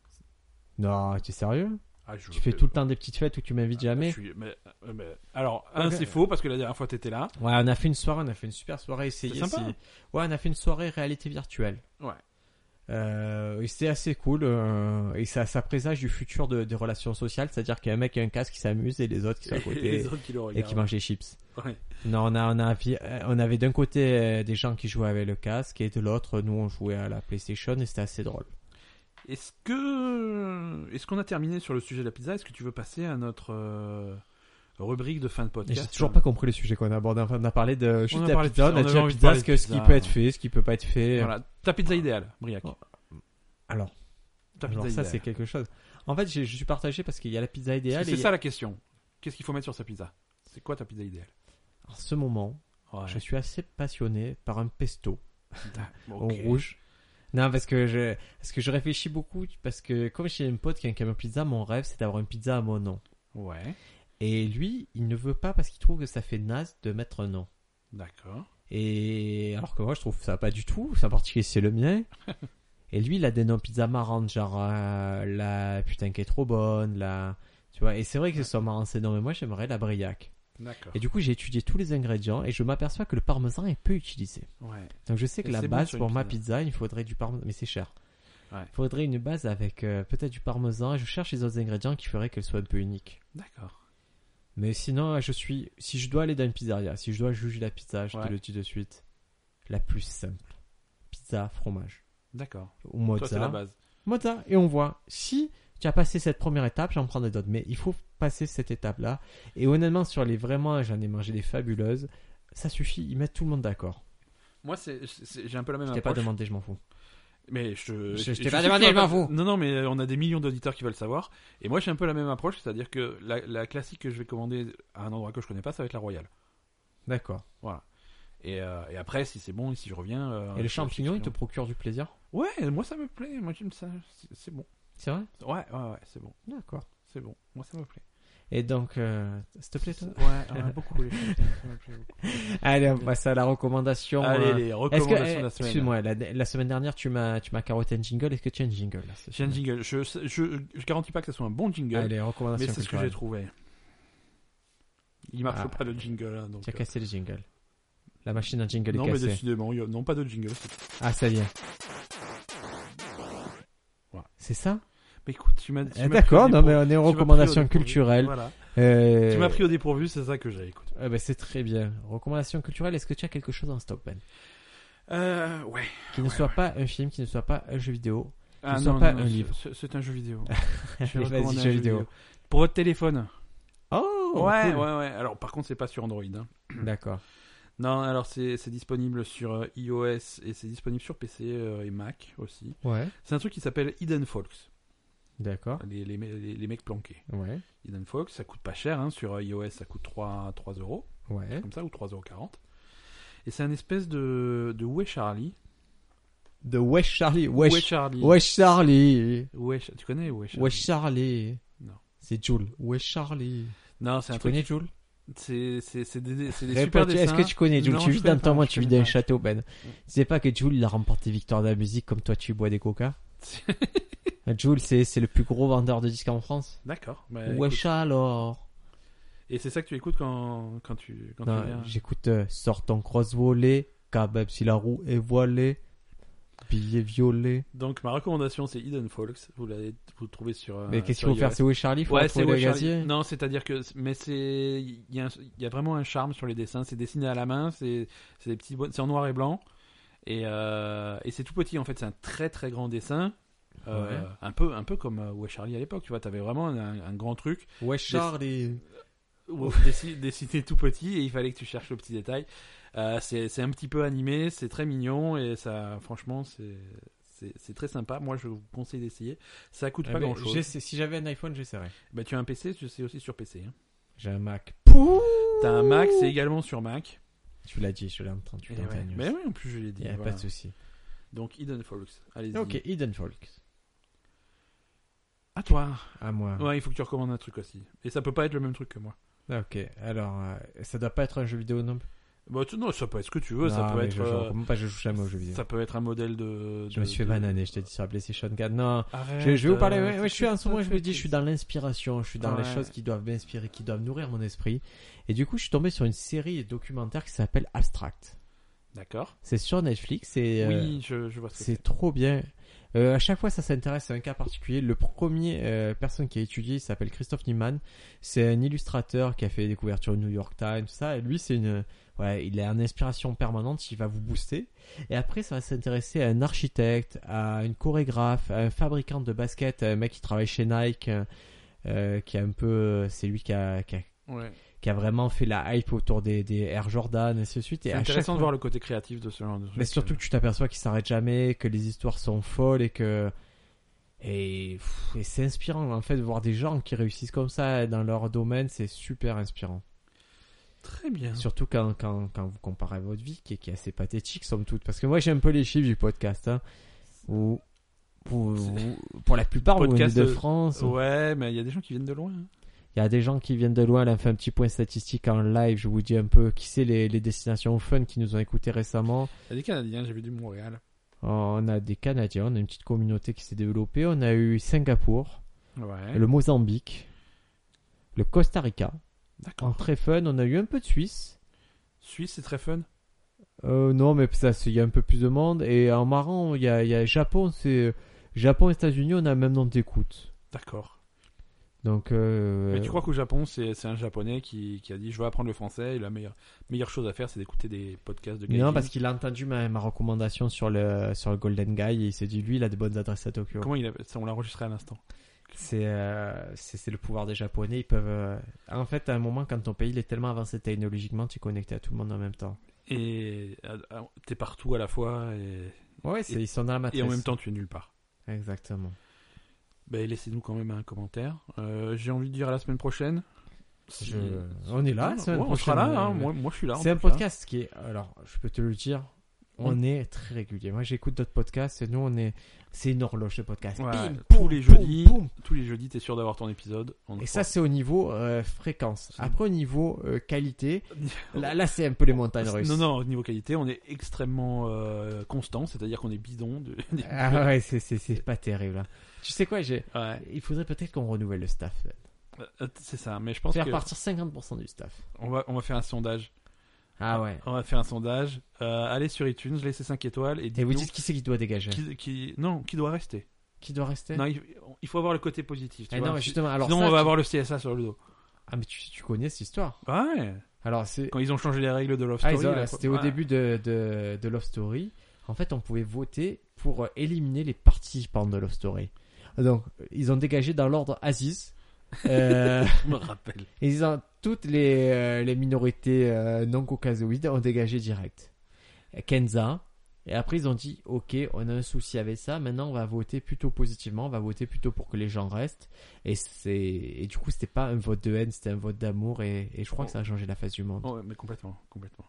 [SPEAKER 1] Non, tu es sérieux
[SPEAKER 2] Ah, je- Ah,
[SPEAKER 1] Tu fais tout le temps des petites fêtes où tu m'invites
[SPEAKER 2] Je
[SPEAKER 1] jamais
[SPEAKER 2] suis- mais- euh, mais- Alors, un,
[SPEAKER 1] Ok.
[SPEAKER 2] c'est faux parce que la dernière fois, t'étais là.
[SPEAKER 1] Ouais, on a fait une soirée, on a fait une super soirée. Essayez,
[SPEAKER 2] C'est sympa.
[SPEAKER 1] si- Ouais, on a fait une soirée réalité virtuelle.
[SPEAKER 2] Ouais.
[SPEAKER 1] Euh, et c'était assez cool euh, et ça, ça présage du futur de- des relations sociales, c'est-à-dire qu'il y a un mec qui a un casque qui s'amuse et les autres qui sont à
[SPEAKER 2] [LAUGHS] Et
[SPEAKER 1] côté
[SPEAKER 2] les autres qui le regardent.
[SPEAKER 1] et qui mangent des chips.
[SPEAKER 2] Ouais.
[SPEAKER 1] Non, on a, on a, vi- euh, on avait d'un côté euh, des gens qui jouaient avec le casque et de l'autre nous on jouait à la PlayStation et c'était assez drôle.
[SPEAKER 2] Est-ce que. Est-ce qu'on a terminé sur le sujet de la pizza Est-ce que tu veux passer à notre euh, rubrique de fin de
[SPEAKER 1] Et j'ai
[SPEAKER 2] podcast
[SPEAKER 1] toujours pas compris le sujet qu'on a abordé. Enfin, on a parlé de juste
[SPEAKER 2] a
[SPEAKER 1] la
[SPEAKER 2] parlé de
[SPEAKER 1] pizza,
[SPEAKER 2] pizza,
[SPEAKER 1] on a
[SPEAKER 2] on
[SPEAKER 1] dit
[SPEAKER 2] avait
[SPEAKER 1] la
[SPEAKER 2] envie de
[SPEAKER 1] pizza,
[SPEAKER 2] parler
[SPEAKER 1] ce
[SPEAKER 2] de
[SPEAKER 1] que- ce qui
[SPEAKER 2] pizza.
[SPEAKER 1] peut être fait, ce qui peut pas être fait.
[SPEAKER 2] Voilà, ta pizza idéale, Briac.
[SPEAKER 1] Oh, Alors,
[SPEAKER 2] Ta pizza
[SPEAKER 1] alors ça
[SPEAKER 2] idéale.
[SPEAKER 1] c'est quelque chose. En fait, j'ai- je suis partagé parce qu'il y a la pizza
[SPEAKER 2] Parce
[SPEAKER 1] idéale.
[SPEAKER 2] que
[SPEAKER 1] et
[SPEAKER 2] C'est ça la question. Qu'est-ce qu'il faut mettre sur sa pizza C'est quoi ta pizza idéale
[SPEAKER 1] En ce moment,
[SPEAKER 2] Ouais.
[SPEAKER 1] je suis assez passionné par un pesto.
[SPEAKER 2] Ok.
[SPEAKER 1] [LAUGHS] au rouge. Non, parce que je, parce que je réfléchis beaucoup, parce que comme j'ai un pote qui a un camion pizza, mon rêve c'est d'avoir une pizza à mon nom.
[SPEAKER 2] Ouais,
[SPEAKER 1] Et lui, il ne veut pas parce qu'il trouve que ça fait naze de mettre un nom.
[SPEAKER 2] d'accord. [LAUGHS]
[SPEAKER 1] Et alors que moi je trouve ça pas du tout, c'est en particulier c'est le mien. Et lui, il a des noms pizza marrantes, genre euh, la putain qui est trop bonne, la. Tu vois, et c'est vrai que ce soit marrant ces noms, mais moi j'aimerais la briac.
[SPEAKER 2] D'accord.
[SPEAKER 1] Et du coup, j'ai étudié tous les ingrédients et je m'aperçois que le parmesan est peu utilisé.
[SPEAKER 2] Ouais.
[SPEAKER 1] Donc je sais que
[SPEAKER 2] Et
[SPEAKER 1] la
[SPEAKER 2] c'est bon
[SPEAKER 1] base
[SPEAKER 2] sur une
[SPEAKER 1] pour ma
[SPEAKER 2] pizza.
[SPEAKER 1] pizza, il me faudrait du parmesan, mais c'est cher.
[SPEAKER 2] Ouais.
[SPEAKER 1] Il faudrait une base avec euh, peut-être du parmesan. Je cherche les autres ingrédients qui feraient qu'elle soit un peu unique.
[SPEAKER 2] D'accord.
[SPEAKER 1] Mais sinon, euh, je suis. Si je dois aller dans une pizzeria, si je dois juger la pizza, je
[SPEAKER 2] Ouais.
[SPEAKER 1] te le dis de suite. La plus simple. Pizza, fromage.
[SPEAKER 2] D'accord.
[SPEAKER 1] Ou
[SPEAKER 2] Toi, c'est la
[SPEAKER 1] mozza.
[SPEAKER 2] base.
[SPEAKER 1] Mozza. Et on voit. Si tu as passé cette première étape, j'en prendrai d'autres. Mais il faut passer cette étape-là. Et honnêtement, sur les vraiment, j'en ai mangé des fabuleuses. Ça suffit, ils mettent tout le monde d'accord.
[SPEAKER 2] Moi, c'est, c'est- j'ai un peu la même
[SPEAKER 1] Je t'ai pas
[SPEAKER 2] approche.
[SPEAKER 1] demandé, je m'en fous.
[SPEAKER 2] Mais
[SPEAKER 1] Je-
[SPEAKER 2] je,
[SPEAKER 1] je t'ai
[SPEAKER 2] suis
[SPEAKER 1] pas
[SPEAKER 2] sûr
[SPEAKER 1] demandé,
[SPEAKER 2] qu'on va
[SPEAKER 1] je m'en
[SPEAKER 2] pas- Non, non, mais euh, on a des millions d'auditeurs qui veulent savoir. Et moi, j'ai un peu la même approche, c'est-à-dire que la, la classique que je vais commander à un endroit que je connais pas, ça va être la Royale.
[SPEAKER 1] D'accord.
[SPEAKER 2] Et, euh, et après, si c'est bon, et si je reviens. euh,
[SPEAKER 1] Et les
[SPEAKER 2] je-
[SPEAKER 1] champignons,
[SPEAKER 2] je-
[SPEAKER 1] ils te procurent du plaisir
[SPEAKER 2] Ouais, moi ça me plaît. Moi j'aime ça. C'est, c'est bon.
[SPEAKER 1] C'est vrai
[SPEAKER 2] Ouais, ouais, ouais, c'est bon.
[SPEAKER 1] D'accord.
[SPEAKER 2] C'est bon. Moi ça me plaît.
[SPEAKER 1] Et donc, euh, s'il te plaît, toi
[SPEAKER 2] Ouais, ouais, beaucoup les champignons, ça me plaît beaucoup.
[SPEAKER 1] Allez, on passe à la recommandation.
[SPEAKER 2] [LAUGHS] Allez,
[SPEAKER 1] euh,
[SPEAKER 2] les
[SPEAKER 1] Est-ce que,
[SPEAKER 2] recommandations de
[SPEAKER 1] eh,
[SPEAKER 2] la semaine.
[SPEAKER 1] excuse-moi, la, la semaine dernière, tu m'as, tu m'as carotté un jingle. Est-ce que tu as un jingle là, cette
[SPEAKER 2] J'ai un
[SPEAKER 1] semaine
[SPEAKER 2] jingle. Je, je, je garantis pas que ce soit un bon jingle,
[SPEAKER 1] Allez, recommandation.
[SPEAKER 2] mais c'est ce que j'ai trouvé. Il marche
[SPEAKER 1] Ah.
[SPEAKER 2] pas le jingle. hein, donc,
[SPEAKER 1] Tu as
[SPEAKER 2] euh,
[SPEAKER 1] cassé le jingle. La machine à jingle
[SPEAKER 2] non,
[SPEAKER 1] est
[SPEAKER 2] mais
[SPEAKER 1] cassée.
[SPEAKER 2] décidément, il y a- non, pas de jingle.
[SPEAKER 1] Ah, ça y est.
[SPEAKER 2] Ouais.
[SPEAKER 1] C'est ça
[SPEAKER 2] Mais écoute, tu m'as. tu
[SPEAKER 1] Eh,
[SPEAKER 2] m'as
[SPEAKER 1] D'accord,
[SPEAKER 2] pris
[SPEAKER 1] non,
[SPEAKER 2] au
[SPEAKER 1] mais
[SPEAKER 2] dépourvu.
[SPEAKER 1] on est aux
[SPEAKER 2] Tu m'as pris au
[SPEAKER 1] recommandations
[SPEAKER 2] dépourvu.
[SPEAKER 1] culturelles.
[SPEAKER 2] Voilà.
[SPEAKER 1] Euh,
[SPEAKER 2] euh, Tu m'as pris au dépourvu, c'est ça que j'ai. Écoute.
[SPEAKER 1] eh ben, c'est très bien. Recommandations culturelles, est-ce que tu as quelque chose en stock, Ben
[SPEAKER 2] Euh, ouais.
[SPEAKER 1] Qui ne
[SPEAKER 2] Ouais,
[SPEAKER 1] soit
[SPEAKER 2] ouais.
[SPEAKER 1] pas un film, qui ne soit pas un jeu vidéo.
[SPEAKER 2] Ah,
[SPEAKER 1] ne sors
[SPEAKER 2] non,
[SPEAKER 1] pas
[SPEAKER 2] non,
[SPEAKER 1] un
[SPEAKER 2] c'est-
[SPEAKER 1] livre.
[SPEAKER 2] c'est- C'est un
[SPEAKER 1] [LAUGHS]
[SPEAKER 2] jeu vidéo. [LAUGHS] Je
[SPEAKER 1] Allez,
[SPEAKER 2] vais recommander
[SPEAKER 1] Vas-y,
[SPEAKER 2] un
[SPEAKER 1] jeu vidéo.
[SPEAKER 2] Pour votre téléphone.
[SPEAKER 1] Oh
[SPEAKER 2] ouais,
[SPEAKER 1] cool.
[SPEAKER 2] ouais, ouais. Alors, par contre, c'est pas sur Android. hein.
[SPEAKER 1] D'accord.
[SPEAKER 2] Non, alors c'est c'est disponible sur euh, iOS et c'est disponible sur PC euh, et Mac aussi.
[SPEAKER 1] Ouais.
[SPEAKER 2] C'est un truc qui s'appelle Hidden Folks.
[SPEAKER 1] D'accord.
[SPEAKER 2] Les, les, me- les- les mecs planqués.
[SPEAKER 1] Ouais.
[SPEAKER 2] Hidden Folks, ça coûte pas cher. hein. Sur euh, iOS, ça coûte 3, 3 euros,
[SPEAKER 1] Ouais.
[SPEAKER 2] comme ça, ou 3,40 euros. Et c'est un espèce de, de Où est Charlie
[SPEAKER 1] De Wesh Charlie.
[SPEAKER 2] Où est
[SPEAKER 1] Wesh.
[SPEAKER 2] Charlie
[SPEAKER 1] Wesh Charlie.
[SPEAKER 2] Où est Cha- Tu connais Où est Charlie
[SPEAKER 1] Wesh Charlie.
[SPEAKER 2] Non.
[SPEAKER 1] C'est Jules. Wesh Charlie.
[SPEAKER 2] Non, c'est un
[SPEAKER 1] Tu
[SPEAKER 2] truc.
[SPEAKER 1] connais Jules
[SPEAKER 2] C'est c'est- c'est des, c'est des super
[SPEAKER 1] Réponds,
[SPEAKER 2] dessins.
[SPEAKER 1] est-ce que tu connais Jules
[SPEAKER 2] Non,
[SPEAKER 1] Tu
[SPEAKER 2] je
[SPEAKER 1] vis dans
[SPEAKER 2] connais
[SPEAKER 1] ton
[SPEAKER 2] pas,
[SPEAKER 1] monde,
[SPEAKER 2] je
[SPEAKER 1] tu vis
[SPEAKER 2] connais
[SPEAKER 1] dans un
[SPEAKER 2] pas.
[SPEAKER 1] château, Ben. Tu sais pas que Jules il a remporté victoire de la musique comme toi tu bois des
[SPEAKER 2] [LAUGHS]
[SPEAKER 1] coca Euh, Jules, c'est c'est le plus gros vendeur de disques en France.
[SPEAKER 2] D'accord. bah, écoute.
[SPEAKER 1] Wesh alors
[SPEAKER 2] Et c'est ça que tu écoutes quand, quand tu quand tu
[SPEAKER 1] Non,
[SPEAKER 2] viens.
[SPEAKER 1] J'écoute euh, Sors ton cross-volé, Kabeb si la roue est voilée, Billet violet.
[SPEAKER 2] Donc ma recommandation c'est Hidden Folks. Vous l'avez vous le trouvez sur. euh,
[SPEAKER 1] Mais qu'est-ce qu'il
[SPEAKER 2] sur
[SPEAKER 1] faut faire
[SPEAKER 2] iOS.
[SPEAKER 1] C'est Wesh Charlie Faut
[SPEAKER 2] Ouais, c'est
[SPEAKER 1] retrouver le
[SPEAKER 2] Wesh Charlie.
[SPEAKER 1] gazier
[SPEAKER 2] Non, c'est-à-dire que mais c'est il y, a un- il y a vraiment un charme sur les dessins. C'est dessiné à la main. C'est c'est des petits bo- c'est en noir et blanc et euh, et c'est tout petit en fait. C'est un très très grand dessin. Euh,
[SPEAKER 1] Ouais.
[SPEAKER 2] Un peu un peu comme euh, Wesh Charlie à l'époque. Tu vois, t'avais vraiment un, un grand truc
[SPEAKER 1] Wesh Charlie
[SPEAKER 2] où [LAUGHS] dessi- dessiné tout petit et il fallait que tu cherches le petit détail. Euh, c'est c'est un petit peu animé, c'est très mignon et ça, franchement, c'est c'est- c'est très sympa. Moi, je vous conseille d'essayer. Ça coûte
[SPEAKER 1] Ah
[SPEAKER 2] pas
[SPEAKER 1] ben,
[SPEAKER 2] grand chose.
[SPEAKER 1] j'essaie- Si j'avais un iPhone, j'essaierais.
[SPEAKER 2] Bah, tu as un PC, tu sais aussi sur PC. hein.
[SPEAKER 1] J'ai un Mac.
[SPEAKER 2] T'as un Mac, c'est également sur Mac.
[SPEAKER 1] Tu l'as dit, je l'ai entendu
[SPEAKER 2] Et
[SPEAKER 1] dans ta
[SPEAKER 2] Eh ouais.
[SPEAKER 1] news.
[SPEAKER 2] Mais oui, en plus, je l'ai dit.
[SPEAKER 1] Y a
[SPEAKER 2] voilà.
[SPEAKER 1] pas de souci.
[SPEAKER 2] Donc, Hidden Folks, allez-y.
[SPEAKER 1] Ok, Hidden Folks.
[SPEAKER 2] À toi.
[SPEAKER 1] À moi.
[SPEAKER 2] Ouais, il faut que tu recommandes un truc aussi. Et ça peut pas être le même truc que moi.
[SPEAKER 1] Ah, Ok, alors euh, ça doit pas être un jeu vidéo non plus.
[SPEAKER 2] Bah, tu- non, ça peut être ce que tu veux. ça
[SPEAKER 1] Non,
[SPEAKER 2] peut
[SPEAKER 1] mais
[SPEAKER 2] être.
[SPEAKER 1] Je, je
[SPEAKER 2] euh,
[SPEAKER 1] recommande pas, je joue jamais aux jeux vidéo.
[SPEAKER 2] ça peut être un modèle de.
[SPEAKER 1] Je
[SPEAKER 2] de-
[SPEAKER 1] me suis fait
[SPEAKER 2] de-
[SPEAKER 1] bananer, je t'ai dit sur la PlayStation 4. Non,
[SPEAKER 2] Arrête,
[SPEAKER 1] je, je vais vous parler.
[SPEAKER 2] euh,
[SPEAKER 1] ouais, ouais, je suis en ce moment, je me dis, je suis dans l'inspiration, je suis dans les
[SPEAKER 2] Ouais.
[SPEAKER 1] choses qui doivent m'inspirer, qui doivent nourrir mon esprit. Et du coup, je suis tombé sur une série documentaire qui s'appelle Abstract.
[SPEAKER 2] D'accord.
[SPEAKER 1] C'est sur Netflix et. euh,
[SPEAKER 2] Oui, je, je vois ce que
[SPEAKER 1] C'est trop bien. Euh, à chaque fois, ça s'intéresse à un cas particulier. Le premier euh, personne qui a étudié, il s'appelle Christophe Niemann. C'est un illustrateur qui a fait des couvertures au New York Times, tout ça. Et lui, c'est une, ouais, il a une inspiration permanente. Il va vous booster. Et après, ça va s'intéresser à un architecte, à une chorégraphe, à un fabricant de baskets, à un mec qui travaille chez Nike, euh, euh, qui a un peu, euh, c'est lui qui a, qui a,
[SPEAKER 2] Ouais.
[SPEAKER 1] qui a vraiment fait la hype autour des, des Air Jordan, et ainsi de suite. Et
[SPEAKER 2] C'est
[SPEAKER 1] à chaque
[SPEAKER 2] intéressant de
[SPEAKER 1] fois-
[SPEAKER 2] voir le côté créatif de ce genre de truc. euh.
[SPEAKER 1] mais surtout que tu t'aperçois qu'ils s'arrêtent jamais, que les histoires sont folles et que. Et, pff, et c'est inspirant en fait de voir des gens qui réussissent comme ça dans leur domaine, c'est super inspirant.
[SPEAKER 2] Très bien.
[SPEAKER 1] Surtout quand, quand, quand vous comparez votre vie qui est, qui est assez pathétique, somme toute. Parce que moi j'ai un peu les chiffres du podcast, hein, où, où- où- pour la plupart, vous venez
[SPEAKER 2] Podcast,
[SPEAKER 1] de
[SPEAKER 2] euh,
[SPEAKER 1] France. ou-
[SPEAKER 2] Ouais, mais il y a des gens qui viennent de loin. hein.
[SPEAKER 1] Il y a des gens qui viennent de loin, là, on fait un petit point statistique en live, je vous dis un peu qui c'est les, les destinations fun qui nous ont écoutés récemment.
[SPEAKER 2] Il y a des Canadiens, j'ai vu du Montréal.
[SPEAKER 1] On a des Canadiens, on a une petite communauté qui s'est développée. On a eu Singapour,
[SPEAKER 2] Ouais.
[SPEAKER 1] le Mozambique, le Costa Rica.
[SPEAKER 2] D'accord.
[SPEAKER 1] Très fun. On a eu un peu de Suisse.
[SPEAKER 2] Suisse, c'est très fun.
[SPEAKER 1] Euh, non, mais ça, c'est- il y a un peu plus de monde. Et en marrant, il y a, il y a Japon. C'est Japon, États-Unis, on a le même nombre d'écoutes.
[SPEAKER 2] D'accord.
[SPEAKER 1] Donc, euh,
[SPEAKER 2] Mais tu crois qu'au Japon, c'est c'est un japonais qui, qui a dit je veux apprendre le français et la meilleure, meilleure chose à faire, c'est d'écouter des podcasts de
[SPEAKER 1] non,
[SPEAKER 2] gaijin.
[SPEAKER 1] parce qu'il a entendu ma, ma recommandation sur le sur le Golden Guy et il s'est dit lui, il a de bonnes adresses à Tokyo.
[SPEAKER 2] Comment il appelle ça On l'a enregistré à l'instant.
[SPEAKER 1] C'est euh, c'est c'est le pouvoir des Japonais. Ils peuvent. euh, En fait, à un moment, quand ton pays il est tellement avancé technologiquement, tu es connecté à tout le monde en même temps.
[SPEAKER 2] Et ah, ah, t'es partout à la fois et,
[SPEAKER 1] Ouais, c'est- ils sont dans la matrice.
[SPEAKER 2] et en même temps, tu es nulle part.
[SPEAKER 1] Exactement.
[SPEAKER 2] Ben, laissez-nous quand même un commentaire. Euh, J'ai envie de dire à la semaine prochaine. Si-
[SPEAKER 1] Je- On est là.
[SPEAKER 2] Ouais,
[SPEAKER 1] la semaine
[SPEAKER 2] on sera là.
[SPEAKER 1] prochaine,
[SPEAKER 2] hein.
[SPEAKER 1] euh,
[SPEAKER 2] Moi, moi, je suis là.
[SPEAKER 1] C'est
[SPEAKER 2] en
[SPEAKER 1] un
[SPEAKER 2] tout cas. Mm.
[SPEAKER 1] podcast qui est. Alors, je peux te le dire. On est très régulier. Moi, j'écoute d'autres podcasts et nous, on est. C'est une horloge ce podcast.
[SPEAKER 2] Ouais,
[SPEAKER 1] Bim,
[SPEAKER 2] tous
[SPEAKER 1] poum,
[SPEAKER 2] les
[SPEAKER 1] poum,
[SPEAKER 2] jeudis.
[SPEAKER 1] poum.
[SPEAKER 2] Tous les jeudis, t'es sûr d'avoir ton épisode. On
[SPEAKER 1] Et
[SPEAKER 2] croit.
[SPEAKER 1] ça, c'est au niveau euh, fréquence.
[SPEAKER 2] C'est-
[SPEAKER 1] Après, au niveau euh, qualité, là, là, c'est un peu les montagnes russes.
[SPEAKER 2] Non, non, au niveau qualité, on est extrêmement euh, constant, c'est-à-dire qu'on est bidon. De... [LAUGHS] des-
[SPEAKER 1] Ah ouais, c'est- c'est c'est pas terrible. hein. Tu sais quoi, j'ai.
[SPEAKER 2] Ouais,
[SPEAKER 1] Il faudrait peut-être qu'on renouvelle le staff.
[SPEAKER 2] euh, c'est ça, mais je pense
[SPEAKER 1] Faire
[SPEAKER 2] que
[SPEAKER 1] partir 50% du staff.
[SPEAKER 2] on va, on va faire un sondage.
[SPEAKER 1] Ah ouais.
[SPEAKER 2] On va faire un sondage. Euh, allez sur iTunes, laissez 5 étoiles et
[SPEAKER 1] Et
[SPEAKER 2] dites-nous
[SPEAKER 1] vous dites qui c'est qui doit dégager
[SPEAKER 2] qui, qui- non, qui doit rester.
[SPEAKER 1] Qui doit rester
[SPEAKER 2] Non, il, il faut avoir le côté positif. Tu
[SPEAKER 1] Eh
[SPEAKER 2] vois.
[SPEAKER 1] non, mais
[SPEAKER 2] Si-
[SPEAKER 1] justement, alors
[SPEAKER 2] Sinon,
[SPEAKER 1] ça,
[SPEAKER 2] on va
[SPEAKER 1] tu-
[SPEAKER 2] avoir le CSA sur le dos.
[SPEAKER 1] Ah, mais tu, tu connais cette histoire.
[SPEAKER 2] Ouais.
[SPEAKER 1] Alors, c'est.
[SPEAKER 2] Quand ils ont changé les règles de Love
[SPEAKER 1] Ah,
[SPEAKER 2] Story.
[SPEAKER 1] ils ont-
[SPEAKER 2] là,
[SPEAKER 1] c'était
[SPEAKER 2] quoi.
[SPEAKER 1] au
[SPEAKER 2] Ouais.
[SPEAKER 1] début de, de, de Love Story. En fait, on pouvait voter pour euh, éliminer les participants de Love Story. Donc, ils ont dégagé dans l'ordre Aziz.
[SPEAKER 2] [LAUGHS]
[SPEAKER 1] Euh,
[SPEAKER 2] [LAUGHS] Je
[SPEAKER 1] [LAUGHS]
[SPEAKER 2] me rappelle.
[SPEAKER 1] et ils ont toutes les, euh, les minorités euh, non caucasoïdes ont dégagé direct. Kenza. Et après, ils ont dit, ok, on a un souci avec ça. Maintenant, on va voter plutôt positivement. On va voter plutôt pour que les gens restent. Et c'est, et du coup, c'était pas un vote de haine, c'était un vote d'amour. Et, et je crois que ça a changé la face du monde.
[SPEAKER 2] Oh, ouais, mais complètement, complètement.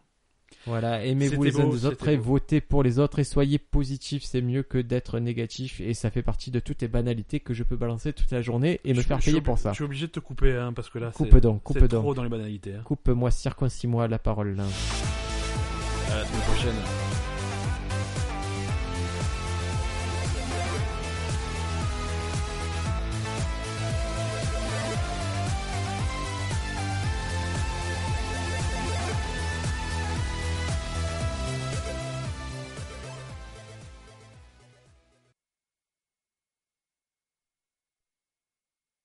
[SPEAKER 1] Voilà, aimez-vous
[SPEAKER 2] C'était
[SPEAKER 1] les uns
[SPEAKER 2] beau,
[SPEAKER 1] des autres
[SPEAKER 2] c'était
[SPEAKER 1] et
[SPEAKER 2] beau.
[SPEAKER 1] votez pour les autres et soyez positif, c'est mieux que d'être négatif et ça fait partie de toutes les banalités que je peux balancer toute la journée et me
[SPEAKER 2] Je-
[SPEAKER 1] faire
[SPEAKER 2] je suis
[SPEAKER 1] payer
[SPEAKER 2] obli-
[SPEAKER 1] pour ça.
[SPEAKER 2] Je suis obligé de te couper hein, parce que là,
[SPEAKER 1] Coupe
[SPEAKER 2] c'est-
[SPEAKER 1] donc, coupe
[SPEAKER 2] c'est
[SPEAKER 1] donc.
[SPEAKER 2] trop dans les banalités. hein.
[SPEAKER 1] Coupe-moi, circoncis-moi la parole là.
[SPEAKER 2] À la semaine prochaine.